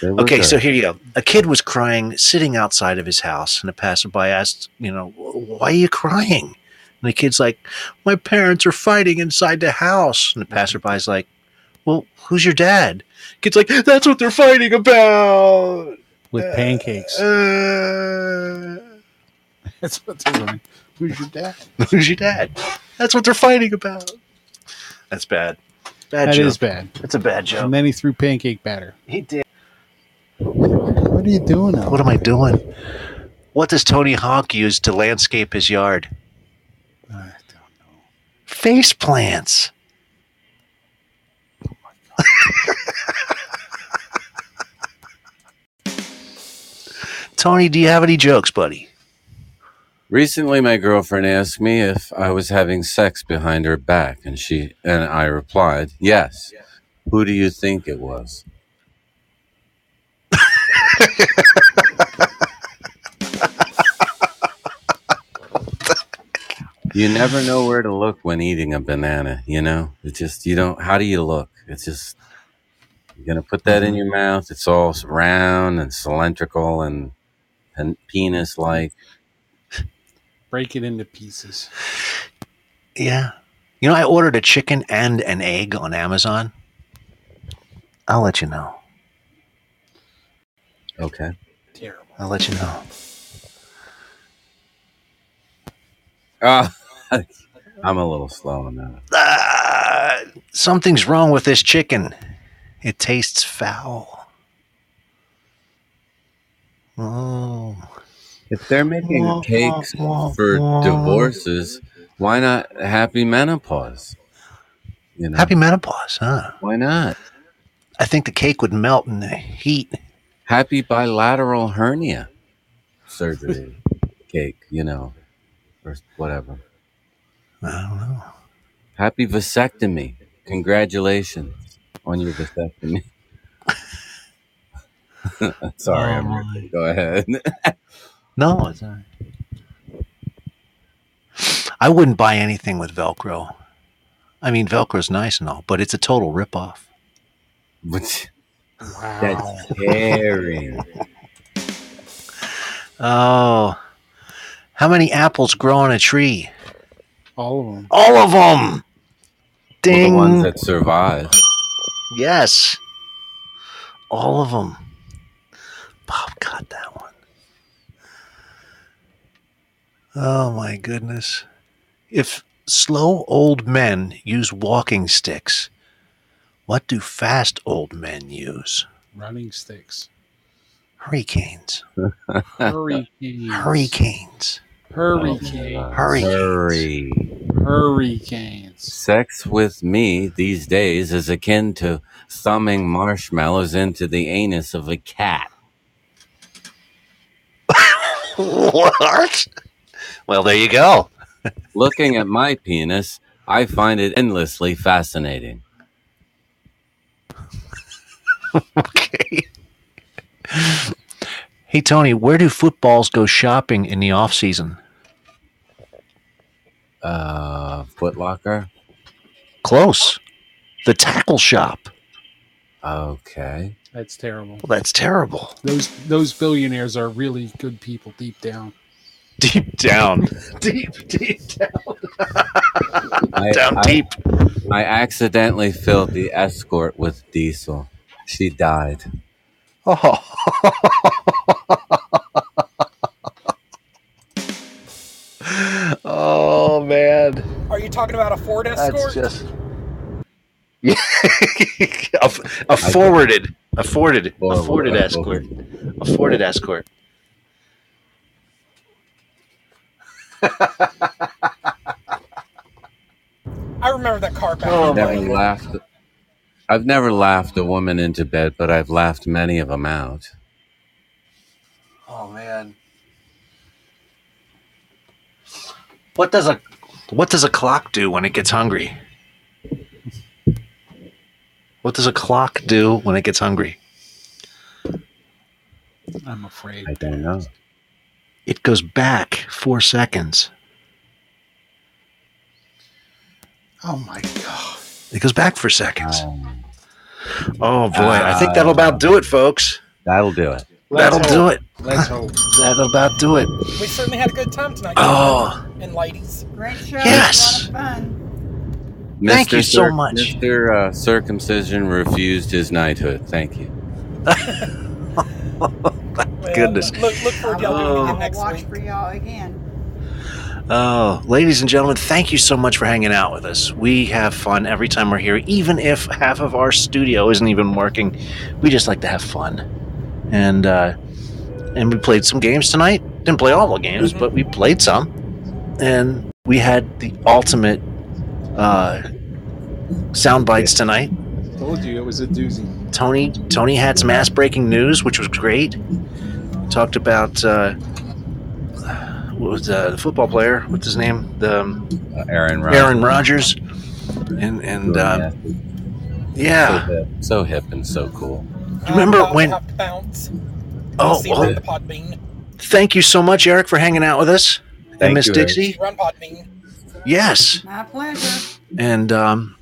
They were
Okay,
good.
so here you go. A kid was crying sitting outside of his house, and a passerby asked, You know, why are you crying? And the kid's like, My parents are fighting inside the house. And the passerby's like, Well, who's your dad? Kid's like, That's what they're fighting about.
with pancakes.
Uh,
That's what they're doing. Who's your dad?
who's your dad? That's what they're fighting about. That's bad. Bad
That
joke.
is bad.
That's a bad
And
joke.
then he threw pancake batter.
He did.
What are you doing? Now?
What am I doing? What does Tony Hawk use to landscape his yard?
I don't know.
Face plants. Tony, do you have any jokes, buddy?
Recently, my girlfriend asked me if I was having sex behind her back, and she and I replied, "Yes." Who do you think it was? you never know where to look when eating a banana. You know, it just you don't. How do you look? It's just You're gonna put that in your mouth. It's all round and cylindrical and, and penis-like.
Break it into pieces.
Yeah. You know, I ordered a chicken and an egg on Amazon. I'll let you know.
Okay.
Terrible.
I'll let you know.
Ah, I'm a little slow on that.
Ah, something's wrong with this chicken. It tastes foul. Oh.
If they're making cakes for divorces, why not happy menopause? You know,
Happy menopause, huh?
why not
I think the cake would melt in the heat.
happy bilateral hernia surgery cake? You know, or whatever.
I don't know.
Happy vasectomy! Congratulations on your vasectomy. Sorry, I'm
Oh my.
go ahead.
No, it's all right. I wouldn't buy anything with Velcro. I mean, Velcro's nice and all, but it's a total ripoff.
But
Wow.
that's scary.
Oh, how many apples grow on a tree?
All of them.
All of them.
Well,
Ding.
the ones that survive.
yes. All of them. Bob got that one. Oh my goodness. If slow old men use walking sticks, what do fast old men use?
Running sticks.
Hurricanes.
Hurricanes.
Hurricanes.
Hurricanes.
Hurricanes.
Oh, Hurry.
Hurricanes.
Sex with me these days is akin to thumbing marshmallows into the anus of a cat.
what? Well, there you go.
Looking at my penis, I find it endlessly fascinating.
okay. Hey Tony, where do footballs go shopping in the off season?
Uh, Foot Locker?
Close. The tackle shop.
Okay.
That's terrible.
Well, that's terrible.
Those those billionaires are really good people deep down.
Deep down. deep, deep down.
I,
Down
I-
deep.
I accidentally filled the escort with diesel. She died.
Oh. oh man.
Are you talking about a Ford
That's
Escort?
just yeah. a, a forwarded. Afforded. Afforded escort. Afforded escort.
I remember that car back.
Oh my
never
god.
laughed. I've never laughed a woman into bed, but I've laughed many of them out.
Oh man. What does a what does a clock do when it gets hungry? What does a clock do when it gets hungry?
I'm afraid.
I don't know.
It goes back 4 seconds.
Oh my god.
It goes back 4 seconds.
Um,
Oh boy, I think that'll about do it folks.
that'll do it.
That'll do it.
Let's hope.
That'll about do it.
We certainly had a good time tonight.
Oh,
And ladies.
Great show.
Yes.
A lot of fun.
Thank you so
Cir-
much.
Mr. Uh, circumcision refused his knighthood. Thank you.
Well,
Goodness.
Look, look forward to y'all doing it
I'll, I'll
Oh.
again
watch
next
for
week.
y'all again.
Oh, ladies and gentlemen, thank you so much for hanging out with us. We have fun every time we're here, even if half of our studio isn't even working. We just like to have fun, and uh, and we played some games tonight. Didn't play all the games, but we played some, and we had the ultimate uh, sound bites tonight.
Told you it was a doozy.
Tony Tony had some ass breaking news, which was great. Talked about uh, what was uh, the football player? What's his name? The um,
Uh, Aaron Rodgers.
Aaron Rodgers, and and uh,
so,
yeah.
hip, so hip and so cool.
I'm
remember
about to
when-
have to bounce.
Oh,
See you
well,
on the Podbean.
thank you so much, Eric, for hanging out with us. and
Thank
Miss
you, Eric.
Dixie,
Run Podbean.
yes,
My pleasure.
and um,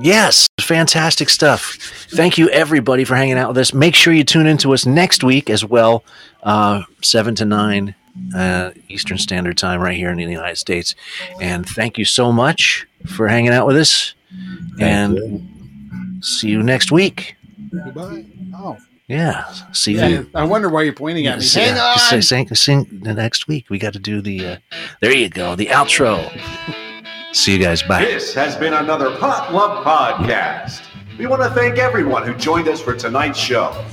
yes, fantastic stuff. Thank you, everybody, for hanging out with us. Make sure you tune in to us next week as well, uh, 7 to 9 uh, Eastern Standard Time, right here in the United States. And thank you so much for hanging out with us. and see you next week.
Goodbye. Oh.
Yeah. See
Yeah,
you.
I wonder why you're pointing at me.
See-
Hang on.
say- sing- sing- the next week. We got to do the. Uh, there you go. The outro. see you guys. Bye.
This has been another Potluck Podcast. We want to thank everyone who joined us for tonight's show.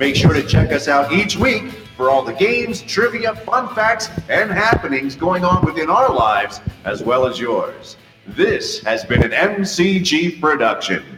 Make sure to check us out each week for all the games, trivia, fun facts, and happenings going on within our lives as well as yours. This has been an MCG production.